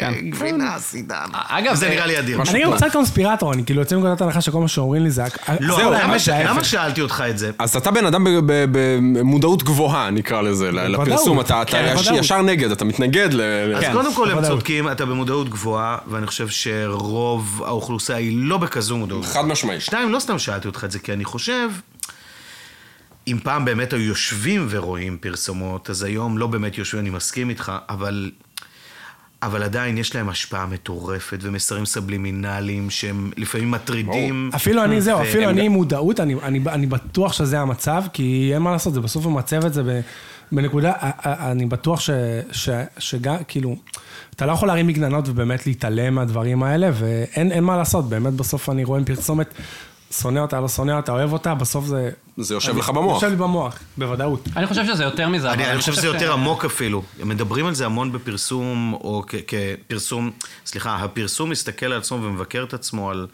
Speaker 2: כן.
Speaker 4: גבינה, סידן.
Speaker 2: אגב,
Speaker 4: זה
Speaker 2: אה,
Speaker 4: נראה לי אדיר.
Speaker 5: אני גם קצת קונספירטור, אני כאילו יוצא מנקודת הנחה שכל מה שאומרים לי זה... הק-
Speaker 4: לא,
Speaker 5: זה
Speaker 4: אבל למה
Speaker 5: האמת,
Speaker 4: ש-
Speaker 5: זה ההפך.
Speaker 4: למה שאלתי אותך את זה?
Speaker 3: אז אתה בן אדם ב- ב- במודעות גבוהה, נקרא לזה, ל-
Speaker 5: בוודאות.
Speaker 3: לפרסום. אתה אתה
Speaker 5: כן,
Speaker 3: יש-
Speaker 5: בוודאות.
Speaker 3: ישר נגד, אתה מתנגד ל... ל-
Speaker 4: אז קודם כל הם
Speaker 5: בוודאות.
Speaker 4: צודקים, אתה במודעות גבוהה, ואני חושב שרוב האוכלוסייה היא לא בכזו מודעות.
Speaker 3: חד משמעית.
Speaker 4: שתיים, לא סתם שאלתי אותך את זה, כי אני חושב, אם פעם באמת היו יושבים ורואים פרסומות, אז היום לא באמת יושבים, אני מסכים איתך, אבל... אבל עדיין יש להם השפעה מטורפת ומסרים סבלימינליים שהם לפעמים מטרידים.
Speaker 5: אפילו אני, זהו,
Speaker 4: והם
Speaker 5: אפילו אני
Speaker 4: גם-
Speaker 5: עם מודעות, אני- אני אני בטוח שזה המצב, כי אין מה לעשות, זה בסוף ממצב את זה ב- בנקודה, א- א- אני בטוח ש- ש- שגם, כאילו, אתה לא יכול להרים מגננות ובאמת להתעלם מהדברים האלה, ואין אין מה לעשות, באמת בסוף אני רואה עם פרסומת, שונא אותה, לא שונא אותה, אוהב אותה, בסוף זה...
Speaker 3: זה יושב לך במוח.
Speaker 5: יושב לי במוח, בוודאות.
Speaker 2: אני חושב שזה יותר מזה. אבל
Speaker 4: אני, אני חושב שזה
Speaker 2: ש-
Speaker 4: יותר עמוק אפילו. הם מדברים על זה המון בפרסום, או כ- כפרסום, סליחה, הפרסום מסתכל על עצמו ומבקר את עצמו על,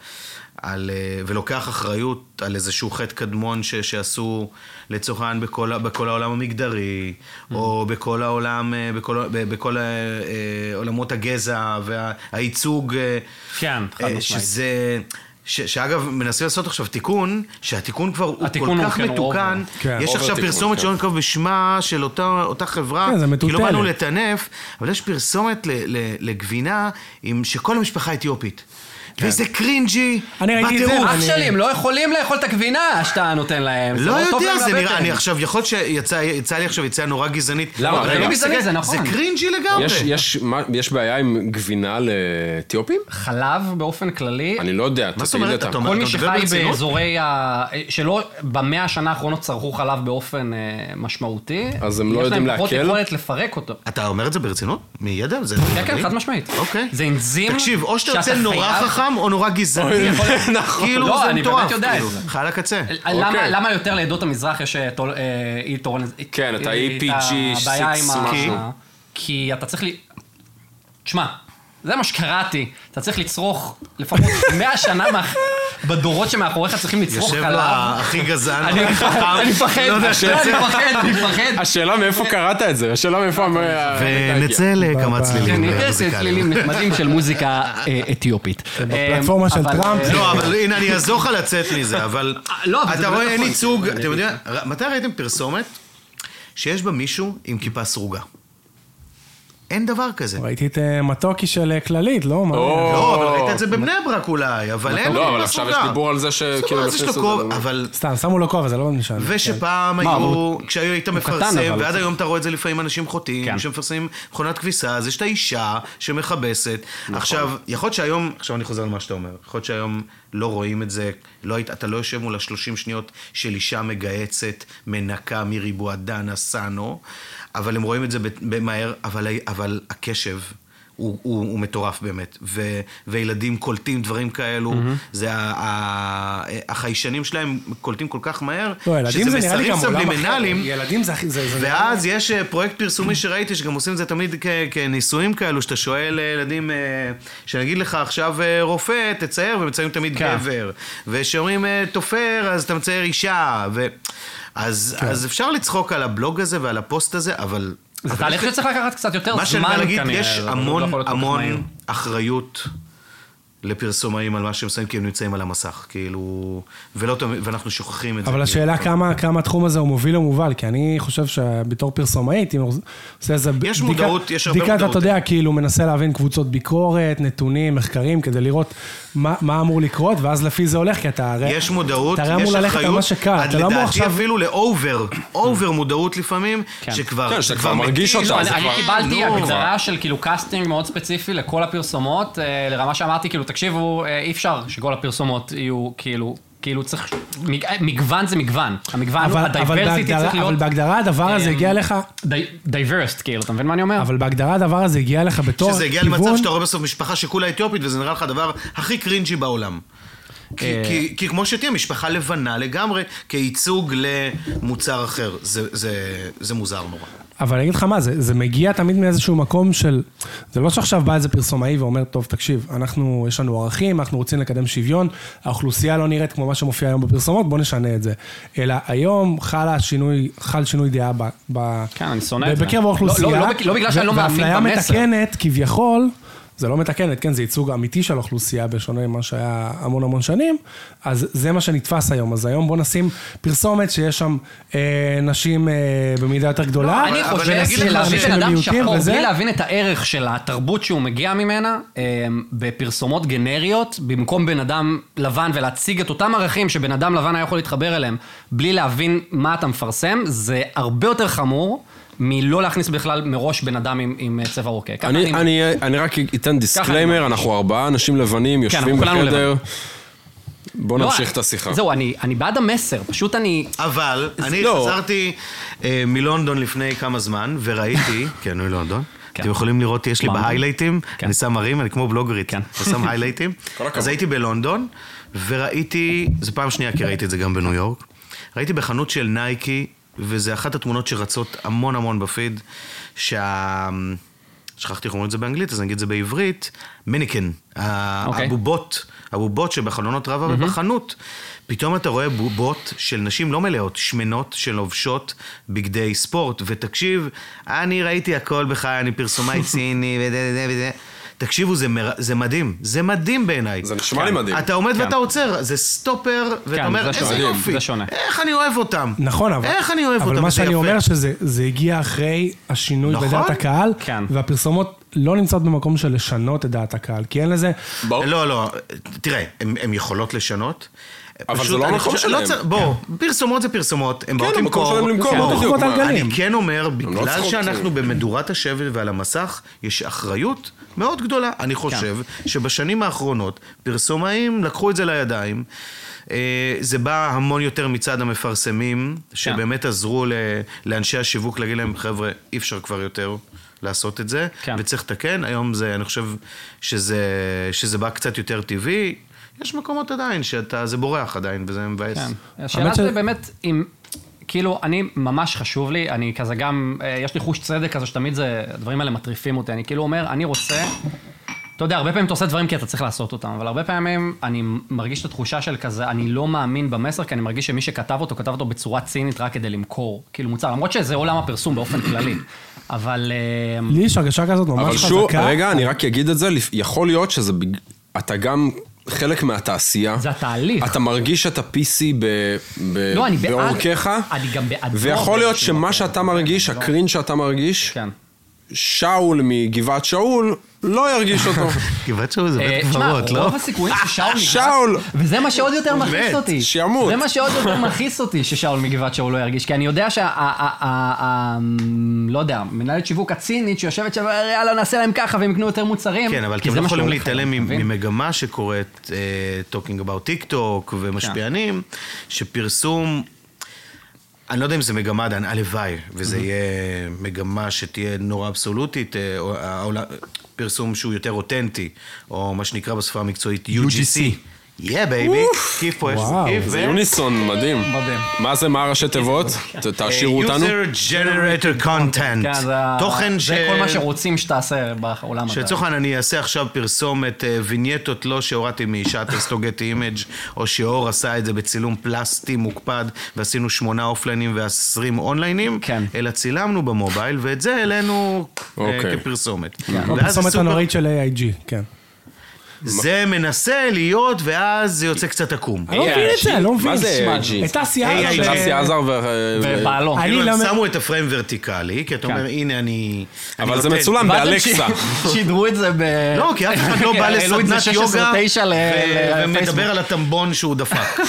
Speaker 4: על, אה, ולוקח אחריות על איזשהו חטא קדמון ש, שעשו לצורך העניין בכל, ה- בכל העולם המגדרי,
Speaker 2: Mm.
Speaker 4: או בכל העולם, אה, בכל, ה- ב- בכל אה, אה, עולמות הגזע והייצוג.
Speaker 2: כן, חד משמעית.
Speaker 4: שזה... ש, שאגב, מנסים לעשות עכשיו תיקון, שהתיקון כבר הוא
Speaker 2: התיקון
Speaker 4: כל
Speaker 2: הוא,
Speaker 4: כך
Speaker 2: כן, הוא
Speaker 4: מתוקן.
Speaker 2: over.
Speaker 5: כן,
Speaker 4: יש
Speaker 3: over
Speaker 4: עכשיו
Speaker 3: תיקון,
Speaker 4: פרסומת
Speaker 3: כן.
Speaker 4: שלא נקוב בשמה של אותה, אותה חברה,
Speaker 5: כן, זה
Speaker 4: כי לא
Speaker 5: מטוטלת.
Speaker 4: באנו לטנף, אבל יש פרסומת ל, ל, לגבינה עם, שכל המשפחה אתיופית. וזה קרינג'י,
Speaker 5: כן. אני ראיתי את זה,
Speaker 4: בטירוף.
Speaker 5: אני-
Speaker 2: אח שלי, הם לא יכולים לאכול את הגבינה שאתה נותן להם. זה
Speaker 4: לא
Speaker 2: טוב
Speaker 4: יודע,
Speaker 2: להם
Speaker 4: זה נראה,
Speaker 2: לבטן.
Speaker 4: אני עכשיו, יכול להיות שיצא לי עכשיו יציאה נורא גזענית.
Speaker 3: למה?
Speaker 4: אבל
Speaker 3: רגע.
Speaker 4: אני
Speaker 3: זה לא
Speaker 4: מסתכל,
Speaker 2: גזעני, זה נכון.
Speaker 4: זה קרינג'י לגמרי.
Speaker 3: יש- יש מה- יש בעיה עם גבינה לאתיופים?
Speaker 2: חלב באופן כללי,
Speaker 3: אני לא יודע,
Speaker 4: מה
Speaker 3: אתה
Speaker 4: זאת
Speaker 3: תגיד
Speaker 4: אומרת?
Speaker 3: אתה.
Speaker 4: אתה אומר-
Speaker 2: כל מי
Speaker 4: מדבר
Speaker 2: שחי
Speaker 4: ברצינות?
Speaker 2: באזורי ה... שלא במאה השנה האחרונות צרכו חלב באופן אה, משמעותי,
Speaker 3: אז הם לא יודעים
Speaker 2: יש להם פחות
Speaker 3: לעכל?
Speaker 2: יכולת לפרק אותו.
Speaker 4: אתה אומר את זה ברצינות? מידע? זה
Speaker 2: כן, כן,
Speaker 4: מדהים.
Speaker 2: חד משמעית.
Speaker 4: אוקיי.
Speaker 2: זה אנזים
Speaker 4: תקשיב, או שאתה יוצא
Speaker 2: שאתה
Speaker 4: נורא
Speaker 2: חייב-
Speaker 4: חכם או נורא גזעני.
Speaker 3: נכון.
Speaker 4: כאילו,
Speaker 2: לא,
Speaker 4: זה
Speaker 2: אני
Speaker 4: מטורף.
Speaker 2: באמת יודע את
Speaker 4: כאילו.
Speaker 2: זה.
Speaker 4: חי על הקצה.
Speaker 2: למה,
Speaker 3: אוקיי.
Speaker 2: למה יותר לעדות המזרח יש אה, תול- אה, אי תורן...
Speaker 3: כן, אתה
Speaker 2: אי-
Speaker 3: EPG,
Speaker 2: הבעיה עם
Speaker 3: six
Speaker 2: ה-
Speaker 3: משהו.
Speaker 2: כי אתה צריך ל... תשמע, זה מה שקראתי, אתה צריך לצרוך לפחות 100 שנה מה- בדורות שמאחוריך צריכים לצרוך
Speaker 4: יושב
Speaker 2: חלב.
Speaker 4: לו הכי גזען,
Speaker 2: אני
Speaker 4: הכי
Speaker 2: מפחד,
Speaker 4: חכם.
Speaker 2: אני מפחד,
Speaker 4: לא יודע,
Speaker 2: אני מפחד, אני מפחד.
Speaker 3: השאלה מאיפה קראת את זה, השאלה מאיפה... המ-
Speaker 4: אה, ונצא לכמה
Speaker 5: ב-
Speaker 4: צלילים
Speaker 2: כן, נכנסת
Speaker 4: מוזיקליים.
Speaker 2: צלילים נחמדים של מוזיקה אה, אתיופית.
Speaker 5: בפלטפורמה של
Speaker 2: אבל,
Speaker 5: טראמפ.
Speaker 2: אה,
Speaker 4: לא, אבל הנה, אני אעזור לך לצאת מזה, אבל...
Speaker 2: לא, אבל זה
Speaker 4: אתה
Speaker 2: באמת
Speaker 4: רואה, אין
Speaker 2: נכון.
Speaker 4: ייצוג, אתם יודעים, ר- מתי ראיתם פרסומת שיש בה מישהו עם כיפה סרוגה? אין דבר כזה.
Speaker 5: ראיתי את אה, מתוקי של אה, כללית, לא? מה-
Speaker 3: או.
Speaker 4: לא, אבל ראית את זה בבני ברק אולי, אבל אין
Speaker 3: לא, אבל
Speaker 4: כיפה
Speaker 3: עכשיו יש
Speaker 4: סרוגה.
Speaker 3: דיבור על זה
Speaker 4: זאת
Speaker 3: שכאילו...
Speaker 4: אומרת, יש לו
Speaker 3: הכניסו את
Speaker 4: כובע,
Speaker 3: זה.
Speaker 4: אבל...
Speaker 5: סתם, שמו לו כובע, זה לא משנה.
Speaker 4: ושפעם
Speaker 2: כן. מה, אבל
Speaker 4: היו,
Speaker 2: הוא-
Speaker 4: כשהיו היית
Speaker 2: קטן,
Speaker 4: מפרסם,
Speaker 2: אבל-
Speaker 4: ועד היום אתה רואה את זה לפעמים אנשים חוטאים,
Speaker 2: כן.
Speaker 4: שמפרסמים מכונת כביסה, אז יש את האישה שמכבסת.
Speaker 2: נכון.
Speaker 4: עכשיו, יכול להיות שהיום, עכשיו אני חוזר למה שאתה אומר, יכול להיות שהיום לא רואים את זה, לא היית- אתה לא יושב מול השלושים שניות של אישה מגהצת, מנקה מריבועדנה, סאנו, אבל הם רואים את זה ב- במהר, אבל ה- אבל הקשב... הוא, הוא, הוא מטורף באמת, ו, וילדים קולטים דברים כאלו, mm-hmm. זה ה, ה, החיישנים שלהם קולטים כל כך מהר,
Speaker 5: לא, ילדים
Speaker 4: שזה
Speaker 5: זה נראה לי
Speaker 4: מסרים
Speaker 5: גם עולם אחר.
Speaker 4: סבלימינליים,
Speaker 5: ילדים זה הכי... זה- זה-
Speaker 4: ואז יש אה, פרויקט פרסומי שראיתי, שגם עושים את זה תמיד כ- כניסויים כאלו, שאתה שואל אה, ילדים, אה, שנגיד לך עכשיו אה, רופא, תצייר, ומציירים תמיד
Speaker 2: כן.
Speaker 4: גבר. ושאומרים אה, תופר, אז אתה מצייר אישה. ו... אז,
Speaker 5: כן.
Speaker 4: אז אפשר לצחוק על הבלוג הזה ועל הפוסט הזה, אבל...
Speaker 2: זה
Speaker 4: אבל
Speaker 2: תהליך
Speaker 4: יש-
Speaker 2: שצריך לקחת קצת
Speaker 5: לא,
Speaker 2: יותר
Speaker 4: מה שאני
Speaker 2: זמן
Speaker 4: בא
Speaker 2: כנראה.
Speaker 4: להגיד, יש
Speaker 2: זה לא
Speaker 4: המון
Speaker 2: יכול להיות כל כך מהיר.
Speaker 4: המון אחריות. לפרסומאים על מה שהם שמים, כי הם נמצאים על המסך, כאילו... ולא תמיד, ואנחנו שוכחים את זה.
Speaker 5: אבל
Speaker 4: כאילו.
Speaker 5: השאלה כמה, כמה התחום הזה הוא מוביל או מובל, כי אני חושב שבתור פרסומאית, אם עושה איזה
Speaker 4: יש מודעות, יש הרבה
Speaker 5: בדיקת,
Speaker 4: מודעות.
Speaker 5: אתה יודע, כאילו מנסה להבין קבוצות ביקורת, נתונים, מחקרים, כדי לראות מה, מה אמור לקרות, ואז לפי זה הולך, כי אתה הרי...
Speaker 4: יש מודעות,
Speaker 5: אתה הרי
Speaker 4: יש
Speaker 5: אמור ללכת על מה
Speaker 4: אחריות,
Speaker 5: שקל,
Speaker 4: עד
Speaker 5: אתה לא אמור
Speaker 4: לדעתי
Speaker 5: עכשיו...
Speaker 4: אפילו לאובר, אובר מודעות לפעמים,
Speaker 3: כן,
Speaker 4: שכבר
Speaker 3: שאתה
Speaker 4: כבר
Speaker 3: כבר מרגיש
Speaker 4: מתיש.
Speaker 3: אותה,
Speaker 2: כאילו, אני
Speaker 3: לא, זה
Speaker 2: אני
Speaker 3: כבר-
Speaker 2: קיבלתי
Speaker 3: נו.
Speaker 2: הגדרה של כאילו קאסטינג מאוד ספציפי לכל הפרסומות, אה, לרמה שאמרתי, כאילו, תקשיבו, אה, אי אפשר שכל הפרסומות יהיו כאילו... כאילו צריך, מג- מגוון זה מגוון, המגוון,
Speaker 5: אבל, אבל,
Speaker 2: הדייברסיטי
Speaker 5: בהגדרה,
Speaker 2: לא, צריך להיות
Speaker 5: אבל בהגדרה הדבר הזה
Speaker 4: כן.
Speaker 2: אמ,
Speaker 5: הגיע לך,
Speaker 2: דייברסט, כאילו, אתה מבין מה אני אומר?
Speaker 5: אבל בהגדרה הדבר הזה הגיע לך בתור
Speaker 4: שזה הגיע
Speaker 5: כיוון...
Speaker 4: למצב שאתה רואה בסוף משפחה שכולה אתיופית, וזה נראה לך הדבר הכי קרינג'י בעולם. כי-
Speaker 2: אה.
Speaker 4: כי- כי כמו שתהיה, משפחה לבנה לגמרי, כייצוג למוצר אחר. זה- זה- זה מוזר נורא.
Speaker 5: אבל אני אגיד לך מה, זה, זה מגיע תמיד מאיזשהו מקום של... זה לא שעכשיו בא איזה פרסומאי ואומר, טוב, תקשיב, אנחנו, יש לנו ערכים, אנחנו רוצים לקדם שוויון, האוכלוסייה לא נראית כמו מה שמופיע היום בפרסומות, בוא נשנה את זה. אלא היום חלה שינוי, חל שינוי דעה ב... ב
Speaker 2: כן, אני שונא את
Speaker 5: ב-
Speaker 2: זה.
Speaker 5: בקרב
Speaker 2: לא-
Speaker 5: האוכלוסייה.
Speaker 2: לא- לא בק- לא בגלל
Speaker 5: ו-
Speaker 2: שאני לא מאמין
Speaker 5: והאפליה
Speaker 2: במסר.
Speaker 5: מתקנת, כביכול, זה לא מתקנת, כן, זה ייצוג אמיתי של האוכלוסייה, בשונה ממה שהיה המון המון שנים, אז זה מה שנתפס היום. אז היום בוא נשים פרסומת שיש שם אה, נשים אה, במידה יותר גדולה.
Speaker 2: לא, אני
Speaker 4: אה, אבל
Speaker 2: חושב
Speaker 4: אני אגיד לך
Speaker 2: שלהביא
Speaker 4: ש-
Speaker 2: בן אדם
Speaker 5: מיעוטים
Speaker 2: שחור,
Speaker 5: וזה-
Speaker 2: בלי להבין את הערך של התרבות שהוא מגיע ממנה, אמ, בפרסומות גנריות, במקום בן אדם לבן ולהציג את אותם ערכים שבן אדם לבן היה יכול להתחבר אליהם, בלי להבין מה אתה מפרסם, זה הרבה יותר חמור מלא להכניס בכלל מראש בן אדם עם- עם צבע רוקה. ככה
Speaker 3: אני, אני, אני רק אתן דיסקליימר,
Speaker 2: מרגיש. כן,
Speaker 3: אנחנו ארבעה אנשים לבנים, יושבים
Speaker 2: אנחנו כולנו
Speaker 3: בחדר. בואו
Speaker 2: לא,
Speaker 3: נמשיך
Speaker 2: אני-
Speaker 3: את השיחה.
Speaker 2: זהו, אני אני בעד המסר, פשוט אני...
Speaker 4: אבל אני
Speaker 3: לא.
Speaker 4: חזרתי אה, מלונדון לפני כמה זמן, וראיתי, כן, מלונדון.
Speaker 2: כן.
Speaker 4: אתם יכולים לראות, יש לי
Speaker 2: לונדון.
Speaker 4: בהיילייטים,
Speaker 2: כן.
Speaker 4: אני שם ערים, אני כמו בלוגרית,
Speaker 2: כן.
Speaker 4: אני שם היילייטים.
Speaker 3: כל הכבוד.
Speaker 4: אז הייתי בלונדון, וראיתי, זו פעם שנייה כי ראיתי את זה גם בניו יורק, ראיתי בחנות של נייקי, וזו אחת התמונות שרצות המון המון בפיד, שה... שכחתי איך אומרים את זה באנגלית, אז אני אגיד את זה בעברית, מניקן,
Speaker 2: אוקיי.
Speaker 4: הבוב הבובות, הבובות שבחלונות רב אבל בחנות, פתאום אתה רואה בובות של נשים לא מלאות, שמנות שלובשות בגדי ספורט, ותקשיב, אני ראיתי הכל בחיי, אני פרסומאי ציני וזה וזה וזה. תקשיבו, זה, מר... זה מדהים. זה מדהים בעיניי.
Speaker 3: זה נשמע לי מדהים.
Speaker 4: אתה עומד ואתה עוצר, זה סטופר,
Speaker 2: כן,
Speaker 4: ואתה אומר,
Speaker 2: זה
Speaker 4: איזה
Speaker 2: שונה.
Speaker 4: יופי.
Speaker 2: זה שונה."
Speaker 4: איך אני אוהב אותם.
Speaker 5: נכון, אבל...
Speaker 4: איך אני אוהב אותם,
Speaker 5: אבל מה
Speaker 4: וזה
Speaker 5: שאני
Speaker 4: יפה.
Speaker 5: אומר שזה זה הגיע אחרי השינוי
Speaker 4: נכון.
Speaker 5: בדעת הקהל,
Speaker 2: כן.
Speaker 5: והפרסומות לא נמצאות במקום של לשנות את דעת הקהל, כי אין לזה...
Speaker 3: ברור.
Speaker 4: לא, לא, תראה, הן יכולות לשנות.
Speaker 3: אבל
Speaker 4: פשוט
Speaker 3: זה לא
Speaker 4: אני
Speaker 3: המקום
Speaker 4: חושב- לא
Speaker 3: שלהם. כן,
Speaker 4: צר- בואו, פרסומות זה פרסומות, הן באות
Speaker 3: המקום
Speaker 4: למכור.
Speaker 3: שלהם למכור,
Speaker 4: בואו.
Speaker 5: בדיוק, רוכבות על מה- גלים.
Speaker 4: אני כן אומר,
Speaker 3: לא
Speaker 4: בגלל
Speaker 3: צחוקים.
Speaker 4: שאנחנו במדורת השבט ועל המסך, יש אחריות מאוד גדולה.
Speaker 2: כן.
Speaker 4: אני חושב שבשנים האחרונות, פרסומאים לקחו את זה לידיים. אה, זה בא המון יותר מצד המפרסמים,
Speaker 2: כן.
Speaker 4: שבאמת עזרו ל- לאנשי השיווק להגיד להם, חבר'ה, אי אפשר כבר יותר. לעשות את זה,
Speaker 2: כן.
Speaker 4: וצריך לתקן. היום זה, אני חושב שזה, שזה בא קצת יותר טבעי. יש מקומות עדיין שאתה, זה בורח עדיין, וזה מבאס.
Speaker 2: כן. השאלה
Speaker 5: האמת
Speaker 2: זה
Speaker 5: ש-
Speaker 2: באמת, אם... כאילו, אני, ממש חשוב לי, אני כזה גם, אה, יש לי חוש צדק כזה שתמיד זה, הדברים האלה מטריפים אותי. אני כאילו אומר, אני רוצה... אתה יודע, הרבה פעמים אתה עושה דברים כי אתה צריך לעשות אותם, אבל הרבה פעמים אני מרגיש את התחושה של כזה, אני לא מאמין במסר, כי אני מרגיש שמי שכתב אותו, כתב אותו בצורה צינית רק כדי למכור, כאילו מוצר, למרות שזה עולם הפרסום באופן כללי. אבל... אה,
Speaker 5: לי יש הרגשה כזאת ממש
Speaker 3: אבל
Speaker 5: חזקה.
Speaker 3: שוב, רגע, אני רק אגיד את זה, לפ- יכול להיות שזה... בג- אתה גם חלק מהתעשייה.
Speaker 2: זה התהליך.
Speaker 3: אתה מרגיש שאתה PC ב- ב-
Speaker 2: לא, אני בעד-
Speaker 3: בעורקיך.
Speaker 2: אני גם בעדו
Speaker 3: ויכול להיות
Speaker 2: באיזשהו
Speaker 3: שמה
Speaker 2: מקום. לא-
Speaker 3: שאתה מרגיש, הקרין שאתה מרגיש,
Speaker 2: כן.
Speaker 3: שאול מגבעת שאול, לא ירגיש אותו.
Speaker 4: גבעת שאול זה
Speaker 2: אה,
Speaker 4: בית
Speaker 2: תשמע,
Speaker 4: קברות, לא?
Speaker 2: רוב הסיכויים ששאול מגבעת...
Speaker 3: שאול!
Speaker 2: וזה מה שעוד יותר מכעיס אותי.
Speaker 3: שימות.
Speaker 2: זה מה שעוד יותר מכעיס אותי, ששאול מגבעת שאול לא ירגיש. כי אני יודע שה... ה- ה- ה- ה- לא יודע, מנהלת שיווק הצינית שיושבת שם, "אה, יאללה, נעשה להם ככה והם יקנו יותר מוצרים.
Speaker 4: כן, אבל
Speaker 2: כי
Speaker 4: אתם
Speaker 2: זה
Speaker 4: לא
Speaker 2: מה
Speaker 4: יכולים
Speaker 2: שהולך
Speaker 4: להתעלם
Speaker 2: היום, אתה
Speaker 4: מ-
Speaker 2: מבין?
Speaker 4: ממגמה שקורית, uh, talking about TikTok ומשפיענים, שפרסום, אני לא יודע אם זה מגמה עדיין, הלוואי, וזה יהיה מגמה שתהיה נורא אבסולוטית, אה, או- העולם- פרסום שהוא יותר אותנטי, או מה שנקרא בשפה המקצועית UGC. יא בייבי, כיף פה יש
Speaker 5: וואו.
Speaker 4: כיף.
Speaker 3: זה יוניסון, מדהים.
Speaker 2: מדהים.
Speaker 3: מה זה, מה הראשי תיבות? ת- תעשירו אותנו.
Speaker 4: User Generator Content.
Speaker 2: כן, זה ה-
Speaker 4: תוכן ש...
Speaker 2: זה כל מה שרוצים שתעשה בעולם הזה.
Speaker 4: שלצורך העניין אני אעשה עכשיו פרסומת אה, וינייטות לא שהורדתי משאטל סטוגטי אימג' או שאור עשה את זה בצילום פלסטי מוקפד ועשינו שמונה אופליינים ועשרים אונליינים,
Speaker 2: כן.
Speaker 4: אלא צילמנו במובייל ואת זה העלינו אה,
Speaker 3: אוקיי.
Speaker 4: כפרסומת.
Speaker 2: כן.
Speaker 5: כמו
Speaker 4: ואז
Speaker 5: הפרסומת
Speaker 4: הסופר-
Speaker 5: הנוראית של AIG, כן.
Speaker 4: זה מנסה להיות ואז זה יוצא קצת עקום.
Speaker 5: אני לא מבין את זה, לא מבין.
Speaker 3: מה זה
Speaker 5: שמע,
Speaker 3: AIG?
Speaker 5: את תעשייה
Speaker 4: AIG.
Speaker 5: ש-
Speaker 3: אסי עזר ו...
Speaker 2: ובעלו.
Speaker 5: אני
Speaker 4: כאילו הם
Speaker 5: לא-
Speaker 4: שמו את הפריים ורטיקלי, כי אתה
Speaker 2: כן.
Speaker 4: אומר הנה אני...
Speaker 3: אבל
Speaker 4: אני
Speaker 3: זה
Speaker 4: נותן."
Speaker 3: מצולם
Speaker 2: ואז הם
Speaker 3: באלקסה.
Speaker 2: ש- שידרו את זה ב...
Speaker 4: לא, כי אף אחד לא בא
Speaker 2: העלו את זה
Speaker 4: לסדנת יוגה
Speaker 2: 16:09 ל-
Speaker 4: ו-
Speaker 2: לפייסבוק.
Speaker 4: ומדבר על הטמבון שהוא דפק.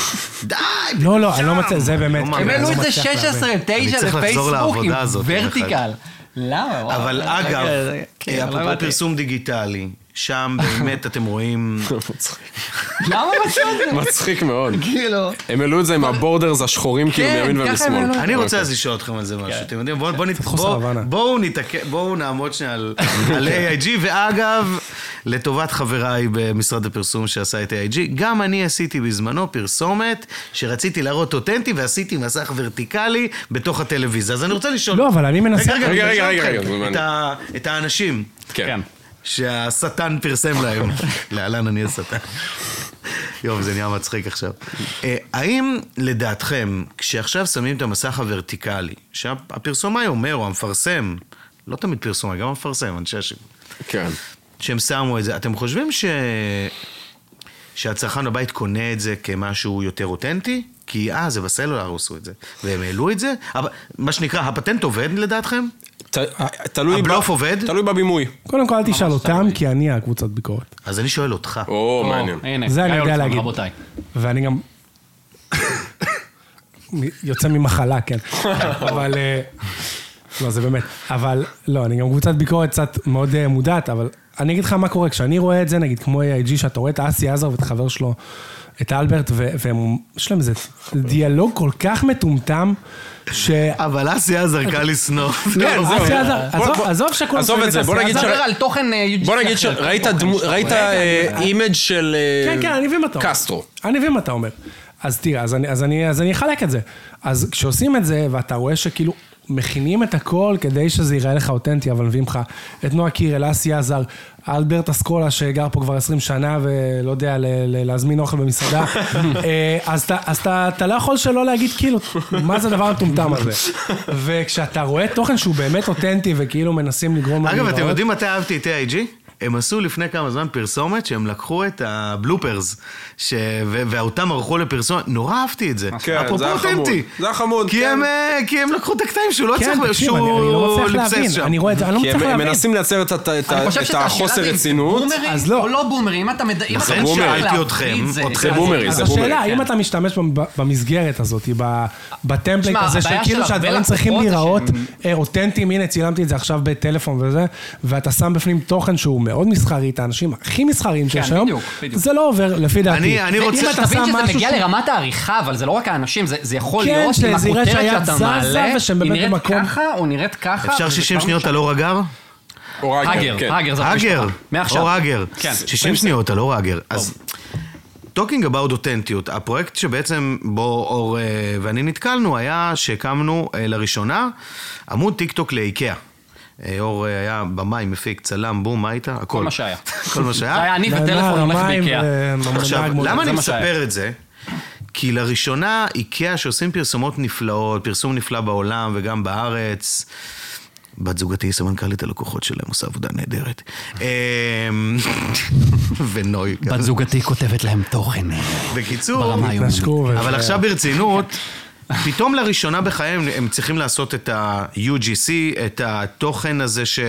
Speaker 4: די!
Speaker 5: לא, לא, אני לא מצליח, זה באמת.
Speaker 4: לא
Speaker 5: כן,
Speaker 2: הם
Speaker 5: אני
Speaker 2: העלו
Speaker 5: לא
Speaker 2: את זה
Speaker 5: מצליח להבין.
Speaker 2: 16-9
Speaker 4: צריך לחזור
Speaker 2: לפייסבוק עם
Speaker 4: לעבודה הזאת יום אחד.
Speaker 2: ורטיקל. למה? וואו,
Speaker 4: אבל
Speaker 2: רגע,
Speaker 4: אגב,
Speaker 2: זה- כן,
Speaker 4: אה,
Speaker 2: לא
Speaker 4: אפרופו
Speaker 2: הבנתי.
Speaker 4: פרסום דיגיטלי, שם באמת אתם רואים...
Speaker 2: למה מצאו את זה?
Speaker 3: מצחיק מאוד.
Speaker 2: כאילו...
Speaker 3: הם העלו את זה עם הבורדרס השחורים כאילו
Speaker 2: כן,
Speaker 3: מימין
Speaker 2: ככה הם
Speaker 3: ומשמאל.
Speaker 2: העלו.
Speaker 4: אני רוצה אז לשאול אתכם על זה משהו, אתם יודעים? בואו- בואו נת-
Speaker 5: חוסר
Speaker 4: בואו-
Speaker 5: הבנה.
Speaker 4: בואו נתעכב, בואו נעמוד שנייה על על AIG, ואגב, לטובת חבריי במשרד הפרסום שעשה את AIG, גם אני עשיתי בזמנו פרסומת שרציתי להראות אותנטי ועשיתי מסך ורטיקלי בתוך הטלוויזיה. אז אני רוצה לשאול...
Speaker 5: לא, אבל אני מנסה...
Speaker 4: רגע,
Speaker 3: רגע, רגע,
Speaker 4: רגע, רגע,
Speaker 3: רגע, זה
Speaker 4: רגע,
Speaker 3: מעניין.
Speaker 4: את ה- את האנשים.
Speaker 3: כן.
Speaker 4: שהשטן פרסם להם. להלן אני השטן. יואו, זה נהיה מצחיק עכשיו. אה, האם לדעתכם, כשעכשיו שמים את המסך הוורטיקלי, שהפרסומאי אומר, או המפרסם, לא תמיד פרסומאי, גם המפרסם, אנשי השיווק,
Speaker 3: כן.
Speaker 4: שהם שמו את זה, אתם חושבים ש... שהצרכן בבית קונה את זה כמשהו יותר אותנטי? כי אה, זה בסלולר עשו את זה, והם העלו את זה? אבל מה שנקרא, הפטנט עובד לדעתכם?
Speaker 3: ת- אה, תלוי... ב-
Speaker 4: הבלוף עובד?
Speaker 3: תלוי בבימוי.
Speaker 5: קודם כל, אל תשאל אותם, כי אני הקבוצת ביקורת.
Speaker 4: אז אני שואל אותך.
Speaker 3: או, לא מעניין.
Speaker 2: הנה,
Speaker 5: זה אני
Speaker 2: גיא
Speaker 5: יודע
Speaker 2: אולצמן,
Speaker 5: להגיד.
Speaker 2: רבותיי.
Speaker 5: ואני גם... יוצא ממחלה, כן. אבל... אה, לא, זה באמת. אבל, לא, אני גם קבוצת ביקורת קצת מאוד אה, מודעת, אבל אני אגיד לך מה קורה, כשאני רואה את זה, נגיד, כמו AIG, שאתה רואה את אסי עזר ואת החבר שלו, את אלברט, ו- והם, יש להם איזה דיאלוג כל כך מטומטם, ש...
Speaker 4: אבל אסי עזר קל לשנוא.
Speaker 5: לא,
Speaker 3: זהו.
Speaker 5: אסי עזר,
Speaker 3: בוא-
Speaker 5: עזוב-
Speaker 3: בוא-
Speaker 5: עזוב שכולם
Speaker 3: עזוב
Speaker 5: שונאים
Speaker 3: את זה,
Speaker 5: אסי
Speaker 3: בוא נגיד
Speaker 5: עזר.
Speaker 2: דבר
Speaker 3: ש-
Speaker 2: על תוכן... אה,
Speaker 3: בוא נגיד
Speaker 2: אחר,
Speaker 3: שראית
Speaker 2: תוכן
Speaker 3: דמו-
Speaker 2: שאתה
Speaker 3: ראית
Speaker 2: רואה.
Speaker 3: אה, אימג' של... אה,
Speaker 5: כן, כן, אני מבין מה אתה אומר.
Speaker 3: קסטרו.
Speaker 5: אני מבין מה אתה אומר. אז תראה, אז אני, אז, אני, אז אני אחלק את זה. אז כשעושים את זה, ואתה רואה שכאילו מכינים את הכל כדי שזה ייראה לך אותנטי, אבל מביאים לך את נועה קירל, אסי עזר, אלברט אסקולה, שגר פה כבר 20 שנה, ולא יודע, ל, ל, להזמין אוכל במסעדה. אה, אז, אתה, אז אתה, אתה לא יכול שלא להגיד, כאילו, מה זה הדבר המטומטם הזה? וכשאתה רואה תוכן שהוא באמת אותנטי, וכאילו מנסים לגרום... לו
Speaker 4: אגב,
Speaker 5: להיראות-
Speaker 4: אתם יודעים מתי אהבתי את AIG? הם עשו לפני כמה זמן פרסומת שהם לקחו את הבלופרס, ש... ו... ואותם ערכו לפרסומת, נורא אהבתי את זה.
Speaker 3: כן,
Speaker 4: אפרופו
Speaker 3: זה היה חמוד.
Speaker 4: אותנטי.
Speaker 3: זה היה חמוד,
Speaker 4: כי,
Speaker 3: כן.
Speaker 4: הם, אה, כי הם לקחו את הקטעים שהוא לא
Speaker 5: כן,
Speaker 4: צריך,
Speaker 5: תקשיב,
Speaker 4: שהוא
Speaker 5: אני אני לא מצליח
Speaker 4: ליפסס
Speaker 5: להבין.
Speaker 4: שם.
Speaker 5: אני רואה את זה, אני לא
Speaker 3: כי
Speaker 5: מצליח
Speaker 3: הם
Speaker 5: להבין.
Speaker 3: מנסים לייצר את ה- את
Speaker 2: אני
Speaker 3: ה-
Speaker 2: חושב
Speaker 3: את
Speaker 2: שאת השאלה
Speaker 3: החוסר
Speaker 2: זה אם
Speaker 3: רצינות.
Speaker 5: אז
Speaker 2: בומרים
Speaker 5: לא.
Speaker 2: או לא בומרים, אם אתה מד- אם אתה
Speaker 4: נכון,
Speaker 2: מצליח
Speaker 4: שאלתי
Speaker 2: להפריד
Speaker 4: אתכם,
Speaker 2: זה.
Speaker 4: אתכם
Speaker 2: זה-
Speaker 3: בומרים,
Speaker 2: אז
Speaker 3: זה
Speaker 5: אז
Speaker 3: בומרים.
Speaker 5: השאלה,
Speaker 2: כן.
Speaker 5: האם אתה משתמש במ- במסגרת הזאת, ב- בטמפלייט
Speaker 2: שמע,
Speaker 5: הזה,
Speaker 2: הבעיה
Speaker 5: שכאילו
Speaker 2: של הרבה
Speaker 5: שהדברים
Speaker 2: לקוחות
Speaker 5: צריכים
Speaker 2: זה
Speaker 5: להיראות
Speaker 2: שהם-
Speaker 5: אה, אותנטיים, הנה, צילמתי את זה עכשיו בטלפון וזה, ואתה שם בפנים תוכן שהוא מאוד מסחרי, את האנשים הכי מסחריים שיש
Speaker 2: כן,
Speaker 5: היום,
Speaker 6: בדיוק, בדיוק.
Speaker 5: זה לא עובר, לפי דעתי.
Speaker 4: אני רוצה
Speaker 5: אם
Speaker 2: אם
Speaker 5: אתה
Speaker 2: אתה תבין
Speaker 5: שם
Speaker 2: שזה
Speaker 5: משהו
Speaker 2: מגיע
Speaker 5: שהוא-
Speaker 2: לרמת העריכה, אבל זה לא רק האנשים, זה זה יכול
Speaker 5: כן,
Speaker 2: להיות עם
Speaker 5: שזה יראה
Speaker 2: הכותרת
Speaker 5: שהיד
Speaker 2: שאתה
Speaker 5: זזה
Speaker 2: מעלה,
Speaker 5: ושבאמת
Speaker 2: היא נראית
Speaker 5: במקום-
Speaker 2: ככה או נראית ככה.
Speaker 4: אפשר
Speaker 2: וזה
Speaker 4: 60
Speaker 2: כבר-
Speaker 4: שניות על אור הגר?
Speaker 3: או האגר,
Speaker 2: האגר,
Speaker 3: כן.
Speaker 2: האגר זה
Speaker 4: האגר,
Speaker 2: המשפחה. מעכשיו.
Speaker 4: אור האגר.
Speaker 2: כן.
Speaker 4: 60 שניות על אור האגר. אז טוקינג אבאוט אותנטיות, הפרויקט שבעצם בו אור אה, ואני נתקלנו היה שהקמנו אה, לראשונה עמוד טיק טוק לאיקאה. אה, אור אה, היה במאי, מפיק, צלם, בום, מה הייתה? הכל.
Speaker 2: מה שהיה.
Speaker 4: כל מה שהיה.
Speaker 2: זה היה אני
Speaker 5: לא,
Speaker 2: וטלפון
Speaker 5: לנער
Speaker 2: הולך
Speaker 5: המים,
Speaker 2: באיקאה.
Speaker 5: אה,
Speaker 4: עכשיו,
Speaker 5: מנהג מודד.
Speaker 4: למה אני
Speaker 2: זה מה שהיה.
Speaker 4: מספר את זה? כי לראשונה איקאה שעושים פרסומות נפלאות, פרסום נפלא בעולם וגם בארץ. בת זוגתי היא סמנכ"לית הלקוחות שלהם, עושה עבודה נהדרת. אמ, ונוי.
Speaker 2: בת זוגתי כותבת להם תוכן.
Speaker 4: בקיצור,
Speaker 2: ברמה היומית.
Speaker 5: נשקו וזה.
Speaker 4: אבל עכשיו ברצינות, פתאום לראשונה בחייהם הם צריכים לעשות את ה-UGC, את התוכן הזה ש...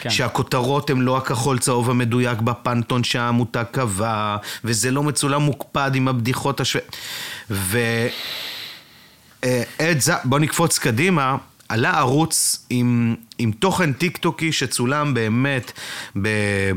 Speaker 4: כן. שהכותרות הן לא הכחול צהוב המדויק בפנטון שהעמותה קבעה, וזה לא מצולם מוקפד עם הבדיחות השו... ו... אה, עד ז... בוא נקפוץ קדימה. עלה ערוץ עם, עם תוכן טיקטוקי שצולם באמת ב,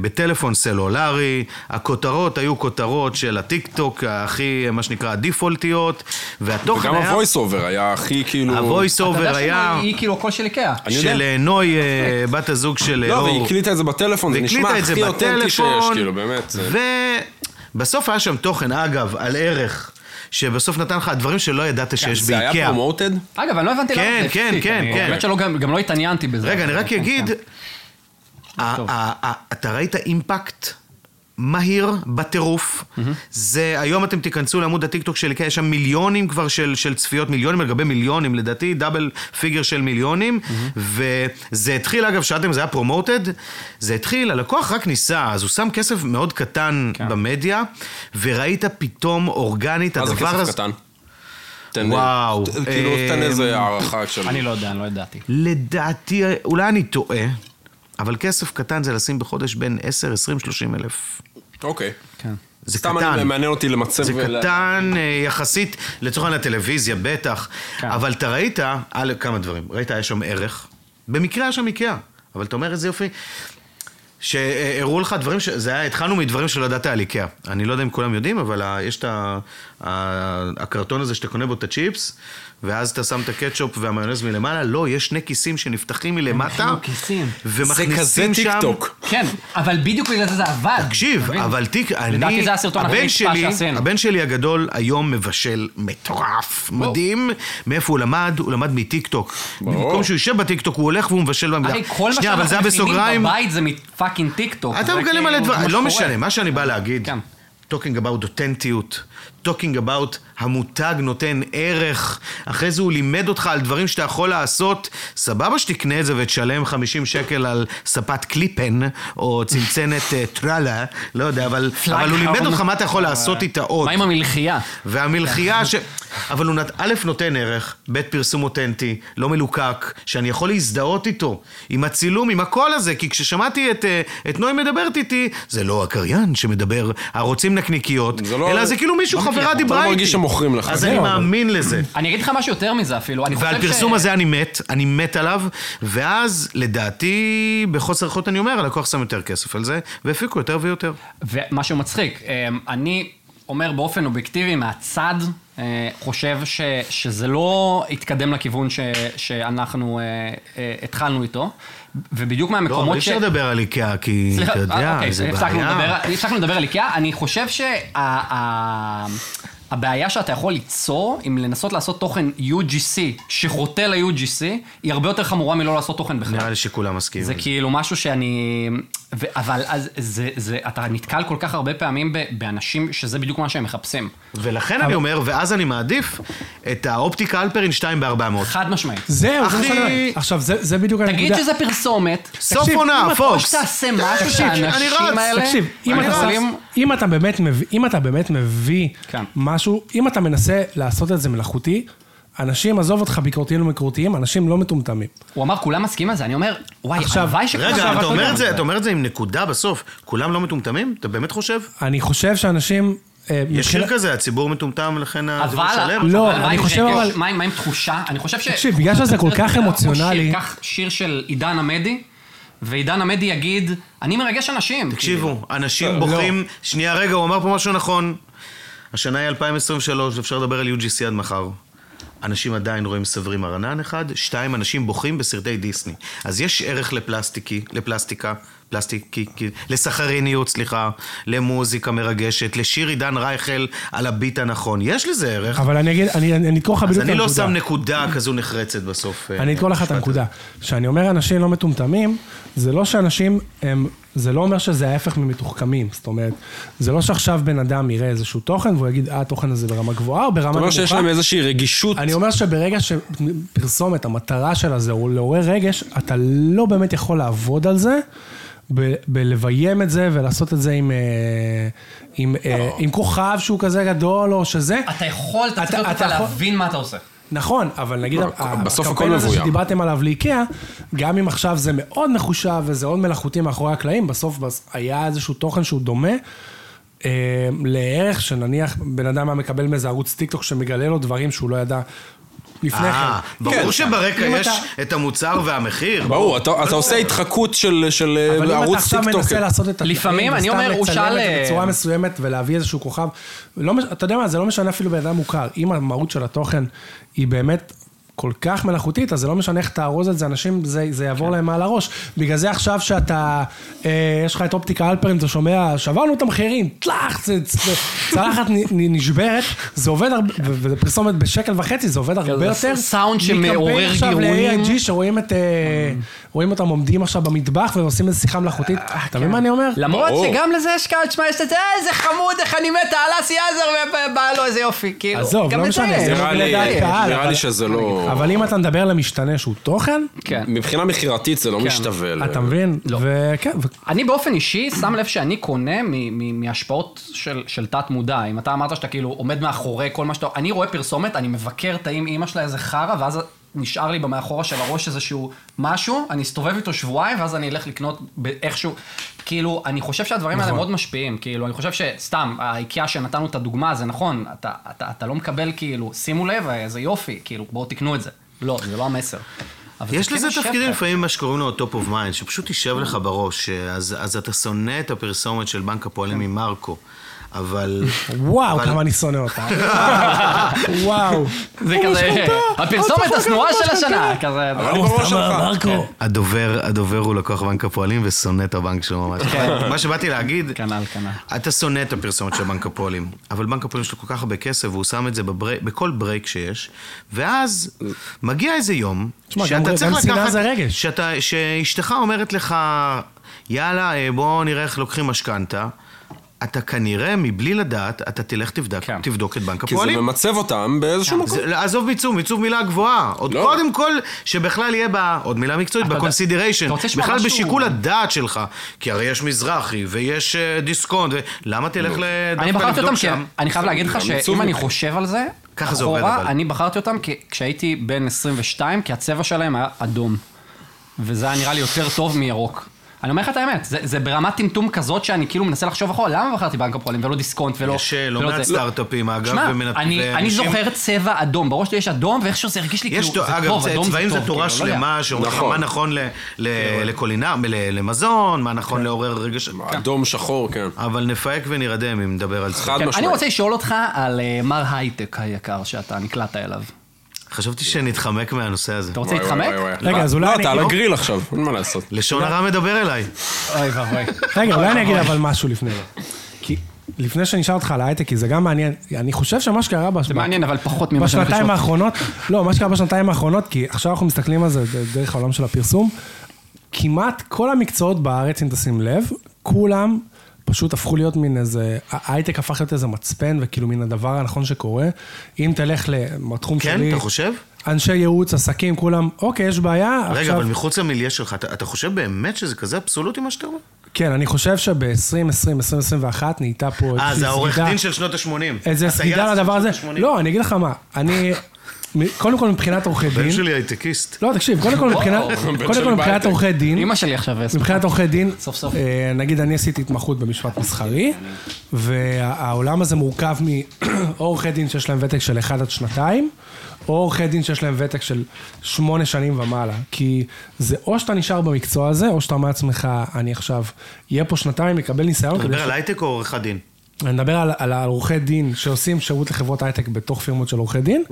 Speaker 4: בטלפון סלולרי. הכותרות היו כותרות של הטיקטוק, הכי, מה שנקרא, הדפולטיות, והתוכן
Speaker 3: וגם
Speaker 4: היה...
Speaker 3: הוויס אובר היה הכי כאילו...
Speaker 4: הוויס
Speaker 2: אתה
Speaker 4: אובר
Speaker 2: יודע
Speaker 4: היה
Speaker 2: שהיא כאילו הקול של איקאה.
Speaker 3: אני יודע.
Speaker 4: של אה, נוי, אה, בת הזוג של
Speaker 3: לא,
Speaker 4: אור.
Speaker 3: והיא הקליטה את זה בטלפון, זה נשמע
Speaker 4: והקליטה את
Speaker 3: הכי אותנטי שיש,
Speaker 4: בטלפון,
Speaker 3: כאילו, באמת. זה-
Speaker 4: ובסוף היה שם תוכן, אגב, על ערך, שבסוף נתן לך דברים שלא ידעת שיש
Speaker 3: כן, זה היה
Speaker 4: באיקאה.
Speaker 3: פרומוטד?
Speaker 2: אגב, אני לא הבנתי למה
Speaker 4: כן,
Speaker 2: זה
Speaker 4: כן,
Speaker 2: הפסיק.
Speaker 4: כן,
Speaker 2: אני-
Speaker 4: כן.
Speaker 2: האמת שלא, גם גם לא התעניינתי בזה.
Speaker 4: רגע, אני רק
Speaker 2: כן,
Speaker 4: אגיד,
Speaker 2: כן.
Speaker 4: ה- ה- ה- אתה ראית אימפקט מהיר בטירוף. זה, היום אתם תיכנסו לעמוד הטיקטוק של איקאה, יש שם מיליונים כבר של של צפיות, מיליונים על גבי מיליונים, לדעתי, דאבל פיגר של מיליונים. וזה התחיל, אגב, שאלתם אם זה היה פרומוטד, זה התחיל, הלקוח רק ניסה, אז הוא שם כסף מאוד קטן במדיה, וראית פתאום אורגנית,
Speaker 3: כן. מה זה
Speaker 4: הדבר
Speaker 3: כסף
Speaker 4: הזה...
Speaker 3: קטן? תן לי-
Speaker 4: וואו.
Speaker 3: ת- כאילו, תן
Speaker 4: אמ,
Speaker 3: איזה הערכה של...
Speaker 2: אני לא יודע, אני לא ידעתי.
Speaker 4: לדעתי, אולי אני טועה, אבל כסף קטן זה לשים בחודש בין 10, 20, 30 אלף.
Speaker 3: אוקיי.
Speaker 2: כן.
Speaker 4: זה
Speaker 3: סתם
Speaker 4: קטן.
Speaker 3: אני- מעניין אותי למצב...
Speaker 4: זה
Speaker 3: ול-
Speaker 4: קטן אה, יחסית, לצורך העניין לטלוויזיה בטח, אבל אתה ראית, על כמה דברים, ראית, היה שם ערך, במקרה היה שם איקאה, אבל אתה אומר איזה יופי, שהראו לך דברים, ש- זה היה, התחלנו מדברים שלא ידעת על איקאה. אני לא יודע אם כולם יודעים, אבל ה- יש את ה- ה- הקרטון הזה שאתה קונה בו את הצ'יפס, ואז אתה שם את הקטשופ והמיונז מלמעלה, לא, יש שני כיסים שנפתחים מלמטה,
Speaker 2: הכינו לא, כיסים.
Speaker 3: זה כזה
Speaker 4: ומכניסים שם...
Speaker 3: טיקטוק.
Speaker 2: כן, אבל בדיוק בגלל זה זה עבד.
Speaker 4: תקשיב,
Speaker 2: אתה מבין?
Speaker 4: אבל תיק, אני...
Speaker 2: לדעתי זה הסרטון הכי
Speaker 4: הבן
Speaker 2: נצפה
Speaker 4: שלי-
Speaker 2: שעשינו.
Speaker 4: הבן שלי הגדול היום מבשל מטורף, מדהים. מאיפה הוא למד? הוא למד מטיקטוק. במקום שהוא יושב בטיקטוק, הוא הולך והוא מבשל במדינה.
Speaker 2: אחי, כל מה
Speaker 4: שנייה, אבל זה היה
Speaker 2: שאנחנו מכינים
Speaker 4: בסוגריים.
Speaker 2: בבית זה מפאקינג טיקטוק.
Speaker 4: אתה
Speaker 2: זה
Speaker 4: מגלה
Speaker 2: כאילו
Speaker 4: מלא
Speaker 2: מה
Speaker 4: דברים, לא
Speaker 2: שקורה.
Speaker 4: משנה, מה שאני בא להגיד,
Speaker 2: כן.
Speaker 4: talking about אותנטיות, talking about המותג נותן ערך, אחרי זה הוא לימד אותך על דברים שאתה יכול לעשות, סבבה שתקנה את זה ותשלם 50 שקל על ספת קליפן, או צנצנת אה, טרלה, לא יודע, אבל אבל הוא לימד
Speaker 2: האחרון.
Speaker 4: אותך מה אתה יכול לעשות איתה עוד.
Speaker 2: אה, מה עם המלחייה?
Speaker 4: והמלחייה ש... אבל הוא נת... א', נותן ערך, ב', פרסום אותנטי, לא מלוקק, שאני יכול להזדהות איתו, עם הצילום, עם הקול הזה, כי כששמעתי את, אה, את נוי מדברת איתי, זה לא הקריין שמדבר, הרוצים נקניקיות,
Speaker 3: זה לא-
Speaker 4: אלא זה כאילו מישהו, חברה
Speaker 3: אתה
Speaker 4: דיברה
Speaker 3: לא
Speaker 4: איתי.
Speaker 3: מרגיש שמוכרים לך.
Speaker 4: אז
Speaker 3: זהו,
Speaker 4: אני
Speaker 3: אבל-
Speaker 4: מאמין לזה.
Speaker 2: אני אגיד לך משהו יותר מזה אפילו. אני
Speaker 4: ועל
Speaker 2: חושב ש-
Speaker 4: פרסום הזה אני מת, אני מת עליו, ואז לדעתי, בחוסר חוט אני אומר, הלקוח שם יותר כסף על זה, והפיקו יותר ויותר.
Speaker 2: ומשהו מצחיק, אמ, אני אומר באופן אובייקטיבי מהצד, אה, חושב ש, שזה לא התקדם לכיוון ש, שאנחנו אה, אה, התחלנו איתו, ובדיוק
Speaker 4: לא, אבל
Speaker 2: מהמקומות
Speaker 4: אי אפשר לדבר על איקאה, כי
Speaker 2: סליחה,
Speaker 4: אתה
Speaker 2: אה,
Speaker 4: יודע,
Speaker 2: אוקיי,
Speaker 4: זה
Speaker 2: הפסקנו
Speaker 4: בעיה.
Speaker 2: לדבר- הפסקנו לדבר על איקאה, אני חושב שה... ה- הבעיה שאתה יכול ליצור עם לנסות לעשות תוכן UGC שחוטא ל-UGC, היא הרבה יותר חמורה מלא לעשות תוכן בכלל.
Speaker 4: נראה לי שכולם מסכימים.
Speaker 2: זה כאילו משהו שאני... ו... אבל אז זה, זה, אתה נתקל כל כך הרבה פעמים ב... באנשים שזה בדיוק מה שהם מחפשים.
Speaker 4: ולכן אני אומר, ואז אני מעדיף את האופטיקה אלפרין 2 ב-400.
Speaker 2: חד משמעית.
Speaker 5: זהו, זה מה שאני
Speaker 4: אחי-
Speaker 5: אומר. עכשיו, זה זה בדיוק הנקודה.
Speaker 2: תגיד שזה פרסומת,
Speaker 4: סוף עונה,
Speaker 2: אם אתה או
Speaker 4: פוקס. כן,
Speaker 2: שתעשה משהו
Speaker 4: תקשיב, אני רץ.
Speaker 2: שהאנשים האלה...
Speaker 5: תקשיב, אם
Speaker 2: אני
Speaker 5: אתה,
Speaker 2: רץ.
Speaker 5: שם, אם, אתה באמת מביא, אם אתה באמת מביא
Speaker 2: כן.
Speaker 5: משהו, אם אתה מנסה לעשות את זה מלאכותי, אנשים, עזוב אותך ביקורתיים ומקורתיים, אנשים לא מטומטמים.
Speaker 2: הוא אמר, כולם מסכימים על זה, אני אומר, וואי,
Speaker 5: עכשיו,
Speaker 2: הלוואי שכולם...
Speaker 4: רגע,
Speaker 2: אבל
Speaker 4: אתה אומר
Speaker 2: יודע.
Speaker 4: את זה- אתה אומר את זה עם נקודה בסוף. כולם לא מטומטמים? אתה באמת חושב?
Speaker 5: אני חושב שאנשים... אה,
Speaker 4: יש
Speaker 5: מבחינת-
Speaker 4: שיר כזה, הציבור מטומטם, לכן הציבור
Speaker 2: אבל...
Speaker 4: שלם.
Speaker 5: לא,
Speaker 2: אבל מה
Speaker 5: אני
Speaker 2: עם
Speaker 5: חושב,
Speaker 2: רגש?
Speaker 5: אבל-
Speaker 2: מה עם- מה עם תחושה? אני חושב ש...
Speaker 5: תקשיב, בגלל שזה כל כך אמוציונלי-
Speaker 2: קח שיר של עידן עמדי, ועידן עמדי יגיד, אני מרגש אנשים.
Speaker 5: כאילו.
Speaker 4: תקשיבו,
Speaker 5: לא.
Speaker 4: אנשים בוכים... שנייה, רגע, הוא אמר פה משהו נכון. השנה היא 2023, אפשר לדבר על UGC עד מחר. אנשים עדיין רואים סברים ארנן אחד, שתיים, אנשים בוכים בסרטי דיסני. אז יש ערך לפלסטיקי, לפלסטיקה, פלסטיקי, לסחריניות, סליחה, למוזיקה מרגשת, לשיר עידן רייכל על הביט הנכון. יש לזה ערך.
Speaker 5: אבל אני אגיד, אני אני אדקור לך בדיוק
Speaker 4: אז
Speaker 5: את
Speaker 4: אני
Speaker 5: הנקודה.
Speaker 4: לא שם נקודה כזו נחרצת בסוף. אה,
Speaker 5: אני אדקור לך את
Speaker 4: המשפט הזה.
Speaker 5: הנקודה. כשאני אומר אנשים לא מטומטמים, זה לא שאנשים הם... זה לא אומר שזה ההפך ממתוחכמים, זאת אומרת, זה לא שעכשיו בן אדם יראה איזשהו תוכן והוא יגיד, אה, התוכן הזה ברמה גבוהה או ברמה
Speaker 3: אתה
Speaker 5: נמוכה.
Speaker 3: אומר שיש להם איזושהי רגישות.
Speaker 5: אני אומר שברגע שפרסומת, המטרה שלה זה לעורר רגש, אתה לא באמת יכול לעבוד על זה, ב- בלביים את זה ולעשות את זה עם, אה, עם, אה, עם כוכב שהוא כזה גדול או שזה.
Speaker 2: כאילו, אתה יכול, אתה
Speaker 5: אתה-
Speaker 2: צריך להיות
Speaker 5: אתה
Speaker 2: אתה
Speaker 5: יכול-
Speaker 2: להבין מה אתה עושה.
Speaker 5: נכון, אבל נגיד,
Speaker 3: לא,
Speaker 5: ה-
Speaker 3: בסוף הכל
Speaker 5: הקמפיין הזה
Speaker 3: מבוים.
Speaker 5: שדיברתם עליו לאיקאה, גם אם עכשיו זה מאוד מחושב וזה עוד מלאכותי מאחורי הקלעים, בסוף בס- היה איזשהו תוכן שהוא דומה. אה, לערך שנניח בן אדם היה מקבל מאיזה ערוץ טיקטוק שמגלה לו דברים שהוא לא ידע לפני
Speaker 4: אה,
Speaker 5: כן.
Speaker 4: ברור
Speaker 3: כן.
Speaker 4: שברקע
Speaker 5: אם
Speaker 4: יש
Speaker 5: אתה-
Speaker 4: את המוצר והמחיר.
Speaker 3: ברור, אתה אתה עושה התחקות של- של אה,
Speaker 5: אבל אם אתה
Speaker 3: ערוץ
Speaker 5: עכשיו
Speaker 3: טיקטוק.
Speaker 5: מנסה לעשות את
Speaker 2: לפעמים, אני אומר, הוא
Speaker 5: וסתם
Speaker 2: שאל,
Speaker 5: לצלם את זה
Speaker 2: אה,
Speaker 5: בצורה מסוימת ולהביא איזשהו כוכב, לא, מש- אתה יודע מה, זה לא משנה אפילו בן אדם מוכר. אם המהות של התוכן היא באמת כל כך מלאכותית, אז זה לא משנה איך תארוז את זה, אנשים, זה, זה יעבור
Speaker 2: כן.
Speaker 5: להם מעל הראש. בגלל זה עכשיו שאתה, אה, יש לך את אופטיקה אלפרין, אתה שומע, שברנו את המחירים, טלאח, זה- זה- צלחת נ- נ- נשברת, זה עובד הרבה, ו- וזה פרסומת בשקל וחצי, זה עובד הרבה
Speaker 2: כן, זה
Speaker 5: יותר.
Speaker 2: סאונד
Speaker 5: מקמפיין
Speaker 2: שמעורר
Speaker 5: עכשיו
Speaker 2: גירויים.
Speaker 5: ל-AIG שרואים את, אה, רואים אותם עומדים עכשיו במטבח ועושים איזו שיחה מלאכותית. אתה מבין מה אני אומר?
Speaker 2: למרות
Speaker 3: ברור.
Speaker 2: שגם לזה יש קהל, תשמע, יש את זה, "אה, איזה חמוד, איך אני מתה על אסי עזר ובא לו איזה יופי, כאילו.
Speaker 5: עזוב,
Speaker 2: גם
Speaker 5: לא
Speaker 2: את
Speaker 5: משנה, זה
Speaker 3: נראה לי-
Speaker 5: לדעת קהל,
Speaker 3: נראה
Speaker 5: אבל-
Speaker 3: לי שזה לא...
Speaker 5: אבל אם אתה מדבר למשתנה שהוא תוכן,
Speaker 2: כן.
Speaker 3: מבחינה מכירתית זה לא משתווה. ל-
Speaker 5: כן. אתה מבין?
Speaker 2: לא.
Speaker 5: וכן, ו-
Speaker 2: אני באופן אישי שם לב שאני קונה מ- מ- מהשפעות של, של תת מודע. אם אתה אמרת שאתה כאילו עומד מאחורי כל מה שאתה... אני רואה פרסומת, אני מבקר את האם אימא שלה איזה חרא, ואז נשאר לי במאחורה של הראש איזשהו משהו, אני אסתובב איתו שבועיים, ואז אני אלך לקנות איכשהו... כאילו, אני חושב שהדברים האלה
Speaker 4: נכון.
Speaker 2: מאוד משפיעים. כאילו, אני חושב שסתם, האיקאה שנתנו את הדוגמה, זה נכון, אתה, אתה, אתה לא מקבל כאילו, שימו לב, איזה יופי, כאילו, בואו תקנו את זה. לא, זה לא המסר. אבל
Speaker 4: יש
Speaker 2: זה
Speaker 4: לזה
Speaker 2: כן יושב
Speaker 4: תפקידים
Speaker 2: ככה.
Speaker 4: לפעמים, מה שקוראים לו top of mind, שפשוט יישב לך בראש, אה, אז אז אתה שונא את הפרסומת של בנק הפועלים ממרקו, אבל...
Speaker 5: וואו,
Speaker 4: אבל-
Speaker 5: כמה אני שונא אותה. וואו.
Speaker 2: זה
Speaker 5: הוא
Speaker 2: כזה,
Speaker 5: משכנתה, עוד
Speaker 2: הפרסומת
Speaker 5: צריך
Speaker 2: השנואה
Speaker 5: לקחת
Speaker 2: של השנה,
Speaker 5: משכנתה.
Speaker 2: כזה.
Speaker 3: אבל אני בראש שלך.
Speaker 5: מרקו.
Speaker 4: הדובר, הדובר הוא לקוח בנק הפועלים ושונא את הבנק שלו ממש.
Speaker 5: כן.
Speaker 4: מה שבאתי להגיד,
Speaker 2: כנ"ל, כנ"ל.
Speaker 4: אתה שונא את הפרסומת של בנק הפועלים, אבל בנק הפועלים יש לו כל כך הרבה כסף, והוא שם את זה בברייק, בכל ברייק שיש, ואז מגיע איזה יום,
Speaker 5: תשמע, גם- גם שנאה זה רגש.
Speaker 4: שאתה, שאשתך אומרת לך, יאללה, אה, בוא נראה איך לוקחים משכנתה. אתה כנראה, מבלי לדעת, אתה תלך תבדק,
Speaker 2: כן.
Speaker 4: תבדוק את בנק
Speaker 3: כי זה
Speaker 4: הפועלים.
Speaker 3: ממצב אותם באיזשהו
Speaker 5: כן.
Speaker 3: מקום.
Speaker 4: זה- עזוב מיצוב, מיצוב מילה גבוהה. עוד
Speaker 3: לא.
Speaker 4: קודם כל, שבכלל יהיה בה, עוד מילה מקצועית,
Speaker 2: אתה יודע-
Speaker 4: בקונסידריישן.
Speaker 2: אתה רוצה לשמוע
Speaker 4: בכלל
Speaker 2: משהו?
Speaker 4: בשיקול הדעת שלך. כי הרי יש מזרחי, ויש אה, דיסקונט, ו- למה תלך
Speaker 3: לא.
Speaker 2: אני
Speaker 4: לדווקא
Speaker 2: בחרתי אותם
Speaker 4: לבדוק
Speaker 2: כי...
Speaker 4: שם?
Speaker 2: אני חייב להגיד לך
Speaker 3: גם עיצוב
Speaker 2: שאם אני
Speaker 3: מבחינתי.
Speaker 2: חושב על זה,
Speaker 4: ככה זה עובד,
Speaker 2: אחורה,
Speaker 4: אבל.
Speaker 2: אני בחרתי אותם כי- כשהייתי בן 22, כי הצבע שלהם היה אדום. וזה היה נראה לי יותר טוב מירוק. אני אומר לך את האמת, זה, זה ברמת טמטום כזאת שאני כאילו מנסה לחשוב אחורה, למה בחרתי בנק הפועלים ולא דיסקונט ולא...
Speaker 4: יש אה, לא
Speaker 2: ולא
Speaker 4: מעט
Speaker 2: זה?
Speaker 4: סטארט-אפים, אגב,
Speaker 2: שמע,
Speaker 4: ומנת-
Speaker 2: אני, אני
Speaker 4: ואנשים-
Speaker 2: זוכר צבע אדום, בראש שלי יש אדום, ואיכשהו זה הרגיש לי
Speaker 4: יש,
Speaker 2: כאילו,
Speaker 4: טוב,
Speaker 2: זה
Speaker 4: אגב,
Speaker 2: טוב,
Speaker 4: צ-
Speaker 2: אדום זה טוב.
Speaker 4: צבעים זה תורה
Speaker 2: כאילו, לא יודע.
Speaker 4: שלמה, שאומרים לך
Speaker 3: נכון. כן,
Speaker 4: מה נכון ל- ל- לקולינר, ל- למזון, מה נכון לעורר רגש...
Speaker 3: אדום, שחור, כן.
Speaker 4: אבל נפהק ונרדם אם נדבר על זה.
Speaker 3: חד
Speaker 2: כן, אני
Speaker 3: משמעית.
Speaker 2: רוצה לשאול אותך על אה, מר הייטק היקר שאתה נקלעת אליו.
Speaker 4: חשבתי שנתחמק מהנושא הזה.
Speaker 2: אתה רוצה
Speaker 3: וואי, וואי,
Speaker 2: להתחמק?
Speaker 3: וואי, וואי.
Speaker 5: רגע, אז אולי
Speaker 3: לא,
Speaker 5: אני-
Speaker 3: אתה על הגריל עכשיו, אין מה לעשות.
Speaker 4: לשון הרע מדבר אליי.
Speaker 2: אוי ואבוי.
Speaker 3: כן. נכון.
Speaker 5: רגע, אולי אני אגיד אבל משהו לפני זה. כי לפני שנשאל אותך על ההייטק, כי זה גם מעניין, אני חושב שמה שקרה בש...
Speaker 6: זה מעניין, אבל פחות ממה שאני
Speaker 5: בשנתיים
Speaker 6: חושב.
Speaker 5: האחרונות, לא, מה שקרה בשנתיים האחרונות, כי עכשיו אנחנו מסתכלים על זה דרך העולם של הפרסום, כמעט כל המקצועות בארץ, אם תשים לב, כולם פשוט הפכו להיות מין איזה, ההייטק הפך להיות איזה מצפן, וכאילו מין הדבר הנכון שקורה. אם תלך לתחום
Speaker 4: כן,
Speaker 5: שלי,
Speaker 4: אתה חושב?
Speaker 5: אנשי ייעוץ, עסקים, כולם, אוקיי, יש בעיה,
Speaker 4: רגע, אבל מחוץ למיליה שלך, אתה אתה חושב באמת שזה כזה אבסולוטי מה שאתה אומר?
Speaker 5: כן, אני חושב שב-2020, 2021 נהייתה פה
Speaker 4: אה,
Speaker 5: איזושהי
Speaker 4: זה העורך
Speaker 5: סגידה.
Speaker 4: דין של שנות ה-80.
Speaker 5: איזה סגידה לדבר הזה. לא, אני אגיד לך מה, אני, מ- קודם כל מבחינת עורכי
Speaker 4: הבן
Speaker 5: דין,
Speaker 4: שלי הייטקיסט.
Speaker 5: לא, תקשיב, קודם כל מבחינת-
Speaker 3: וואו, בן
Speaker 5: קודם
Speaker 3: שלי
Speaker 5: כל מבחינת
Speaker 3: בהייטק.
Speaker 5: עורכי דין,
Speaker 6: אמא שלי עכשיו יעשו.
Speaker 5: מבחינת עורכי דין,
Speaker 2: סוף סוף.
Speaker 5: אה, נגיד אני עשיתי התמחות במשפט מסחרי, והעולם הזה מורכב מעורכי דין שיש להם ותק של 1 עד שנתיים, או עורכי דין שיש להם ותק של 8 שנים ומעלה. כי זה או שאתה נשאר במקצוע הזה, או שאתה אומר לעצמך, אני עכשיו אהיה פה שנתיים, אקבל ניסיון.
Speaker 4: אתה
Speaker 5: כדי
Speaker 4: מדבר על הייטק או עורך הדין?
Speaker 5: אני מדבר על, על עורכי דין שעושים שירות לחברות הייטק בתוך פירמות של עורכי דין,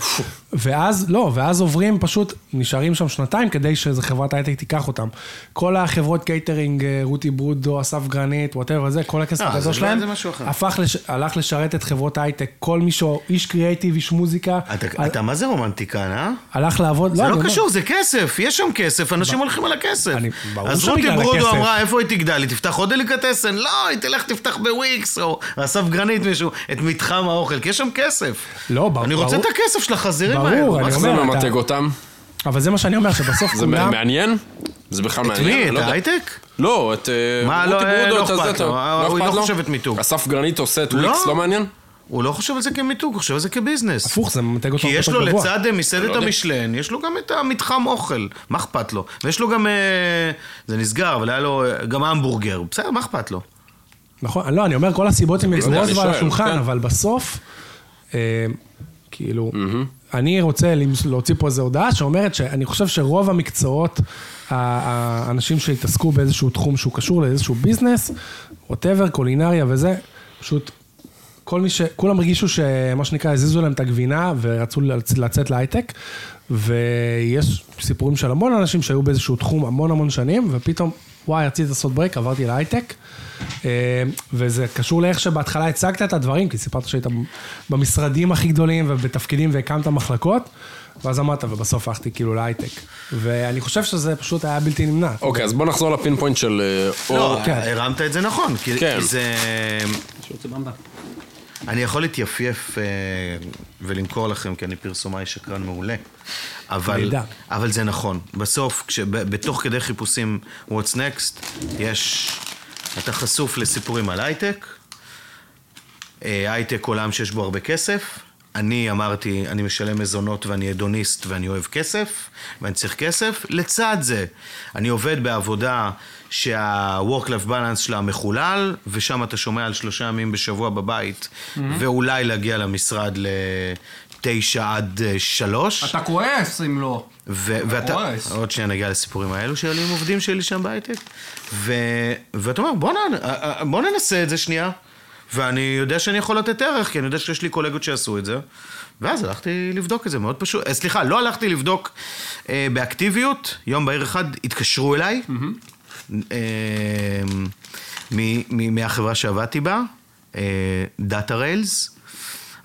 Speaker 5: ואז, לא, ואז עוברים פשוט, נשארים שם שנתיים כדי שאיזה חברת הייטק תיקח אותם. כל החברות קייטרינג, אה, רותי ברודו, אסף גרנית, ווטאבר זה, כל הכסף
Speaker 4: אה,
Speaker 5: הגדול
Speaker 4: זה לא-
Speaker 5: שלהם,
Speaker 4: זה משהו אחר.
Speaker 5: הפך, לש, הלך לשרת את חברות הייטק, כל מי שהוא איש קריאייטיב, איש מוזיקה,
Speaker 4: אתה-
Speaker 5: הל-
Speaker 4: אתה מה זה רומנטיקן, אה?
Speaker 5: הלך לעבוד,
Speaker 4: זה
Speaker 5: אה, אני
Speaker 4: לא
Speaker 5: אומר,
Speaker 4: קשור, זה כסף, יש שם כסף, אנשים הולכים על הכסף.
Speaker 5: אני- ברור
Speaker 4: אז רותי
Speaker 5: שבגלל
Speaker 4: ברודו
Speaker 5: הכסף.
Speaker 4: אמרה, איפה היא תגדל? היא תפתח עוד דליקטסן? לא, היא תלך, תפתח בוויקס, או אסף גרנית מישהו, את מתחם האוכל, כי יש שם כסף.
Speaker 5: לא, ברור,
Speaker 4: אני רוצה את
Speaker 5: ברור.
Speaker 4: הכסף של החזירים
Speaker 5: ברור,
Speaker 4: האלה.
Speaker 5: אני
Speaker 3: איך זה
Speaker 5: אומר, אתה-
Speaker 3: ממתג אותם?
Speaker 5: אבל זה מה שאני אומר, שבסוף
Speaker 3: זה
Speaker 5: כולם,
Speaker 3: מעניין? זה בכלל
Speaker 4: את
Speaker 3: מעניין?
Speaker 4: מי?
Speaker 3: אני
Speaker 4: את
Speaker 3: לא יודע.
Speaker 4: ההייטק?
Speaker 3: לא, את... אה,
Speaker 4: מה,
Speaker 3: רותי
Speaker 4: לא, אה,
Speaker 3: ברודו,
Speaker 4: לא
Speaker 3: את הזה,
Speaker 4: אכפת
Speaker 3: אתה-
Speaker 4: לו, אה, הוא
Speaker 3: אכפת
Speaker 4: לא
Speaker 3: לו?
Speaker 4: חושבת מיתוג.
Speaker 3: אסף גרנית עושה את
Speaker 4: לא.
Speaker 3: וויקס, לא מעניין?
Speaker 4: הוא לא חושב על זה כמיתוג, הוא חושב על זה כביזנס.
Speaker 5: הפוך, זה ממתג אותו
Speaker 4: כי יש לו
Speaker 5: הרבה יותר גבוה.
Speaker 4: לצד אה, מסעדת
Speaker 3: לא יודע.
Speaker 4: המשלן, יש לו גם את המתחם אוכל, מה אכפת לו? ויש לו גם, אה, זה נסגר, אבל היה לו אה, גם המבורגר, בסדר, מה אכפת לו?
Speaker 5: נכון, לא, אני אומר, כל הסיבות הן
Speaker 3: אני
Speaker 5: ידועות ועל
Speaker 3: שואל, כן.
Speaker 5: השולחן, אבל בסוף, אה, כאילו, אני רוצה למס- להוציא פה איזו הודעה שאומרת שאני חושב שרוב המקצועות, ה- ה- האנשים שהתעסקו באיזשהו תחום שהוא קשור לאיזשהו ביזנס, ווטאבר, קולינריה וזה, פשוט... כל מי ש... כולם הרגישו שמה שנקרא, הזיזו להם את הגבינה ורצו לצ- לצאת להייטק, ויש סיפורים של המון אנשים שהיו באיזשהו תחום המון המון שנים, ופתאום, וואי, רציתי לעשות ברייק, עברתי להייטק. אה, וזה קשור לאיך שבהתחלה הצגת את הדברים, כי סיפרת שהיית במשרדים הכי גדולים ובתפקידים והקמת מחלקות, ואז אמרת, ובסוף הלכתי כאילו להייטק. ואני חושב שזה פשוט היה בלתי נמנע.
Speaker 3: אוקיי, אז בוא נחזור לפין פוינט של אה, אור.
Speaker 4: לא,
Speaker 5: כן.
Speaker 4: הרמת את זה נכון, כי
Speaker 3: כן.
Speaker 4: כי זה... אני יכול להתייפייף אה, ולמכור לכם, כי אני פרסומאי שקרן מעולה, אבל,
Speaker 5: נהדר.
Speaker 4: אבל זה נכון. בסוף, כשב- בתוך כדי חיפושים What's Next, יש... אתה חשוף לסיפורים על הייטק, אה, הייטק עולם שיש בו הרבה כסף. אני אמרתי, אני משלם מזונות ואני הדוניסט ואני אוהב כסף, ואני צריך כסף. לצד זה, אני עובד בעבודה שה-work-life balance שלה מחולל, ושם אתה שומע על שלושה ימים בשבוע בבית, mm-hmm. ואולי להגיע למשרד לתשע עד אה, שלוש.
Speaker 2: אתה כועס אם לא.
Speaker 4: ו- ואתה,
Speaker 2: הורס.
Speaker 4: עוד שנייה נגיע לסיפורים האלו שלי עם עובדים שלי שם בהייטק. ו- ואתה אומר, בוא, נ- אה, אה, בוא ננסה את זה שנייה. ואני יודע שאני יכול לתת ערך, כי אני יודע שיש לי קולגות שעשו את זה. ואז הלכתי לבדוק את זה, מאוד פשוט. אה, סליחה, לא הלכתי לבדוק אה, באקטיביות. יום בהיר אחד התקשרו אליי, אה, מ- מ- מהחברה שעבדתי בה, דאטה ריילס.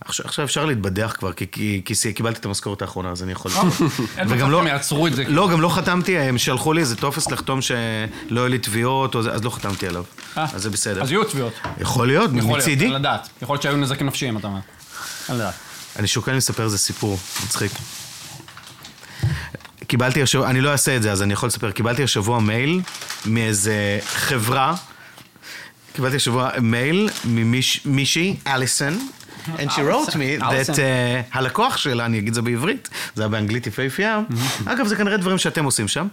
Speaker 4: עכשיו עכשיו אפשר להתבדח כבר, כי- כי כי קיבלתי את המשכורת האחרונה, אז אני יכול... וגם לא...
Speaker 6: הם יעצרו את זה.
Speaker 4: לא, גם לא חתמתי, הם שלחו לי איזה טופס לחתום שלא היו לי תביעות, או זה- אז לא חתמתי עליו.
Speaker 6: אה.
Speaker 4: אז זה בסדר.
Speaker 6: אז יהיו תביעות.
Speaker 4: יכול להיות,
Speaker 6: יכול להיות,
Speaker 4: מצידי.
Speaker 6: על הדעת. יכול להיות שהיו נזקים נפשיים, אתה אומר. על הדעת.
Speaker 4: אני שוקל לספר איזה סיפור, מצחיק. קיבלתי השבוע, אני לא אעשה את זה, אז אני יכול לספר. קיבלתי השבוע מייל מאיזה חברה, קיבלתי השבוע מייל ממישהי, אליסון, and she wrote me that
Speaker 6: אליסון.
Speaker 4: uh, הלקוח שלה, אני אגיד את זה בעברית, זה היה באנגלית יפהפייה. אגב, זה כנראה דברים שאתם עושים שם.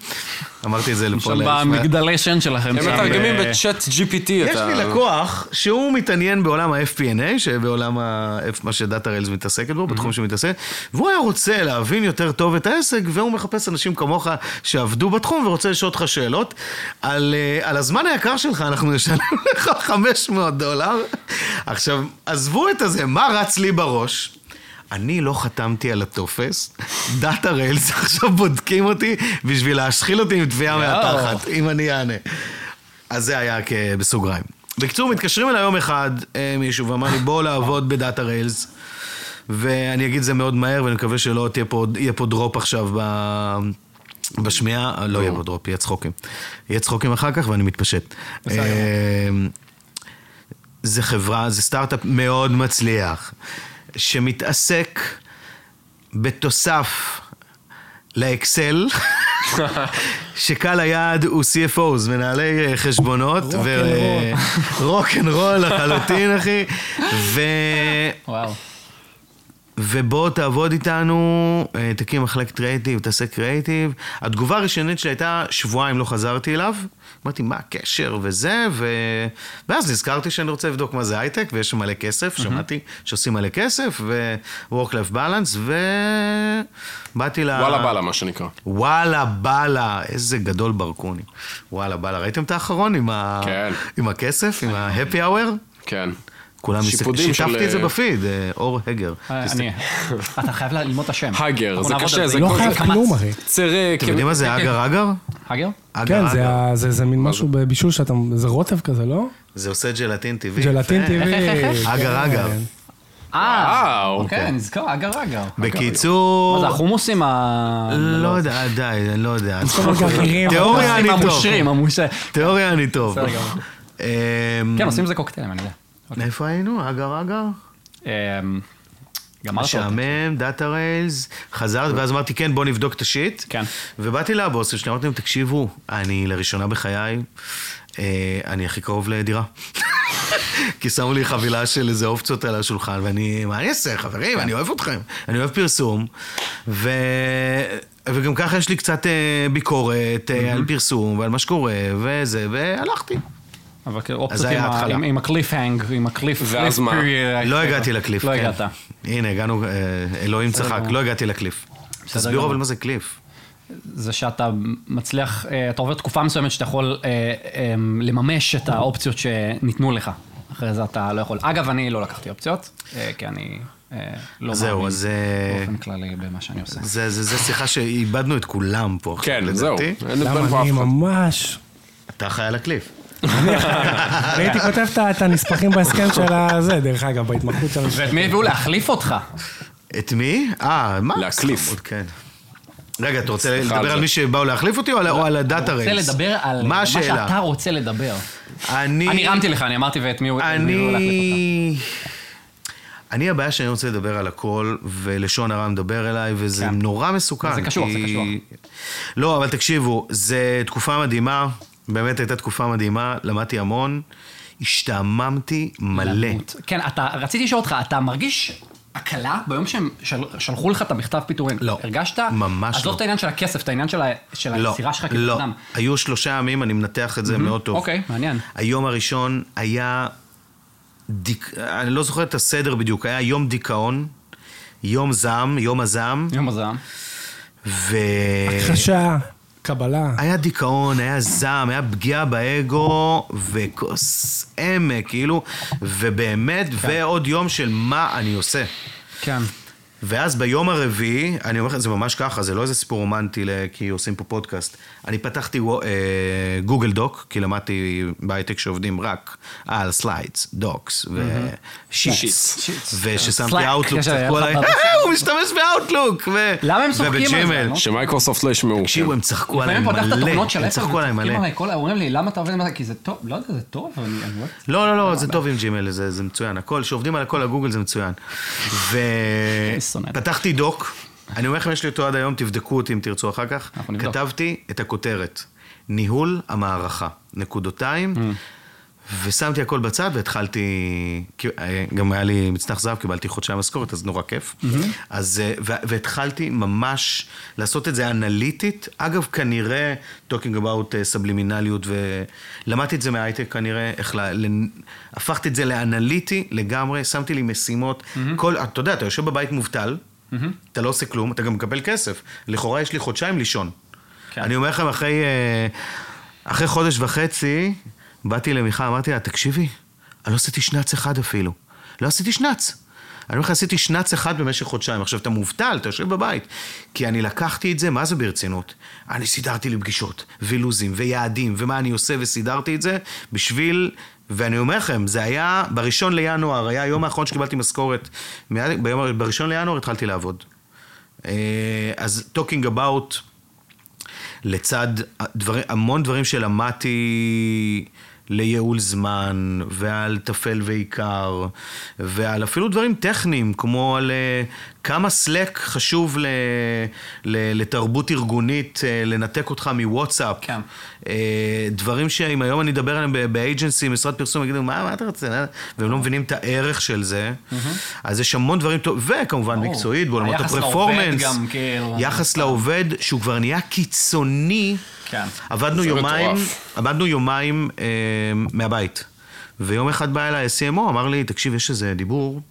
Speaker 4: אמרתי את זה לפה.
Speaker 6: שם
Speaker 4: לאלף.
Speaker 6: במגדלי שן שלכם.
Speaker 4: לא
Speaker 3: הם
Speaker 6: שם,
Speaker 3: מתרגמים
Speaker 6: אה,
Speaker 3: בצ'אט GPT את
Speaker 4: יש
Speaker 3: ה...
Speaker 4: לי לקוח שהוא מתעניין בעולם ה-FP&A, שבעולם ה... מה שדאטה ריילס מתעסקת בו, בתחום שהוא מתעסק, והוא היה רוצה להבין יותר טוב את העסק, והוא מחפש אנשים כמוך שעבדו בתחום ורוצה לשאול אותך שאלות. על, אה, על הזמן היקר שלך אנחנו נשלם לך 500 דולר. עכשיו, עזבו את הזה, מה רץ לי בראש? אני לא חתמתי על הטופס, דאטה ריילס עכשיו בודקים אותי בשביל להשחיל אותי עם תביעה מהתחת, אם אני אענה. אז זה היה כ- בסוגריים. בקיצור, מתקשרים אליי יום אחד אה, מישהו ואמר לי, בוא לעבוד בדאטה ריילס. ואני אגיד את זה מאוד מהר, ואני מקווה שלא תהיה פה, יהיה פה דרופ עכשיו ב... בשמיעה, אה, לא יהיה פה דרופ, יהיה צחוקים. יהיה צחוקים אחר כך ואני מתפשט. אה, זה חברה, זה סטארט-אפ מאוד מצליח, שמתעסק בתוסף לאקסל, שקהל היעד הוא CFOs, מנהלי אה, חשבונות.
Speaker 5: רול.
Speaker 4: רול לחלוטין, אחי. ו...
Speaker 6: אה,
Speaker 2: וואו.
Speaker 4: ובוא תעבוד איתנו, אה, תקים מחלקת קריאיטיב, תעשה קריאיטיב. התגובה הראשונית שלי הייתה, שבועיים לא חזרתי אליו. אמרתי, מה הקשר וזה, ו... ואז נזכרתי שאני רוצה לבדוק מה זה הייטק, ויש שם מלא כסף, שמעתי שעושים מלא כסף, ו-work-life balance, ובאתי ל...
Speaker 3: וואלה בלה, מה שנקרא.
Speaker 4: וואלה בלה, איזה גדול ברקוני. וואלה בלה, ראיתם את האחרון עם, ה...
Speaker 3: כן.
Speaker 4: עם הכסף, עם ה-happy hour?
Speaker 3: כן.
Speaker 4: כולם מסתכלים,
Speaker 3: שיפודים של-
Speaker 4: שיתפתי את זה בפיד, אה, אור הגר.
Speaker 2: אה, אני... אתה חייב ללמוד את השם.
Speaker 3: האגר,
Speaker 2: אנחנו
Speaker 3: זה
Speaker 2: נעבוד
Speaker 3: קשה,
Speaker 2: על
Speaker 3: זה
Speaker 5: לא
Speaker 3: כל-
Speaker 5: חייב
Speaker 3: זה
Speaker 5: כלום, אחי.
Speaker 6: אוקיי.
Speaker 3: צרה,
Speaker 4: אתם יודעים
Speaker 6: כן,
Speaker 2: כן.
Speaker 4: מה זה אגר אגר?
Speaker 2: האגר?
Speaker 4: אגר
Speaker 5: כן, זה
Speaker 4: אגר.
Speaker 5: ה- זה זה מין משהו בבישול שאתה... זה רוטב כזה, לא?
Speaker 4: זה עושה ג'לטין טבעי.
Speaker 5: ג'לטין
Speaker 4: יפה.
Speaker 5: טבעי. כן.
Speaker 4: אגר אגר.
Speaker 2: אה,
Speaker 3: וואו.
Speaker 2: אוקיי, נזכר, אגר אגר. מה
Speaker 4: בקיצור...
Speaker 2: זה החומוסים ה...
Speaker 5: אה,
Speaker 4: לא יודע, די, אני לא יודע.
Speaker 5: כל מיני גרגירים.
Speaker 4: תיאוריה אני טוב.
Speaker 2: המושרים, המושרים.
Speaker 6: כן,
Speaker 4: תיאוריה אני טוב.
Speaker 2: בסדר גמור.
Speaker 4: אמ,
Speaker 2: כן, עושים את זה קוקטיילים, אני יודע.
Speaker 4: איפה היינו? אגר אגר?
Speaker 2: אמ, גמרת אותי.
Speaker 4: משעמם, דאטה ריילס, חזרת, ואז אמרתי, כן, בוא נבדוק את השיט.
Speaker 2: כן.
Speaker 4: ובאתי לבוסים שלי, אמרתי להם, תקשיבו, אני לראשונה בחיי, אה, אני הכי קרוב לדירה. כי שמו לי חבילה של איזה אופציות על השולחן, ואני, מה אני אעשה, חברים, אני אוהב אתכם, אני אוהב פרסום, ו... וגם ככה יש לי קצת אה, ביקורת אה, על פרסום ועל מה שקורה, וזה, והלכתי. לא
Speaker 2: אבל כאילו
Speaker 4: זה
Speaker 2: אופציות
Speaker 4: היה
Speaker 2: עם ה-
Speaker 4: ההתחלה.
Speaker 2: עם- עם הקליפהנג, עם הקליף...
Speaker 3: ואז
Speaker 2: קליף
Speaker 3: מה?
Speaker 2: period.
Speaker 4: לא הגעתי לקליף,
Speaker 2: לא
Speaker 4: כן.
Speaker 2: הגעת.
Speaker 4: הנה, הגענו, אה, אלוהים צחק, לא הגעתי לקליף. תסבירו
Speaker 2: גמור.
Speaker 4: אבל מה זה קליף.
Speaker 2: זה שאתה מצליח, אה, אתה עובר תקופה מסוימת שאתה יכול אה, אה, לממש את האופציות שניתנו לך. אחרי זה אתה לא יכול. אגב, אני לא לקחתי אופציות, אה, כי אני אה, לא
Speaker 4: זהו,
Speaker 2: מאמין
Speaker 4: אז, אה,
Speaker 2: באופן כללי במה שאני עושה.
Speaker 4: זה, זה, זה שיחה שאיבדנו את כולם פה עכשיו,
Speaker 3: כן,
Speaker 4: לדעתי.
Speaker 3: זהו. אין
Speaker 5: למה
Speaker 3: בן פה אף
Speaker 5: אני
Speaker 3: אחד.
Speaker 5: ממש...
Speaker 4: אתה אחראי על הקליף.
Speaker 5: אני הייתי כותב את ה- את הנספחים בהסכם של הזה, דרך אגב, בהתמחות של...
Speaker 2: ואת מי הביאו להחליף אותך?
Speaker 4: את מי? אה, מה?
Speaker 3: להקליף.
Speaker 4: עוד כן. רגע, אתה רוצה
Speaker 3: סליחה על
Speaker 4: לדבר
Speaker 3: זה.
Speaker 4: על מי שבאו להחליף אותי או על- או על הדאטה
Speaker 2: רוצה
Speaker 4: רייס?
Speaker 2: לדבר על
Speaker 4: מה
Speaker 2: מה
Speaker 4: השאלה?
Speaker 2: שאתה רוצה לדבר.
Speaker 4: אני...
Speaker 2: אני הרמתי לך, אני אמרתי ואת מי הוא את מי הוא להחליף אותך.
Speaker 4: אני... אני הבעיה שאני רוצה לדבר על הכל, ולשון הרע מדבר אליי, וזה
Speaker 2: כן.
Speaker 4: נורא מסוכן.
Speaker 2: זה קשוח, זה קשוח.
Speaker 4: לא, אבל תקשיבו, זו תקופה מדהימה, באמת הייתה תקופה מדהימה, למדתי המון, השתעממתי מלא.
Speaker 2: למות. כן, אתה, רציתי לשאול אותך, אתה מרגיש הקלה ביום שהם של, שלחו לך את המכתב פיטורים?
Speaker 4: לא.
Speaker 2: הרגשת?
Speaker 4: ממש
Speaker 2: עזוב
Speaker 4: לא.
Speaker 2: את העניין של הכסף, את העניין של, ה- של
Speaker 4: לא,
Speaker 2: היצירה שלך כבן
Speaker 4: לא.
Speaker 2: אדם.
Speaker 4: היו שלושה ימים, אני מנתח את זה מאוד טוב.
Speaker 2: אוקיי, מעניין.
Speaker 4: היום הראשון היה... דיק... אני לא זוכר את הסדר בדיוק, היה יום דיכאון, יום זעם, יום הזעם,
Speaker 2: יום הזעם.
Speaker 4: ו...
Speaker 2: אוקיי.
Speaker 5: הכחשה, קבלה.
Speaker 4: היה דיכאון, היה זעם, היה פגיעה באגו, וכוס עמק, כאילו, ובאמת, ועוד יום של מה אני עושה.
Speaker 2: כן.
Speaker 4: ואז ביום הרביעי, אני אומר לך, זה ממש ככה, זה לא איזה סיפור רומנטי, ל- כי עושים פה פודקאסט. אני פתחתי וו- אה, גוגל דוק, כי למדתי בהייטק שעובדים רק על סליידס, דוקס ושיטס.
Speaker 2: כן.
Speaker 4: וששמתי
Speaker 2: Slack,
Speaker 4: האוטלוק,
Speaker 2: יש
Speaker 4: צחקו
Speaker 2: אחד
Speaker 4: עליי, אה,
Speaker 2: בבית
Speaker 4: הוא משתמש באוטלוק!
Speaker 2: כן, למה הם צוחקים על זה, נו?
Speaker 3: שמייקרוסופט לא ישמעו.
Speaker 4: תקשיבו,
Speaker 3: כן.
Speaker 4: הם צחקו עליי
Speaker 2: לפעמים פותח את
Speaker 4: מלא,
Speaker 2: התוכנות של
Speaker 4: הם
Speaker 2: אפל,
Speaker 4: צחקו עליי מלא.
Speaker 2: וצוחקים עליי, כל אומרים לי, למה אתה עובד עם זה? כי זה טוב, לא יודע, זה טוב, אבל אני... אני לא-
Speaker 4: לא, לא, לא, זה טוב עם ג'ימל, זה זה מצוין. הכל, כשעובדים על הכל, הגוגל זה מצוין.
Speaker 2: שונא.
Speaker 4: ופתחתי דוק, אני אומר לכם, יש לי אותו עד היום, תבדקו אותי אם תרצו אחר כך.
Speaker 2: אנחנו נבדוק.
Speaker 4: כתבתי את הכותרת, ניהול המערכה, נקודותיים,
Speaker 2: Mm.
Speaker 4: ושמתי הכל בצד והתחלתי, כי- אה, גם היה לי מצנח זהב, קיבלתי חודשיים משכורת, אז נורא כיף. אז, אה, וה- והתחלתי ממש לעשות את זה אנליטית. אגב, כנראה, talking about אה, סבלימינליות, ולמדתי את זה מהייטק כנראה, איך ל... לנ- הפכתי את זה לאנליטי לגמרי, שמתי לי משימות. כל, אתה יודע, אתה יושב בבית מובטל, אתה לא עושה כלום, אתה גם מקבל כסף. לכאורה יש לי חודשיים לישון.
Speaker 2: כן.
Speaker 4: אני אומר לכם, אחרי, אה, אחרי חודש וחצי, באתי למיכל, אמרתי לה, תקשיבי, אני לא עשיתי שנץ אחד אפילו. לא עשיתי שנץ. אני אומר לך, עשיתי שנץ אחד במשך חודשיים. עכשיו, אתה מובטל, אתה יושב בבית. כי אני לקחתי את זה, מה זה ברצינות? אני סידרתי לי פגישות, ולוזים, ויעדים, ומה אני עושה, וסידרתי את זה, בשביל ואני אומר לכם, זה היה בראשון לינואר, היה היום האחרון שקיבלתי משכורת. מיד- ביום- בראשון לינואר התחלתי לעבוד. אה, אז talking about, לצד דברים, המון דברים שלמדתי לייעול זמן, ועל טפל ועיקר, ועל אפילו דברים טכניים, כמו על אה, כמה סלק חשוב ל, ל, לתרבות ארגונית, אה, לנתק אותך מוואטסאפ.
Speaker 2: כן.
Speaker 4: אה, דברים שאם היום אני אדבר עליהם ב- באג'נסי, משרד פרסום, יגידו, מה, מה אתה רוצה? והם לא מבינים את הערך של זה. אז יש המון דברים טוב, וכמובן מקצועית, בעולמות
Speaker 2: היחס לעובד
Speaker 4: הפרפורמנס.
Speaker 2: גם, כאילו.
Speaker 4: יחס לעובד, שהוא כבר נהיה קיצוני.
Speaker 2: כן.
Speaker 4: עבדנו
Speaker 3: זה
Speaker 4: יומיים,
Speaker 3: מטורף.
Speaker 4: עבדנו יומיים אה, מהבית. ויום אחד בא אליי ה-CMO, אמר לי, תקשיב, יש איזה דיבור,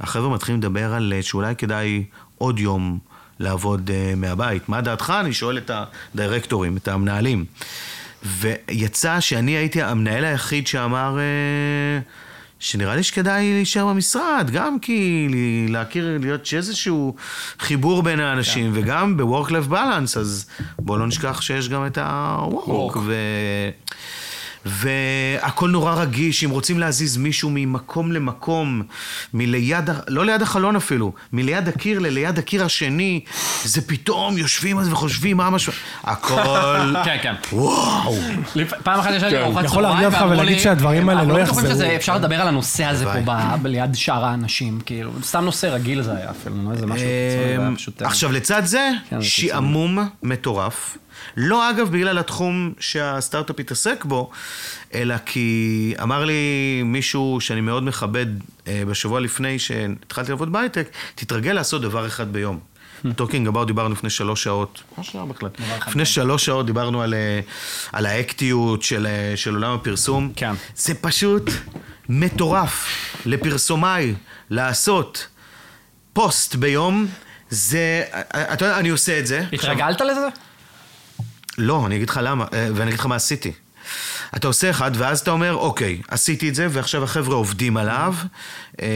Speaker 4: החבר'ה מתחילים לדבר על אה, שאולי כדאי עוד יום לעבוד אה, מהבית. מה דעתך? אני שואל את הדירקטורים, את המנהלים. ויצא שאני הייתי המנהל היחיד שאמר... אה, שנראה לי שכדאי להישאר במשרד, גם כי ל- להכיר, להיות שאיזשהו חיבור בין האנשים, וגם ב-work-life balance, אז בואו לא נשכח שיש גם את ה-work. ו... והכל נורא רגיש, אם רוצים להזיז מישהו ממקום למקום, מליד, ה- לא ליד החלון אפילו, מליד הקיר לליד הקיר השני, זה פתאום יושבים אז וחושבים מה המשמעות, הכל,
Speaker 2: כן, כן.
Speaker 4: וואו.
Speaker 2: לפ- פעם אחת ישבתי
Speaker 3: כן.
Speaker 2: בארוחת צהריים,
Speaker 5: יכול להרגיע אותך
Speaker 2: ואמרו
Speaker 5: ולהגיד
Speaker 2: לי,
Speaker 5: שהדברים האלה
Speaker 2: "אנחנו
Speaker 5: לא
Speaker 2: בטוחים
Speaker 5: יחזרו".
Speaker 2: שזה- אפשר לדבר על הנושא הזה פה
Speaker 4: הלוואי.
Speaker 2: ב- ליד שאר האנשים, כאילו, סתם נושא רגיל זה היה אפילו, לא איזה משהו קיצוני, זה היה פשוט... אה,
Speaker 4: אמ, עכשיו, לצד זה,
Speaker 2: כן, זה
Speaker 4: שעמום מטורף. לא, אגב, בגלל התחום שהסטארט-אפ התעסק בו, אלא כי אמר לי מישהו שאני מאוד מכבד אה, בשבוע לפני שהתחלתי לעבוד בהייטק, תתרגל לעשות דבר אחד ביום. טוקינג אבאוט דיברנו לפני שלוש שעות, ממש לא בכלל. לפני שלוש שעות דיברנו על, אה, על האקטיות של, אה, של עולם הפרסום.
Speaker 2: כן.
Speaker 4: זה פשוט מטורף לפרסומאי לעשות פוסט ביום, זה... אתה יודע, אני עושה את זה.
Speaker 2: התרגלת לזה?
Speaker 4: לא, אני אגיד לך למה, אה, ואני אגיד לך מה עשיתי. אתה עושה אחד, ואז אתה אומר, אוקיי, עשיתי את זה, ועכשיו החבר'ה עובדים עליו. אה,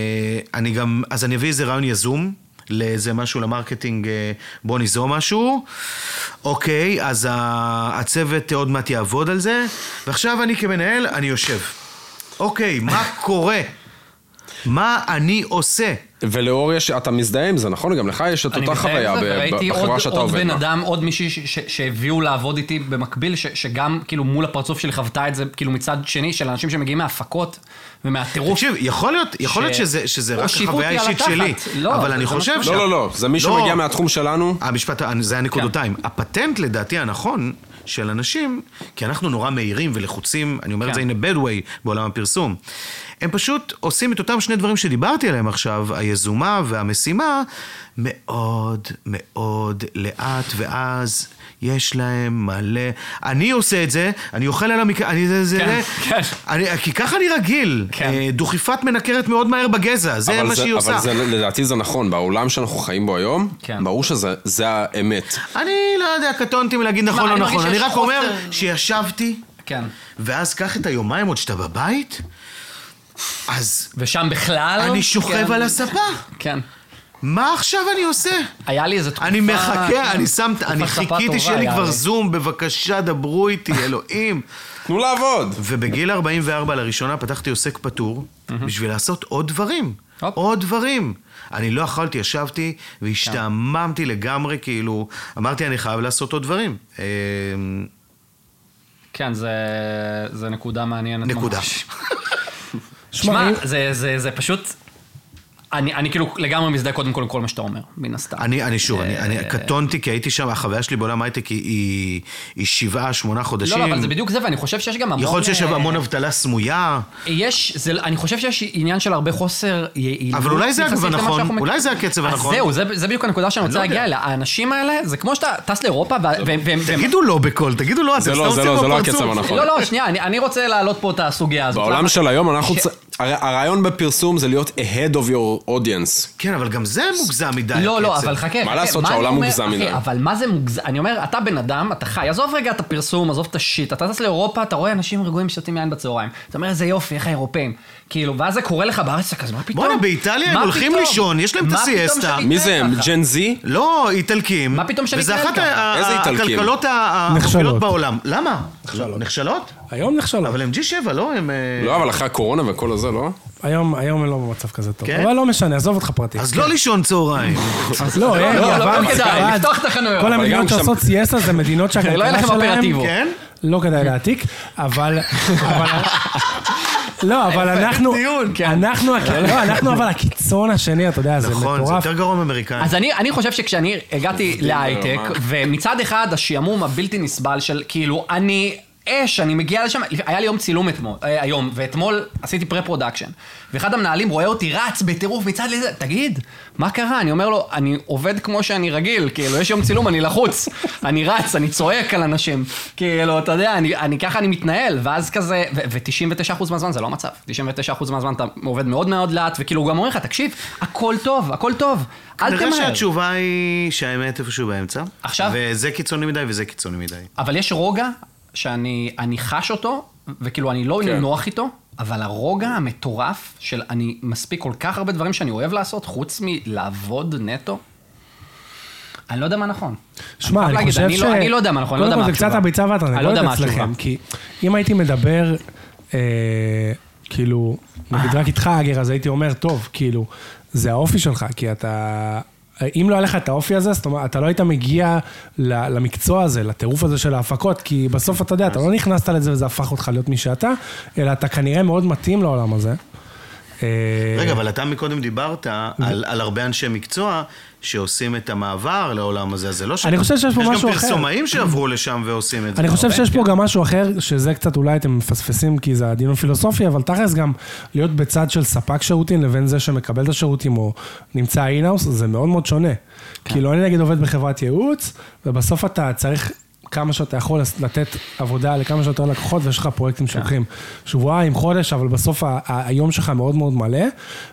Speaker 4: אני גם, אז אני אביא איזה רעיון יזום. לאיזה משהו למרקטינג, אה, בוא ניזום משהו. אוקיי, אז ה- הצוות עוד מעט יעבוד על זה, ועכשיו אני כמנהל, אני יושב. אוקיי, מה קורה? מה אני עושה?
Speaker 3: ולאור יש, אתה מזדהה עם זה, נכון? גם לך יש את
Speaker 2: אני
Speaker 3: אותה
Speaker 2: מזדהה עם
Speaker 3: חוויה
Speaker 2: זה,
Speaker 3: ב-
Speaker 2: וראיתי עוד-
Speaker 3: בחברה שאתה
Speaker 2: עוד
Speaker 3: עובד
Speaker 2: בן
Speaker 3: בה.
Speaker 2: אדם, עוד מישהי ש- ש- שהביאו לעבוד איתי במקביל, ש- שגם כאילו מול הפרצוף שלי חוותה את זה, כאילו מצד שני, של אנשים שמגיעים מההפקות ומהטירוף.
Speaker 4: תקשיב, יכול להיות, יכול
Speaker 2: ש-
Speaker 4: להיות שזה, שזה
Speaker 2: או
Speaker 4: רק
Speaker 2: שיווק
Speaker 4: החוויה
Speaker 2: היא על
Speaker 4: האישית שלי,
Speaker 2: התחת. לא,
Speaker 4: אבל
Speaker 2: זה-
Speaker 4: אני
Speaker 2: זה מה
Speaker 4: חושב
Speaker 2: שאתה
Speaker 4: ש...
Speaker 3: לא, לא, לא, זה מי
Speaker 4: לא.
Speaker 3: שמגיע מהתחום שלנו.
Speaker 4: המשפט, זה הנקודותיים.
Speaker 2: כן.
Speaker 4: הפטנט לדעתי הנכון של אנשים, כי אנחנו נורא מהירים ולחוצים, אני אומר את זה
Speaker 2: כן.
Speaker 4: in a bad way בעולם הפרסום. הם פשוט עושים את אותם שני דברים שדיברתי עליהם עכשיו, היזומה והמשימה, מאוד מאוד לאט, ואז יש להם מלא... אני עושה את זה, אני אוכל על המק... אני זה זה...
Speaker 2: כן,
Speaker 4: זה.
Speaker 2: כן.
Speaker 4: אני, כי ככה אני רגיל.
Speaker 2: כן.
Speaker 4: אה, דוכיפת מנקרת מאוד מהר בגזע, זה
Speaker 3: אבל
Speaker 4: מה שהיא עושה.
Speaker 3: אבל זה, לא לדעתי זה נכון, בעולם שאנחנו חיים בו היום,
Speaker 2: כן.
Speaker 3: ברור שזה זה האמת.
Speaker 4: אני לא יודע, קטונתי מלהגיד נכון
Speaker 2: אני
Speaker 4: לא
Speaker 2: מרגיש
Speaker 4: נכון. אני
Speaker 2: שיש
Speaker 4: רק אומר
Speaker 2: חוסר-
Speaker 4: שישבתי,
Speaker 2: כן.
Speaker 4: ואז קח את היומיים עוד שאתה בבית, אז
Speaker 2: ושם בכלל...
Speaker 4: אני שוכב
Speaker 2: כן,
Speaker 4: על הספה.
Speaker 2: כן.
Speaker 4: מה עכשיו אני עושה?
Speaker 2: היה לי איזה תקופה...
Speaker 4: אני מחכה,
Speaker 2: כן,
Speaker 4: אני שם,
Speaker 2: תקופת
Speaker 4: אני
Speaker 2: ספה
Speaker 4: חיכיתי
Speaker 2: טובה
Speaker 4: שיהיה לי
Speaker 2: היה
Speaker 4: כבר זום, בבקשה דברו איתי, אלוהים.
Speaker 3: תנו לעבוד!
Speaker 4: ובגיל 44 לראשונה פתחתי עוסק פטור, בשביל לעשות עוד דברים.
Speaker 2: הופ. כן.
Speaker 4: עוד דברים. אני לא אכלתי, ישבתי והשתעממתי לגמרי, כאילו, אמרתי, אני חייב לעשות עוד דברים. אה,
Speaker 2: כן, זה, זה נקודה מעניינת
Speaker 4: נקודה.
Speaker 2: ממש.
Speaker 5: שמע,
Speaker 2: שמע,
Speaker 5: אני-
Speaker 2: זה, זה, זה פשוט... אני, אני כאילו לגמרי מזדהה קודם כל עם כל מה שאתה אומר, מן הסתם.
Speaker 4: אני, אני שוב, אני, אני
Speaker 2: אה,
Speaker 4: קטונתי כי הייתי שם, החוויה שלי בעולם הייטק היא, היא, היא שבעה, שמונה חודשים.
Speaker 2: לא, לא, אבל זה בדיוק זה, ואני חושב שיש גם המון...
Speaker 4: יכול להיות שיש
Speaker 2: אה,
Speaker 4: המון אבטלה סמויה,
Speaker 2: יש, זה, אני חושב שיש עניין של הרבה חוסר יעילות.
Speaker 4: אבל אולי זה
Speaker 2: יחסית
Speaker 4: אגב
Speaker 2: למה
Speaker 4: הנכון,
Speaker 2: שאנחנו מכ-
Speaker 4: אולי זה הקצב הנכון.
Speaker 2: אז זהו, זה, זה בדיוק הנקודה שאני רוצה
Speaker 4: לא
Speaker 2: להגיע
Speaker 4: יודע. אה,
Speaker 2: אליה. האנשים האלה, זה כמו שאתה טס לאירופה, וה- והם... והם- והם-
Speaker 4: תגידו לא בקול, תגידו לא, אתם
Speaker 3: זה
Speaker 4: סתם
Speaker 3: לא, זה
Speaker 4: עושים
Speaker 3: לא, זה לא
Speaker 4: בפרצוף.
Speaker 3: הקצב הנכון.
Speaker 2: לא, לא, שנייה, אני, אני רוצה להעלות פה את הסוגיה הזאת.
Speaker 3: בעולם
Speaker 2: למה-
Speaker 3: של היום אנחנו
Speaker 2: ש-
Speaker 3: צ- הרי הרעיון בפרסום זה להיות ahead of your audience.
Speaker 4: כן, אבל גם זה מוגזם מדי.
Speaker 2: לא, לא,
Speaker 4: הקצב.
Speaker 2: אבל חכה.
Speaker 3: מה
Speaker 2: חכה,
Speaker 3: לעשות
Speaker 2: אני
Speaker 3: שהעולם
Speaker 2: אומר-
Speaker 3: מוגזם
Speaker 2: אחי,
Speaker 3: מדי?
Speaker 2: אבל מה זה מוגזם? אני אומר, אתה בן אדם, אתה חי, עזוב רגע את הפרסום, עזוב את השיט, אתה טס לאירופה, אתה רואה אנשים רגועים שותים יין בצהריים. אתה אומר, איזה יופי, איך האירופאים. כאילו, ואז זה קורה לך בארץ, אתה כזה, מה פתאום?
Speaker 4: בואנה, באיטליה הם
Speaker 2: מה
Speaker 4: הולכים
Speaker 2: פתאום?
Speaker 4: לישון, יש להם את
Speaker 2: מה פתאום
Speaker 4: הסיאסטה.
Speaker 2: שאני
Speaker 3: מי זה הם?
Speaker 2: ככה?
Speaker 3: ג'ן זי?
Speaker 4: לא, איטלקים.
Speaker 2: מה פתאום שאני
Speaker 4: וזה
Speaker 2: אתנהג
Speaker 4: אחת
Speaker 2: ככה?
Speaker 4: ה-
Speaker 3: איזה
Speaker 4: ה-
Speaker 3: איטלקים?
Speaker 4: הכלכלות ה- המובילות
Speaker 5: נחשלות.
Speaker 4: בעולם. למה? נחשלות?
Speaker 5: היום נכשלו.
Speaker 4: אבל הם G7, לא? הם... אה,
Speaker 3: לא, אבל אחרי הקורונה וכל הזה, לא?
Speaker 5: היום היום הם לא במצב כזה טוב.
Speaker 4: כן?
Speaker 5: אבל לא משנה, עזוב אותך פרטי.
Speaker 4: אז לא לישון צהריים.
Speaker 5: לא, אין,
Speaker 2: לא, לא,
Speaker 5: יוון,
Speaker 2: לא כדאי,
Speaker 5: ספרד.
Speaker 2: לפתוח את החנויות.
Speaker 5: כל
Speaker 2: אבל
Speaker 3: גם
Speaker 5: המדינות
Speaker 3: שם-
Speaker 5: שעושות סיאסה זה מדינות
Speaker 2: לא יהיה
Speaker 5: שהכלכלה
Speaker 2: לכם
Speaker 5: שלהם...
Speaker 2: אופרטיבו.
Speaker 4: כן?
Speaker 5: לא כדאי להעתיק, אבל... אבל- לא, אבל אנחנו...
Speaker 2: כן.
Speaker 5: אנחנו, הכ- לא, אנחנו אבל הקיצון השני, אתה יודע, זה
Speaker 4: נכון, זה
Speaker 5: מטורף.
Speaker 4: יותר גרוע מאמריקאים.
Speaker 2: אז אני, אני חושב שכשאני הגעתי להייטק,
Speaker 3: ברמה.
Speaker 2: ומצד אחד השעמום הבלתי נסבל של כאילו, אני אש, אני מגיע לשם, היה לי יום צילום אתמול, אה, היום, ואתמול עשיתי פרה-פרודקשן. ואחד המנהלים רואה אותי רץ בטירוף מצד לזה, תגיד, מה קרה? אני אומר לו, אני עובד כמו שאני רגיל, כאילו, יש יום צילום, אני לחוץ, אני רץ, אני צועק על אנשים, כאילו, אתה יודע, אני, אני ככה אני מתנהל, ואז כזה, ו-99% מהזמן זה לא המצב, 99% מהזמן אתה עובד מאוד מאוד לאט, וכאילו, הוא גם אומר לך, תקשיב, הכל טוב, הכל טוב, אל תמהר.
Speaker 4: נראה שהתשובה היא שהאמת איפשהו באמצע.
Speaker 2: עכשיו?
Speaker 4: וזה קיצוני מדי וזה קיצוני מדי.
Speaker 2: אבל יש רוגע שאני אני חש אותו, וכאילו אני לא
Speaker 3: כן.
Speaker 2: נוח איתו, אבל הרוגע המטורף של אני מספיק כל כך הרבה דברים שאני אוהב לעשות, חוץ מלעבוד נטו, אני לא יודע מה נכון.
Speaker 5: שמע,
Speaker 2: אני
Speaker 5: אני
Speaker 2: חייב להגיד,
Speaker 5: חושב
Speaker 2: אני
Speaker 5: ש...
Speaker 2: לא- אני לא יודע מה נכון, אני לא יודע
Speaker 5: קודם
Speaker 2: מה
Speaker 5: כל זה קצת
Speaker 2: התשובה.
Speaker 5: הביצה
Speaker 2: אני לא
Speaker 5: והתרנגולת
Speaker 2: יודע מה
Speaker 5: אצלכם,
Speaker 2: התשובה.
Speaker 5: כי אם הייתי מדבר, אה, כאילו, נגיד רק איתך, אגר, אז הייתי אומר, טוב, כאילו, זה האופי שלך, כי אתה... אם לא היה לך את האופי הזה, זאת אומרת, אתה לא היית מגיע ל- למקצוע הזה, לטירוף הזה של ההפקות, כי בסוף אתה יודע, אתה לא נכנסת לזה וזה הפך אותך להיות מי שאתה, אלא אתה כנראה מאוד מתאים לעולם הזה. אה,
Speaker 4: רגע, אבל אתה מקודם דיברת על על הרבה אנשי מקצוע שעושים את המעבר לעולם הזה, אז זה לא ש...
Speaker 5: אני חושב שיש פה משהו
Speaker 4: יש גם
Speaker 5: אחר.
Speaker 4: פרסומאים שעברו לשם ועושים את זה.
Speaker 5: אני חושב שיש פה גם משהו אחר, שזה קצת אולי אתם מפספסים כי זה הדיון הפילוסופי, אבל תכלס גם להיות בצד של ספק שירותים לבין זה שמקבל את השירותים או נמצא אינהאוס, זה מאוד מאוד שונה.
Speaker 4: כן.
Speaker 5: כאילו אני נגיד עובד בחברת ייעוץ, ובסוף אתה צריך... כמה שאתה יכול לתת עבודה לכמה שיותר לקוחות, ויש לך פרויקטים
Speaker 4: כן.
Speaker 5: שלוקחים שבועיים, חודש, אבל בסוף ה- ה- היום שלך מאוד מאוד מלא,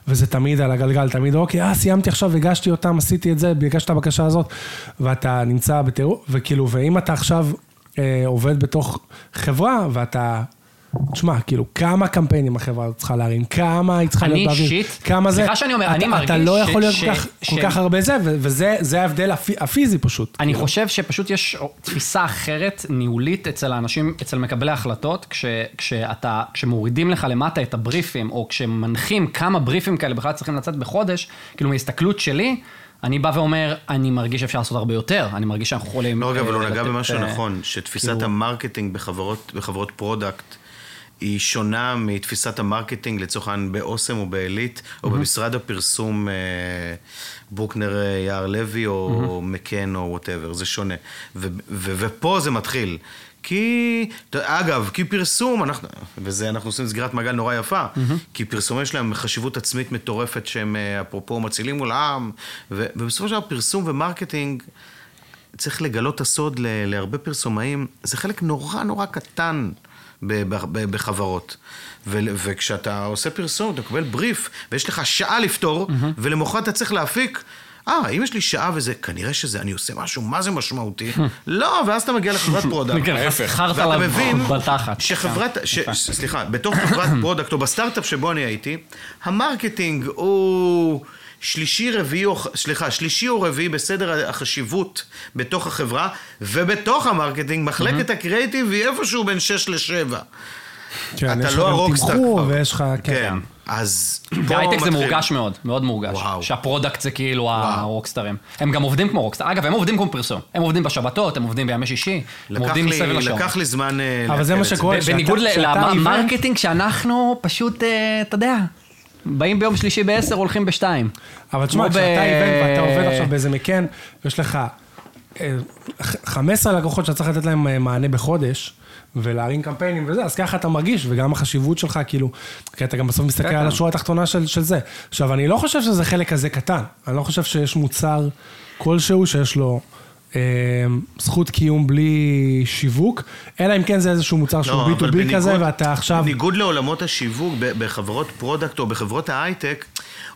Speaker 5: וזה תמיד על הגלגל, תמיד אוקיי, אה, סיימתי עכשיו, הגשתי אותם, עשיתי את זה, הגשתי את הבקשה הזאת, ואתה נמצא בטירוף, וכאילו, ואם אתה עכשיו אה, עובד בתוך חברה, ואתה... תשמע, כאילו, כמה קמפיינים החברה הזאת צריכה להרים, כמה היא צריכה
Speaker 2: אני
Speaker 5: להיות באוויר,
Speaker 2: אישית-
Speaker 5: כמה זה...
Speaker 2: סליחה שאני אומר,
Speaker 5: אתה,
Speaker 2: אני
Speaker 5: אתה
Speaker 2: מרגיש
Speaker 5: לא
Speaker 2: ש-
Speaker 5: יכול להיות
Speaker 2: ש-
Speaker 5: כל כך,
Speaker 2: ש-
Speaker 5: כל כך הרבה זה, ו- וזה זה ההבדל הפי- הפיזי פשוט.
Speaker 2: אני חושב שפשוט יש תפיסה אחרת, ניהולית, אצל האנשים, אצל מקבלי ההחלטות, כש, כשאתה, כשמורידים לך למטה את הבריפים, או כשמנחים כמה בריפים כאלה בכלל צריכים לצאת בחודש, כאילו מההסתכלות שלי, אני בא ואומר, אני מרגיש שאפשר לעשות הרבה יותר, אני מרגיש שאנחנו יכולים...
Speaker 4: לא, רגע, אבל הוא
Speaker 2: אה,
Speaker 4: נגע
Speaker 2: לתת,
Speaker 4: במשהו
Speaker 2: אה,
Speaker 4: נכון, שתפיסת המרקטינג בחברות בחברות פרודקט היא שונה מתפיסת המרקטינג לצורך העניין באוסם או בעילית, או במשרד הפרסום אה, בוקנר אה, יער לוי, או מקן או וואטאבר, זה שונה. ו- ו- ופה זה מתחיל. כי, ת- אגב, כי פרסום, אנחנו, וזה אנחנו עושים סגירת מעגל נורא יפה, כי פרסום יש להם חשיבות עצמית מטורפת שהם אה, אפרופו מצילים מול העם, ו- ובסופו של דבר פרסום ומרקטינג, צריך לגלות את הסוד ל- להרבה פרסומאים, זה חלק נורא נורא קטן ב- ב- ב- בחברות. ו- וכשאתה עושה פרסום, אתה מקבל בריף, ויש לך שעה לפתור, ולמחרת אתה צריך להפיק. אה, אם יש לי שעה וזה, כנראה שזה, אני עושה משהו, מה זה משמעותי? לא, ואז אתה מגיע לחברת פרודקט.
Speaker 2: כן,
Speaker 3: ההפך.
Speaker 2: חרטא
Speaker 4: ואתה
Speaker 2: לה
Speaker 4: מבין
Speaker 2: בתחת. כן.
Speaker 4: שחברת, ש, ש, סליחה, בתוך חברת פרודקט או בסטארט-אפ שבו אני הייתי, המרקטינג הוא שלישי, רביעי, או, ח- סליחה, שלישי או רביעי בסדר החשיבות בתוך החברה, ובתוך המרקטינג מחלקת הקריאיטיב היא איפשהו בין 6 ל-7.
Speaker 5: כן, יש
Speaker 4: אתה
Speaker 5: לך
Speaker 4: לא
Speaker 5: גם
Speaker 4: הרוקסטאר
Speaker 5: תמחור,
Speaker 4: כבר.
Speaker 5: ויש לך...
Speaker 4: כן, אז פה
Speaker 2: בהייטק זה
Speaker 4: מתחיל.
Speaker 2: מורגש מאוד, מאוד מורגש.
Speaker 4: וואו.
Speaker 2: שהפרודקט זה כאילו הרוקסטרים. הם גם עובדים כמו רוקסטר. אגב, הם עובדים כמו פרסום. הם עובדים בשבתות, הם עובדים בימי שישי, הם
Speaker 4: לקח
Speaker 2: עובדים מסביב
Speaker 4: לי,
Speaker 2: לשעון.
Speaker 4: לקח לי זמן אה,
Speaker 5: אבל זה
Speaker 4: לעכל
Speaker 5: מה
Speaker 4: את
Speaker 5: שקורה.
Speaker 2: ב-
Speaker 5: שאתה-
Speaker 2: בניגוד
Speaker 5: שאתה עיוור-
Speaker 2: למרקטינג שאנחנו פשוט, אה, אתה יודע, באים ביום שלישי ב-10, הולכים ב-2.
Speaker 5: אבל תשמע,
Speaker 2: כמו ב-
Speaker 5: כשאתה איבנט ואתה עובד עכשיו באיזה מקן, ויש לך אה, ח- 15 לקוחות שאתה צריך לתת להם אה, מענה בחודש, ולהרים קמפיינים וזה, אז ככה אתה מרגיש, וגם החשיבות שלך, כאילו, כי אתה גם בסוף מסתכל על השורה התחתונה של, של זה. עכשיו, אני לא חושב שזה חלק כזה קטן, אני לא חושב שיש מוצר כלשהו שיש לו... אה, אה, זכות קיום בלי שיווק, אלא אם כן זה איזשהו מוצר שהוא
Speaker 4: לא, אבל
Speaker 5: B2B
Speaker 4: בניגוד-
Speaker 5: כזה, ואתה עכשיו...
Speaker 4: בניגוד לעולמות השיווק, ב- בחברות פרודקט או בחברות ההייטק,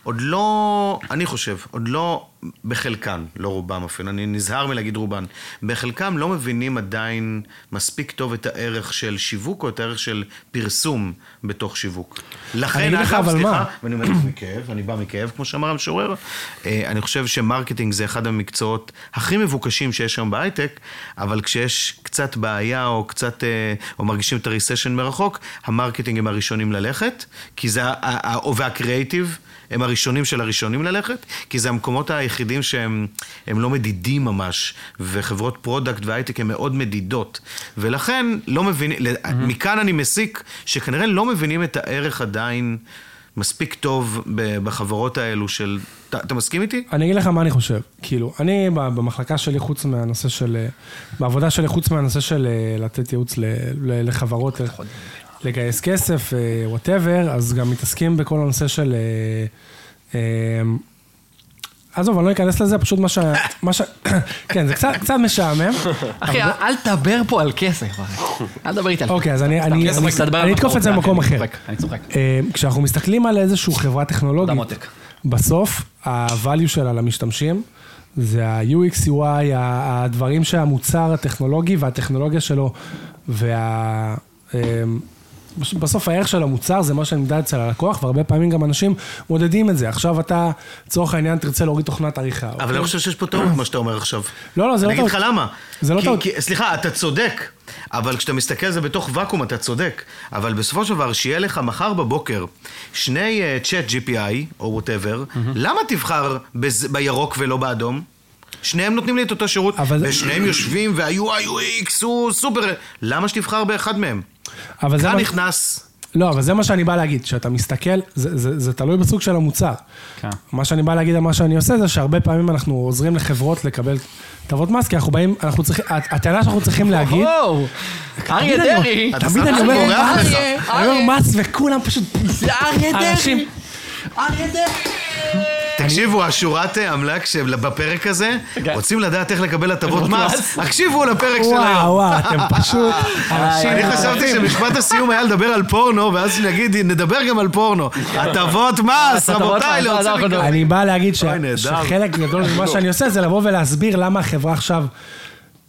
Speaker 4: עוד לא, אני חושב, עוד לא, בחלקן, לא רובם אפילו, אני נזהר מלהגיד רובן, בחלקם לא מבינים עדיין מספיק טוב את הערך של שיווק או את הערך של פרסום בתוך שיווק.
Speaker 5: אני
Speaker 4: לכן,
Speaker 5: אגיד לך,
Speaker 4: אגב,
Speaker 5: אבל
Speaker 4: סליחה,
Speaker 5: מה?
Speaker 4: ואני אומר את זה מכאב, אני בא מכאב, כמו שאמר המשורר. אה, אני חושב שמרקטינג זה אחד המקצועות הכי מבוקשים שיש היום בהייטק, אבל כשיש קצת בעיה או קצת, אה, או מרגישים את ה-recession מרחוק, המרקטינג הם הראשונים ללכת, כי זה, ה- ה- ה- או והקריאיטיב. הם הראשונים של הראשונים ללכת, כי זה המקומות היחידים שהם הם לא מדידים ממש, וחברות פרודקט והייטק הן מאוד מדידות. ולכן לא מבינים, mm-hmm. מכאן אני מסיק שכנראה לא מבינים את הערך עדיין מספיק טוב ב- בחברות האלו של... אתה, אתה מסכים איתי?
Speaker 5: אני אגיד לך מה אני חושב. כאילו, אני ב- במחלקה שלי, חוץ מהנושא של... אה, בעבודה שלי, חוץ מהנושא של אה, לתת ייעוץ ל- ל- לחברות, אה, לגייס כסף, וואטאבר, אז גם מתעסקים בכל הנושא של... אה, אה, עזוב, אני לא אכנס לזה, פשוט מה ש... מה ש... כן, זה קצת, קצת משעמם.
Speaker 2: אחי, אל תדבר פה על כסף, אחי. אל תדבר איתי על
Speaker 5: אוקיי, אז אני-
Speaker 2: סתם,
Speaker 5: אני-
Speaker 2: כסף,
Speaker 5: אני-
Speaker 2: תדבר על
Speaker 5: אני אתקוף
Speaker 2: בחורות,
Speaker 5: את זה
Speaker 2: אחי,
Speaker 5: במקום
Speaker 2: אני
Speaker 5: אחר.
Speaker 2: צוחק, אני צוחק.
Speaker 5: אה, אוקיי. כשאנחנו מסתכלים על איזושהי חברה
Speaker 2: אדם
Speaker 5: טכנולוגית,
Speaker 2: עותק.
Speaker 5: בסוף ה-value שלה למשתמשים זה ה-UX, UI, ה- הדברים שהמוצר הטכנולוגי והטכנולוגיה שלו, וה... אה, בש- בסוף הערך של המוצר זה מה שנמדד אצל הלקוח, והרבה פעמים גם אנשים מודדים את זה. עכשיו אתה, לצורך העניין, תרצה להוריד תוכנת עריכה.
Speaker 4: אבל אני לא חושב שיש פה טעות, מה שאתה אומר עכשיו.
Speaker 5: כן. לא, לא, זה לא
Speaker 4: אני אגיד
Speaker 5: טעות.
Speaker 4: לך למה.
Speaker 5: זה לא
Speaker 4: כי-
Speaker 5: טעות.
Speaker 4: כי- סליחה, אתה צודק, אבל כשאתה מסתכל על זה בתוך ואקום, אתה צודק. אבל בסופו של דבר, שיהיה לך מחר בבוקר שני אה, צ'אט GPI, או וואטאבר, למה תבחר בז- בירוק ולא באדום? שניהם נותנים לי את אותו שירות,
Speaker 5: אבל-
Speaker 4: ושניהם יושבים, וה-UI, הוא סופר... למה שתבחר באחד מהם?
Speaker 5: אבל זה
Speaker 4: כאן
Speaker 5: מה-
Speaker 4: נכנס...
Speaker 5: לא, אבל זה מה שאני בא להגיד, שאתה מסתכל, זה, זה, זה תלוי בסוג של המוצר.
Speaker 2: כן.
Speaker 5: מה שאני בא להגיד על מה שאני עושה, זה שהרבה פעמים אנחנו עוזרים לחברות לקבל הטבות מס, כי אנחנו באים, אנחנו צריכים, הט- הטענה שאנחנו צריכים להגיד...
Speaker 2: וואו, אריה
Speaker 5: תמיד אני אומר-
Speaker 2: דרעי.
Speaker 4: אתה
Speaker 5: תמיד
Speaker 4: שם
Speaker 5: אני
Speaker 4: את
Speaker 5: אומר,
Speaker 4: הבורח
Speaker 5: "מס",
Speaker 4: לך.
Speaker 5: אני אומר מס, וכולם פשוט...
Speaker 2: זה אריה
Speaker 5: אנשים,
Speaker 4: תקשיבו, השורת אה, אמל"ק שבפרק הזה,
Speaker 2: כן.
Speaker 4: רוצים לדעת איך לקבל הטבות מס? הקשיבו לפרק של
Speaker 5: וואו,
Speaker 4: היום.
Speaker 5: וואו, אתם פשוט... אנשים...
Speaker 4: אני חשבתי שמשפט הסיום היה לדבר על פורנו, ואז נגיד, נדבר גם על פורנו. הטבות מס,
Speaker 2: הטבות
Speaker 4: רבותיי,
Speaker 2: מס,
Speaker 4: להוציא
Speaker 2: אנחנו
Speaker 4: מכאן.
Speaker 5: אני בא להגיד ש-
Speaker 4: לא, אוי, נהדר. לא.
Speaker 5: שחלק גדול ממה שאני עושה זה לבוא ולהסביר למה החברה עכשיו...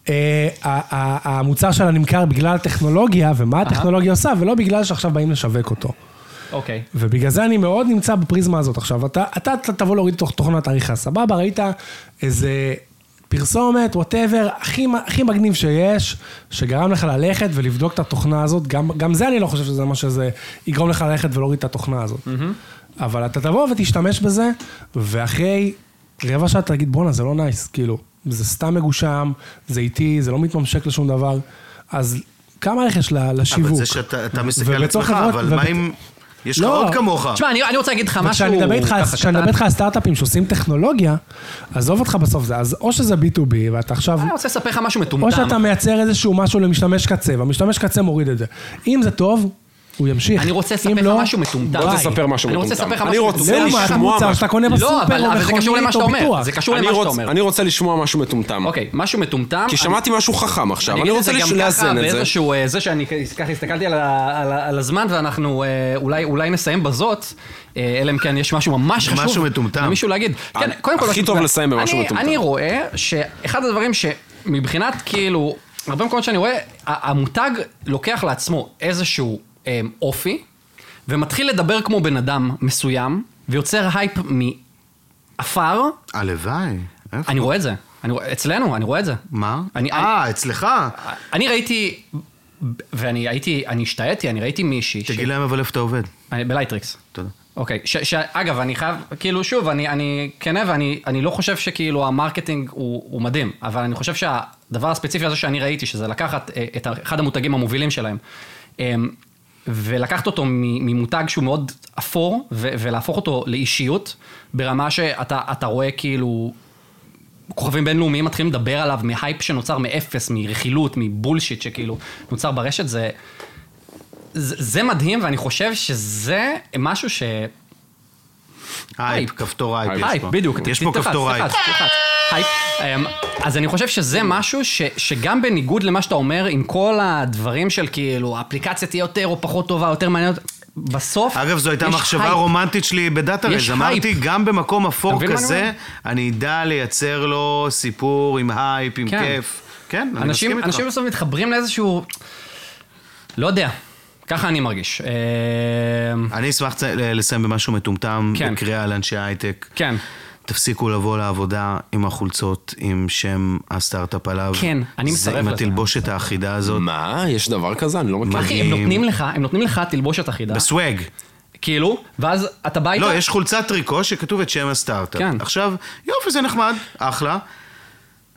Speaker 5: אה, ה- ה- המוצר שלה נמכר בגלל הטכנולוגיה, ומה הטכנולוגיה עושה, ולא בגלל שעכשיו באים לשווק אותו.
Speaker 2: אוקיי.
Speaker 5: ובגלל זה אני מאוד נמצא בפריזמה הזאת עכשיו. אתה, אתה, אתה תבוא להוריד תוך תוכנת עריכה, סבבה, ראית איזה פרסומת, וואטאבר, הכי, מ- הכי מגניב שיש, שגרם לך ללכת ולבדוק את התוכנה הזאת, גם, גם זה אני לא חושב שזה מה שזה יגרום לך ללכת ולהוריד את התוכנה הזאת.
Speaker 4: Mm-hmm.
Speaker 5: אבל אתה תבוא ותשתמש בזה, ואחרי רבע שעה אתה תגיד, בואנה, זה לא נייס, כאילו, זה סתם מגושם, זה איטי, זה לא מתממשק לשום דבר, אז כמה ערך יש ל- לשיווק?
Speaker 4: אבל זה שאתה אתה מסתכל על
Speaker 5: ובתוך
Speaker 4: עצמך,
Speaker 5: חברות-
Speaker 4: אבל מה
Speaker 5: וב-
Speaker 4: אם... יש לך
Speaker 5: לא.
Speaker 4: עוד כמוך.
Speaker 2: תשמע, אני אני רוצה להגיד לך משהו...
Speaker 5: וכשאני מדבר איתך,
Speaker 2: ככה
Speaker 5: כשאני
Speaker 2: קטן.
Speaker 5: מדבר איתך על סטארט-אפים שעושים טכנולוגיה, עזוב אותך בסוף זה, אז או שזה B2B, ואתה עכשיו...
Speaker 2: אני רוצה לספר לך משהו מטומטם.
Speaker 5: או שאתה מייצר איזשהו משהו למשתמש קצה, והמשתמש קצה מוריד את זה. אם זה טוב, הוא ימשיך.
Speaker 2: אני רוצה לספר
Speaker 5: אם
Speaker 2: לך
Speaker 5: לא,
Speaker 2: משהו מטומטם.
Speaker 3: בוא
Speaker 2: די.
Speaker 3: תספר משהו
Speaker 2: אני רוצה
Speaker 3: מטומטם.
Speaker 2: לספר לך
Speaker 3: אני
Speaker 2: משהו
Speaker 3: רוצה
Speaker 2: מטומטם.
Speaker 5: לעומת
Speaker 3: לשמוע
Speaker 5: מוצר
Speaker 3: משהו.
Speaker 5: שאתה קונה בסופר,
Speaker 2: לא, אבל
Speaker 5: או
Speaker 2: אבל זה קשור למה
Speaker 5: מכונית,
Speaker 2: שאתה
Speaker 5: או
Speaker 2: אומר.
Speaker 5: ביטוח.
Speaker 2: זה קשור
Speaker 3: אני
Speaker 2: למה שאתה
Speaker 3: רוצ-
Speaker 2: אומר.
Speaker 3: אני רוצה לשמוע משהו מטומטם.
Speaker 2: אוקיי, משהו מטומטם.
Speaker 3: כי שמעתי משהו חכם עכשיו, אני
Speaker 2: אגיד
Speaker 3: רוצה
Speaker 2: את זה
Speaker 3: לש-
Speaker 2: גם
Speaker 3: לאזן
Speaker 2: ככה
Speaker 3: את זה.
Speaker 2: באיזשהו, אה, זה שאני כ- ככה הסתכלתי על, ה, על, ה, על הזמן, ואנחנו אה, אולי, אולי נסיים בזאת, אה, אלא אם כן יש משהו ממש חשוב.
Speaker 4: משהו מטומטם.
Speaker 2: למישהו להגיד. כן,
Speaker 3: אה,
Speaker 2: קודם כל...
Speaker 3: הכי טוב לסיים במשהו
Speaker 2: אני-
Speaker 3: מטומטם.
Speaker 2: אני רואה שאחד הדברים שמבחינת כאילו, הרבה מקומות שאני רואה, ה- המותג לוקח לעצמו איזשהו אה, אופי, ומתחיל לדבר כמו בן אדם מסוים, ויוצר הייפ מעפר,
Speaker 4: הלוואי. איפה?
Speaker 2: אני רואה את זה. אני, רואה- אצלנו, אני רואה את זה.
Speaker 4: מה?
Speaker 2: אני-
Speaker 4: אה, אצלך?
Speaker 2: אני ראיתי, ואני הייתי, אני השתהיתי, אני ראיתי מישהי, ש-
Speaker 4: תגיד להם אבל איפה אתה עובד.
Speaker 2: אני- בלייטריקס.
Speaker 4: תודה.
Speaker 2: אוקיי, ש- ש- אגב, אני חייב, כאילו, שוב, אני, אני כנה ואני אני לא חושב שכאילו המרקטינג הוא, הוא מדהים, אבל אני חושב שהדבר הספציפי הזה שאני ראיתי, שזה לקחת אה, את ה- אחד המותגים המובילים שלהם, אה, ולקחת אותו מ- ממותג שהוא מאוד אפור, ו- ולהפוך אותו לאישיות, ברמה שאתה אתה רואה כאילו כוכבים בינלאומיים מתחילים לדבר עליו מהייפ שנוצר מאפס, מרכילות, מבולשיט שכאילו נוצר ברשת, זה, זה, זה מדהים, ואני חושב שזה משהו ש...
Speaker 4: הייפ, כפתור הייפ. יש
Speaker 2: הייפ,
Speaker 4: פה.
Speaker 2: בדיוק.
Speaker 4: יש פה
Speaker 2: תלחץ,
Speaker 4: כפתור הייפ.
Speaker 2: תלחץ, תלחץ. הייפ. אמ, אז אני חושב שזה משהו ש, שגם בניגוד למה שאתה אומר, עם כל הדברים של כאילו, האפליקציה תהיה יותר או פחות טובה, יותר מעניינת, בסוף...
Speaker 4: אגב, זו הייתה
Speaker 2: יש
Speaker 4: מחשבה
Speaker 2: הייפ.
Speaker 4: רומנטית שלי
Speaker 2: יש
Speaker 4: בדאטארז. אמרתי,
Speaker 2: הייפ.
Speaker 4: גם במקום אפור
Speaker 2: אתה מבין מה אני
Speaker 4: כזה,
Speaker 2: אומר?
Speaker 4: אני אדע לייצר לו סיפור עם הייפ, עם
Speaker 2: כן.
Speaker 4: כיף. כן, אני מסכים
Speaker 2: אנשים,
Speaker 4: איתך.
Speaker 2: אנשים בסוף מתחברים לאיזשהו... לא יודע. ככה אני מרגיש. אמ,
Speaker 4: אני אשמח צ- ל- לסיים במשהו מטומטם,
Speaker 2: כן.
Speaker 4: בקריאה לאנשי הייטק.
Speaker 2: כן.
Speaker 4: תפסיקו לבוא לעבודה עם החולצות, עם שם הסטארט-אפ עליו.
Speaker 2: כן, אני
Speaker 4: זה
Speaker 2: מצטרף
Speaker 4: עם
Speaker 2: לזה.
Speaker 4: התלבושת האחידה הזאת.
Speaker 3: מה? יש דבר כזה? אני לא מכיר.
Speaker 2: אחי, הם נותנים לך, הם נותנים לך תלבושת אחידה,
Speaker 4: בסוואג.
Speaker 2: כאילו, ואז אתה בא איתה...
Speaker 4: לא, יש חולצת טריקו שכתוב את שם הסטארט-אפ.
Speaker 2: כן.
Speaker 4: עכשיו, יופי, זה נחמד, אחלה.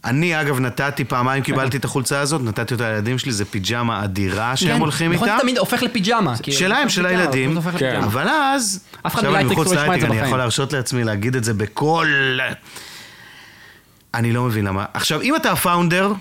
Speaker 4: אני, אגב, נתתי פעמיים, קיבלתי את החולצה הזאת, נתתי אותה לילדים שלי, זו פיג'מה אדירה שהם הולכים
Speaker 2: נכון,
Speaker 4: איתה.
Speaker 2: זה תמיד הופך לפיג'מה. כאילו,
Speaker 4: שלהם,
Speaker 2: הופך
Speaker 4: של
Speaker 2: לפיג'מה,
Speaker 4: הילדים,
Speaker 2: זה הופך
Speaker 3: כן.
Speaker 2: לפיג'מה.
Speaker 4: אבל אז,
Speaker 2: אף אחד
Speaker 4: עכשיו אני
Speaker 2: מהייטק
Speaker 4: מחוץ
Speaker 2: לא ישמע את
Speaker 4: להייטק,
Speaker 2: זה
Speaker 4: אני
Speaker 2: בחיים.
Speaker 4: יכול להרשות לעצמי להגיד את זה בכל... אני לא מבין למה. עכשיו, אם אתה הפאונדר,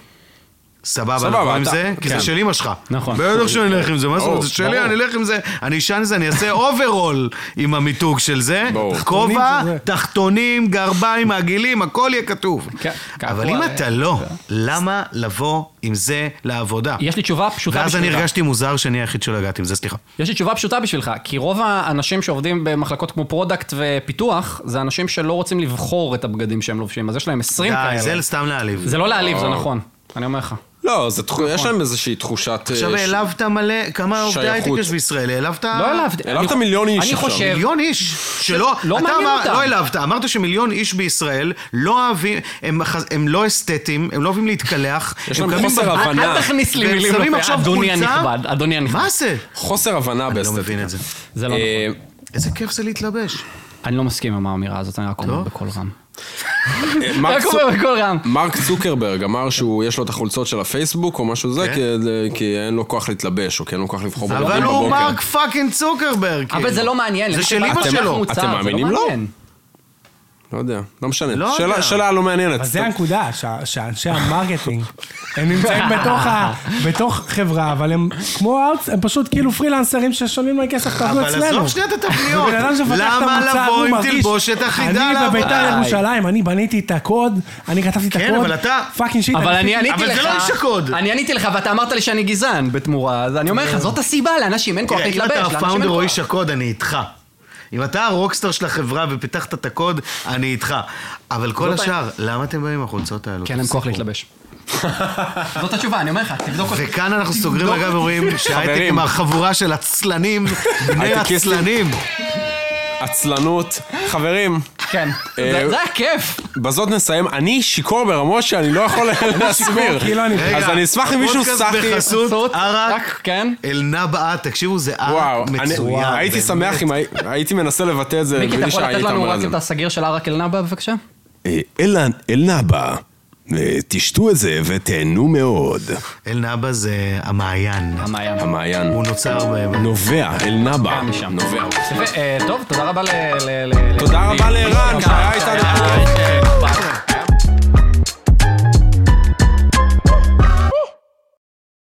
Speaker 4: סבבה,
Speaker 3: סבבה,
Speaker 4: אנחנו עם
Speaker 3: אתה-
Speaker 4: זה, כי זה
Speaker 3: כן.
Speaker 4: של אמא שלך.
Speaker 2: נכון.
Speaker 4: בטח שאני אלך עם זה, מה זאת אומרת?
Speaker 3: ברור,
Speaker 4: זה שלי,
Speaker 3: ברור.
Speaker 4: אני אלך עם זה, אני אשן זה, אני אעשה אוברול עם המיתוג של זה.
Speaker 3: ברור.
Speaker 4: כובע,
Speaker 5: תחתונים זה זה.
Speaker 4: תחתונים, גרביים, עגילים, הכל יהיה כתוב.
Speaker 2: כן,
Speaker 4: אבל
Speaker 2: קעקוע,
Speaker 4: אם
Speaker 2: אה,
Speaker 4: אתה לא, למה לבוא עם זה לעבודה?
Speaker 2: יש לי תשובה פשוטה
Speaker 4: ואז אני
Speaker 2: בשבילך.
Speaker 4: הרגשתי מוזר שאני היחיד שלא הגעתי עם זה, סליחה.
Speaker 2: יש לי תשובה פשוטה בשבילך, כי רוב האנשים שעובדים במחלקות כמו פרודקט ופיתוח, זה אנשים שלא רוצים לבחור את הבגדים שהם לובשים, אז יש להם 20
Speaker 4: די, זה
Speaker 2: כאלה.
Speaker 4: סתם להעליב.
Speaker 2: זה לא להעליב, זה
Speaker 3: וואו.
Speaker 2: נכון. אני אומר לך.
Speaker 3: לא, זה תחו- יש להם איזושהי תחושת... אה,
Speaker 4: עכשיו
Speaker 3: ש-
Speaker 4: העלבת מלא, כמה עובדי
Speaker 3: שייכות.
Speaker 4: הייטק יש בישראל? אה, העלבת...
Speaker 2: לא העלבתי.
Speaker 3: העלבת
Speaker 2: אני-
Speaker 3: מיליון איש
Speaker 2: אני
Speaker 3: עכשיו.
Speaker 2: חושב...
Speaker 4: מיליון איש, שלא,
Speaker 2: לא
Speaker 4: אתה
Speaker 2: מעניין
Speaker 4: אמר-
Speaker 2: אותם.
Speaker 4: לא העלבת, אמרת שמיליון איש בישראל לא אוהבים, הם, חז- הם לא אסתטיים, הם לא אוהבים להתקלח,
Speaker 3: יש
Speaker 4: הם
Speaker 3: להם
Speaker 4: קמים
Speaker 3: חוסר
Speaker 4: בבוקר-
Speaker 3: הבנה. לא-
Speaker 2: אל תכניס לי
Speaker 4: והם
Speaker 2: מילים
Speaker 4: שמים
Speaker 2: לפה,
Speaker 4: עכשיו
Speaker 2: אדוני
Speaker 4: חולצה?
Speaker 2: הנכבד, אדוני הנכבד.
Speaker 4: מה זה?
Speaker 3: חוסר הבנה
Speaker 4: אני לא
Speaker 3: באסתטיקה.
Speaker 4: מבין את זה.
Speaker 2: זה לא נכון.
Speaker 3: אה,
Speaker 4: איזה כיף זה להתלבש.
Speaker 2: אני לא מסכים עם האמירה הזאת, אני רק אומר
Speaker 4: לא?
Speaker 2: בקול רם.
Speaker 3: אה, מרק
Speaker 2: רק
Speaker 3: צו-
Speaker 2: אומר בקול רם.
Speaker 4: כן.
Speaker 3: מרק צוקרברג אמר שהוא, יש לו את החולצות של הפייסבוק או משהו זה,
Speaker 4: כן.
Speaker 3: כי- כי אין לו כוח להתלבש, או כי אין לו כוח לבחור בבוקר.
Speaker 4: אבל הוא
Speaker 3: בבוקר.
Speaker 4: מרק פאקינג צוקרברג.
Speaker 2: אבל זה
Speaker 4: כאילו.
Speaker 2: לא מעניין.
Speaker 4: זה
Speaker 2: למי
Speaker 4: של
Speaker 2: שבא-
Speaker 4: אמא
Speaker 2: אתם-
Speaker 4: שלו.
Speaker 2: מוצר,
Speaker 3: אתם
Speaker 2: זה לא
Speaker 3: מאמינים לו?
Speaker 2: מעניין.
Speaker 3: לא יודע, לא משנה.
Speaker 4: לא
Speaker 3: שאלה-
Speaker 4: יודע.
Speaker 3: שאלה לא מעניינת.
Speaker 5: אבל זה הנקודה, שה- שאנשי המרקטינג, הם נמצאים בתוך ה- בתוך חברה, אבל הם כמו ארץ, הם פשוט כאילו פרילנסרים ששולמים להם כסף, תעבדו
Speaker 4: אבל
Speaker 5: אצלנו.
Speaker 4: עזוב שנייה את התבניות.
Speaker 5: ובן אדם שפתח את
Speaker 4: למה
Speaker 5: המוצר,
Speaker 4: לבוא
Speaker 5: הוא
Speaker 4: עם
Speaker 5: מרגיש,
Speaker 4: תלבושת אחידה
Speaker 5: אני
Speaker 4: לעבודה?"
Speaker 5: בביתר ירושלים, אני בניתי את הקוד, אני כתבתי את הקוד.
Speaker 4: כן, אבל אתה-
Speaker 5: פאקינג שיט.
Speaker 2: אבל אני עניתי לך...
Speaker 4: אבל זה לא איש הקוד.
Speaker 2: אני עניתי לך ואתה אמרת לי שאני גזען בתמורה, אז אני אומר לך, זאת הסיבה לאנשים, אין כוח
Speaker 4: אה. תראה, אם
Speaker 2: להתלבש,
Speaker 4: אתה
Speaker 2: לאנשים אין
Speaker 4: הפאונדר או
Speaker 2: כוח.
Speaker 4: איש הקוד, אני איתך. אם אתה הרוקסטר של החברה ופיתחת את הקוד, אני איתך. אבל כל
Speaker 2: זאת
Speaker 4: השאר, למה אתם באים עם החולצות האלו?
Speaker 2: לא כי אין להם כוח להתלבש. זאת התשובה, אני אומר לך, תבדוק אותי.
Speaker 4: וכאן אנחנו סוגרים אגב ואומרים שהייטק
Speaker 3: חברים.
Speaker 4: עם החבורה של עצלנים, בני
Speaker 3: הייטקיסטים.
Speaker 4: עצלנים.
Speaker 3: עצלנות. חברים,
Speaker 2: כן. זה
Speaker 3: אה,
Speaker 2: זה היה כיף.
Speaker 3: בזאת נסיים. אני שיכור ברמות שאני לא יכול להסביר.
Speaker 5: כאילו אני-
Speaker 4: לא רגע,
Speaker 3: אז אני אשמח אם מישהו
Speaker 4: הפודקאסט
Speaker 3: סחי...
Speaker 4: בחסות ערק
Speaker 2: רק, כן.
Speaker 4: אל נבעה, תקשיבו, זה
Speaker 3: וואו,
Speaker 4: ערק
Speaker 3: אני-
Speaker 4: מצוין.
Speaker 3: הייתי
Speaker 4: באמת.
Speaker 3: שמח אם הי- הייתי מנסה לבטא את זה
Speaker 2: מיקי, אתה
Speaker 3: בלי
Speaker 2: יכול לתת
Speaker 3: שהיית
Speaker 2: לנו
Speaker 3: אומר
Speaker 2: רק
Speaker 3: את זה.
Speaker 2: את הסגיר של ערק אל נאבה בבקשה?
Speaker 1: אה, אלן, אלנבא, תשתו את זה ותהנו מאוד.
Speaker 4: אל נבעה זה המעיין.
Speaker 2: המעיין.
Speaker 3: המעיין.
Speaker 4: הוא נוצר ב...
Speaker 3: נובע, אל נבא.
Speaker 2: משם.
Speaker 3: נובע.
Speaker 2: יפה, אה, טוב, תודה רבה ל... ל- ל-
Speaker 3: תודה רבה לערן שהיה איתנו.
Speaker 2: ביי.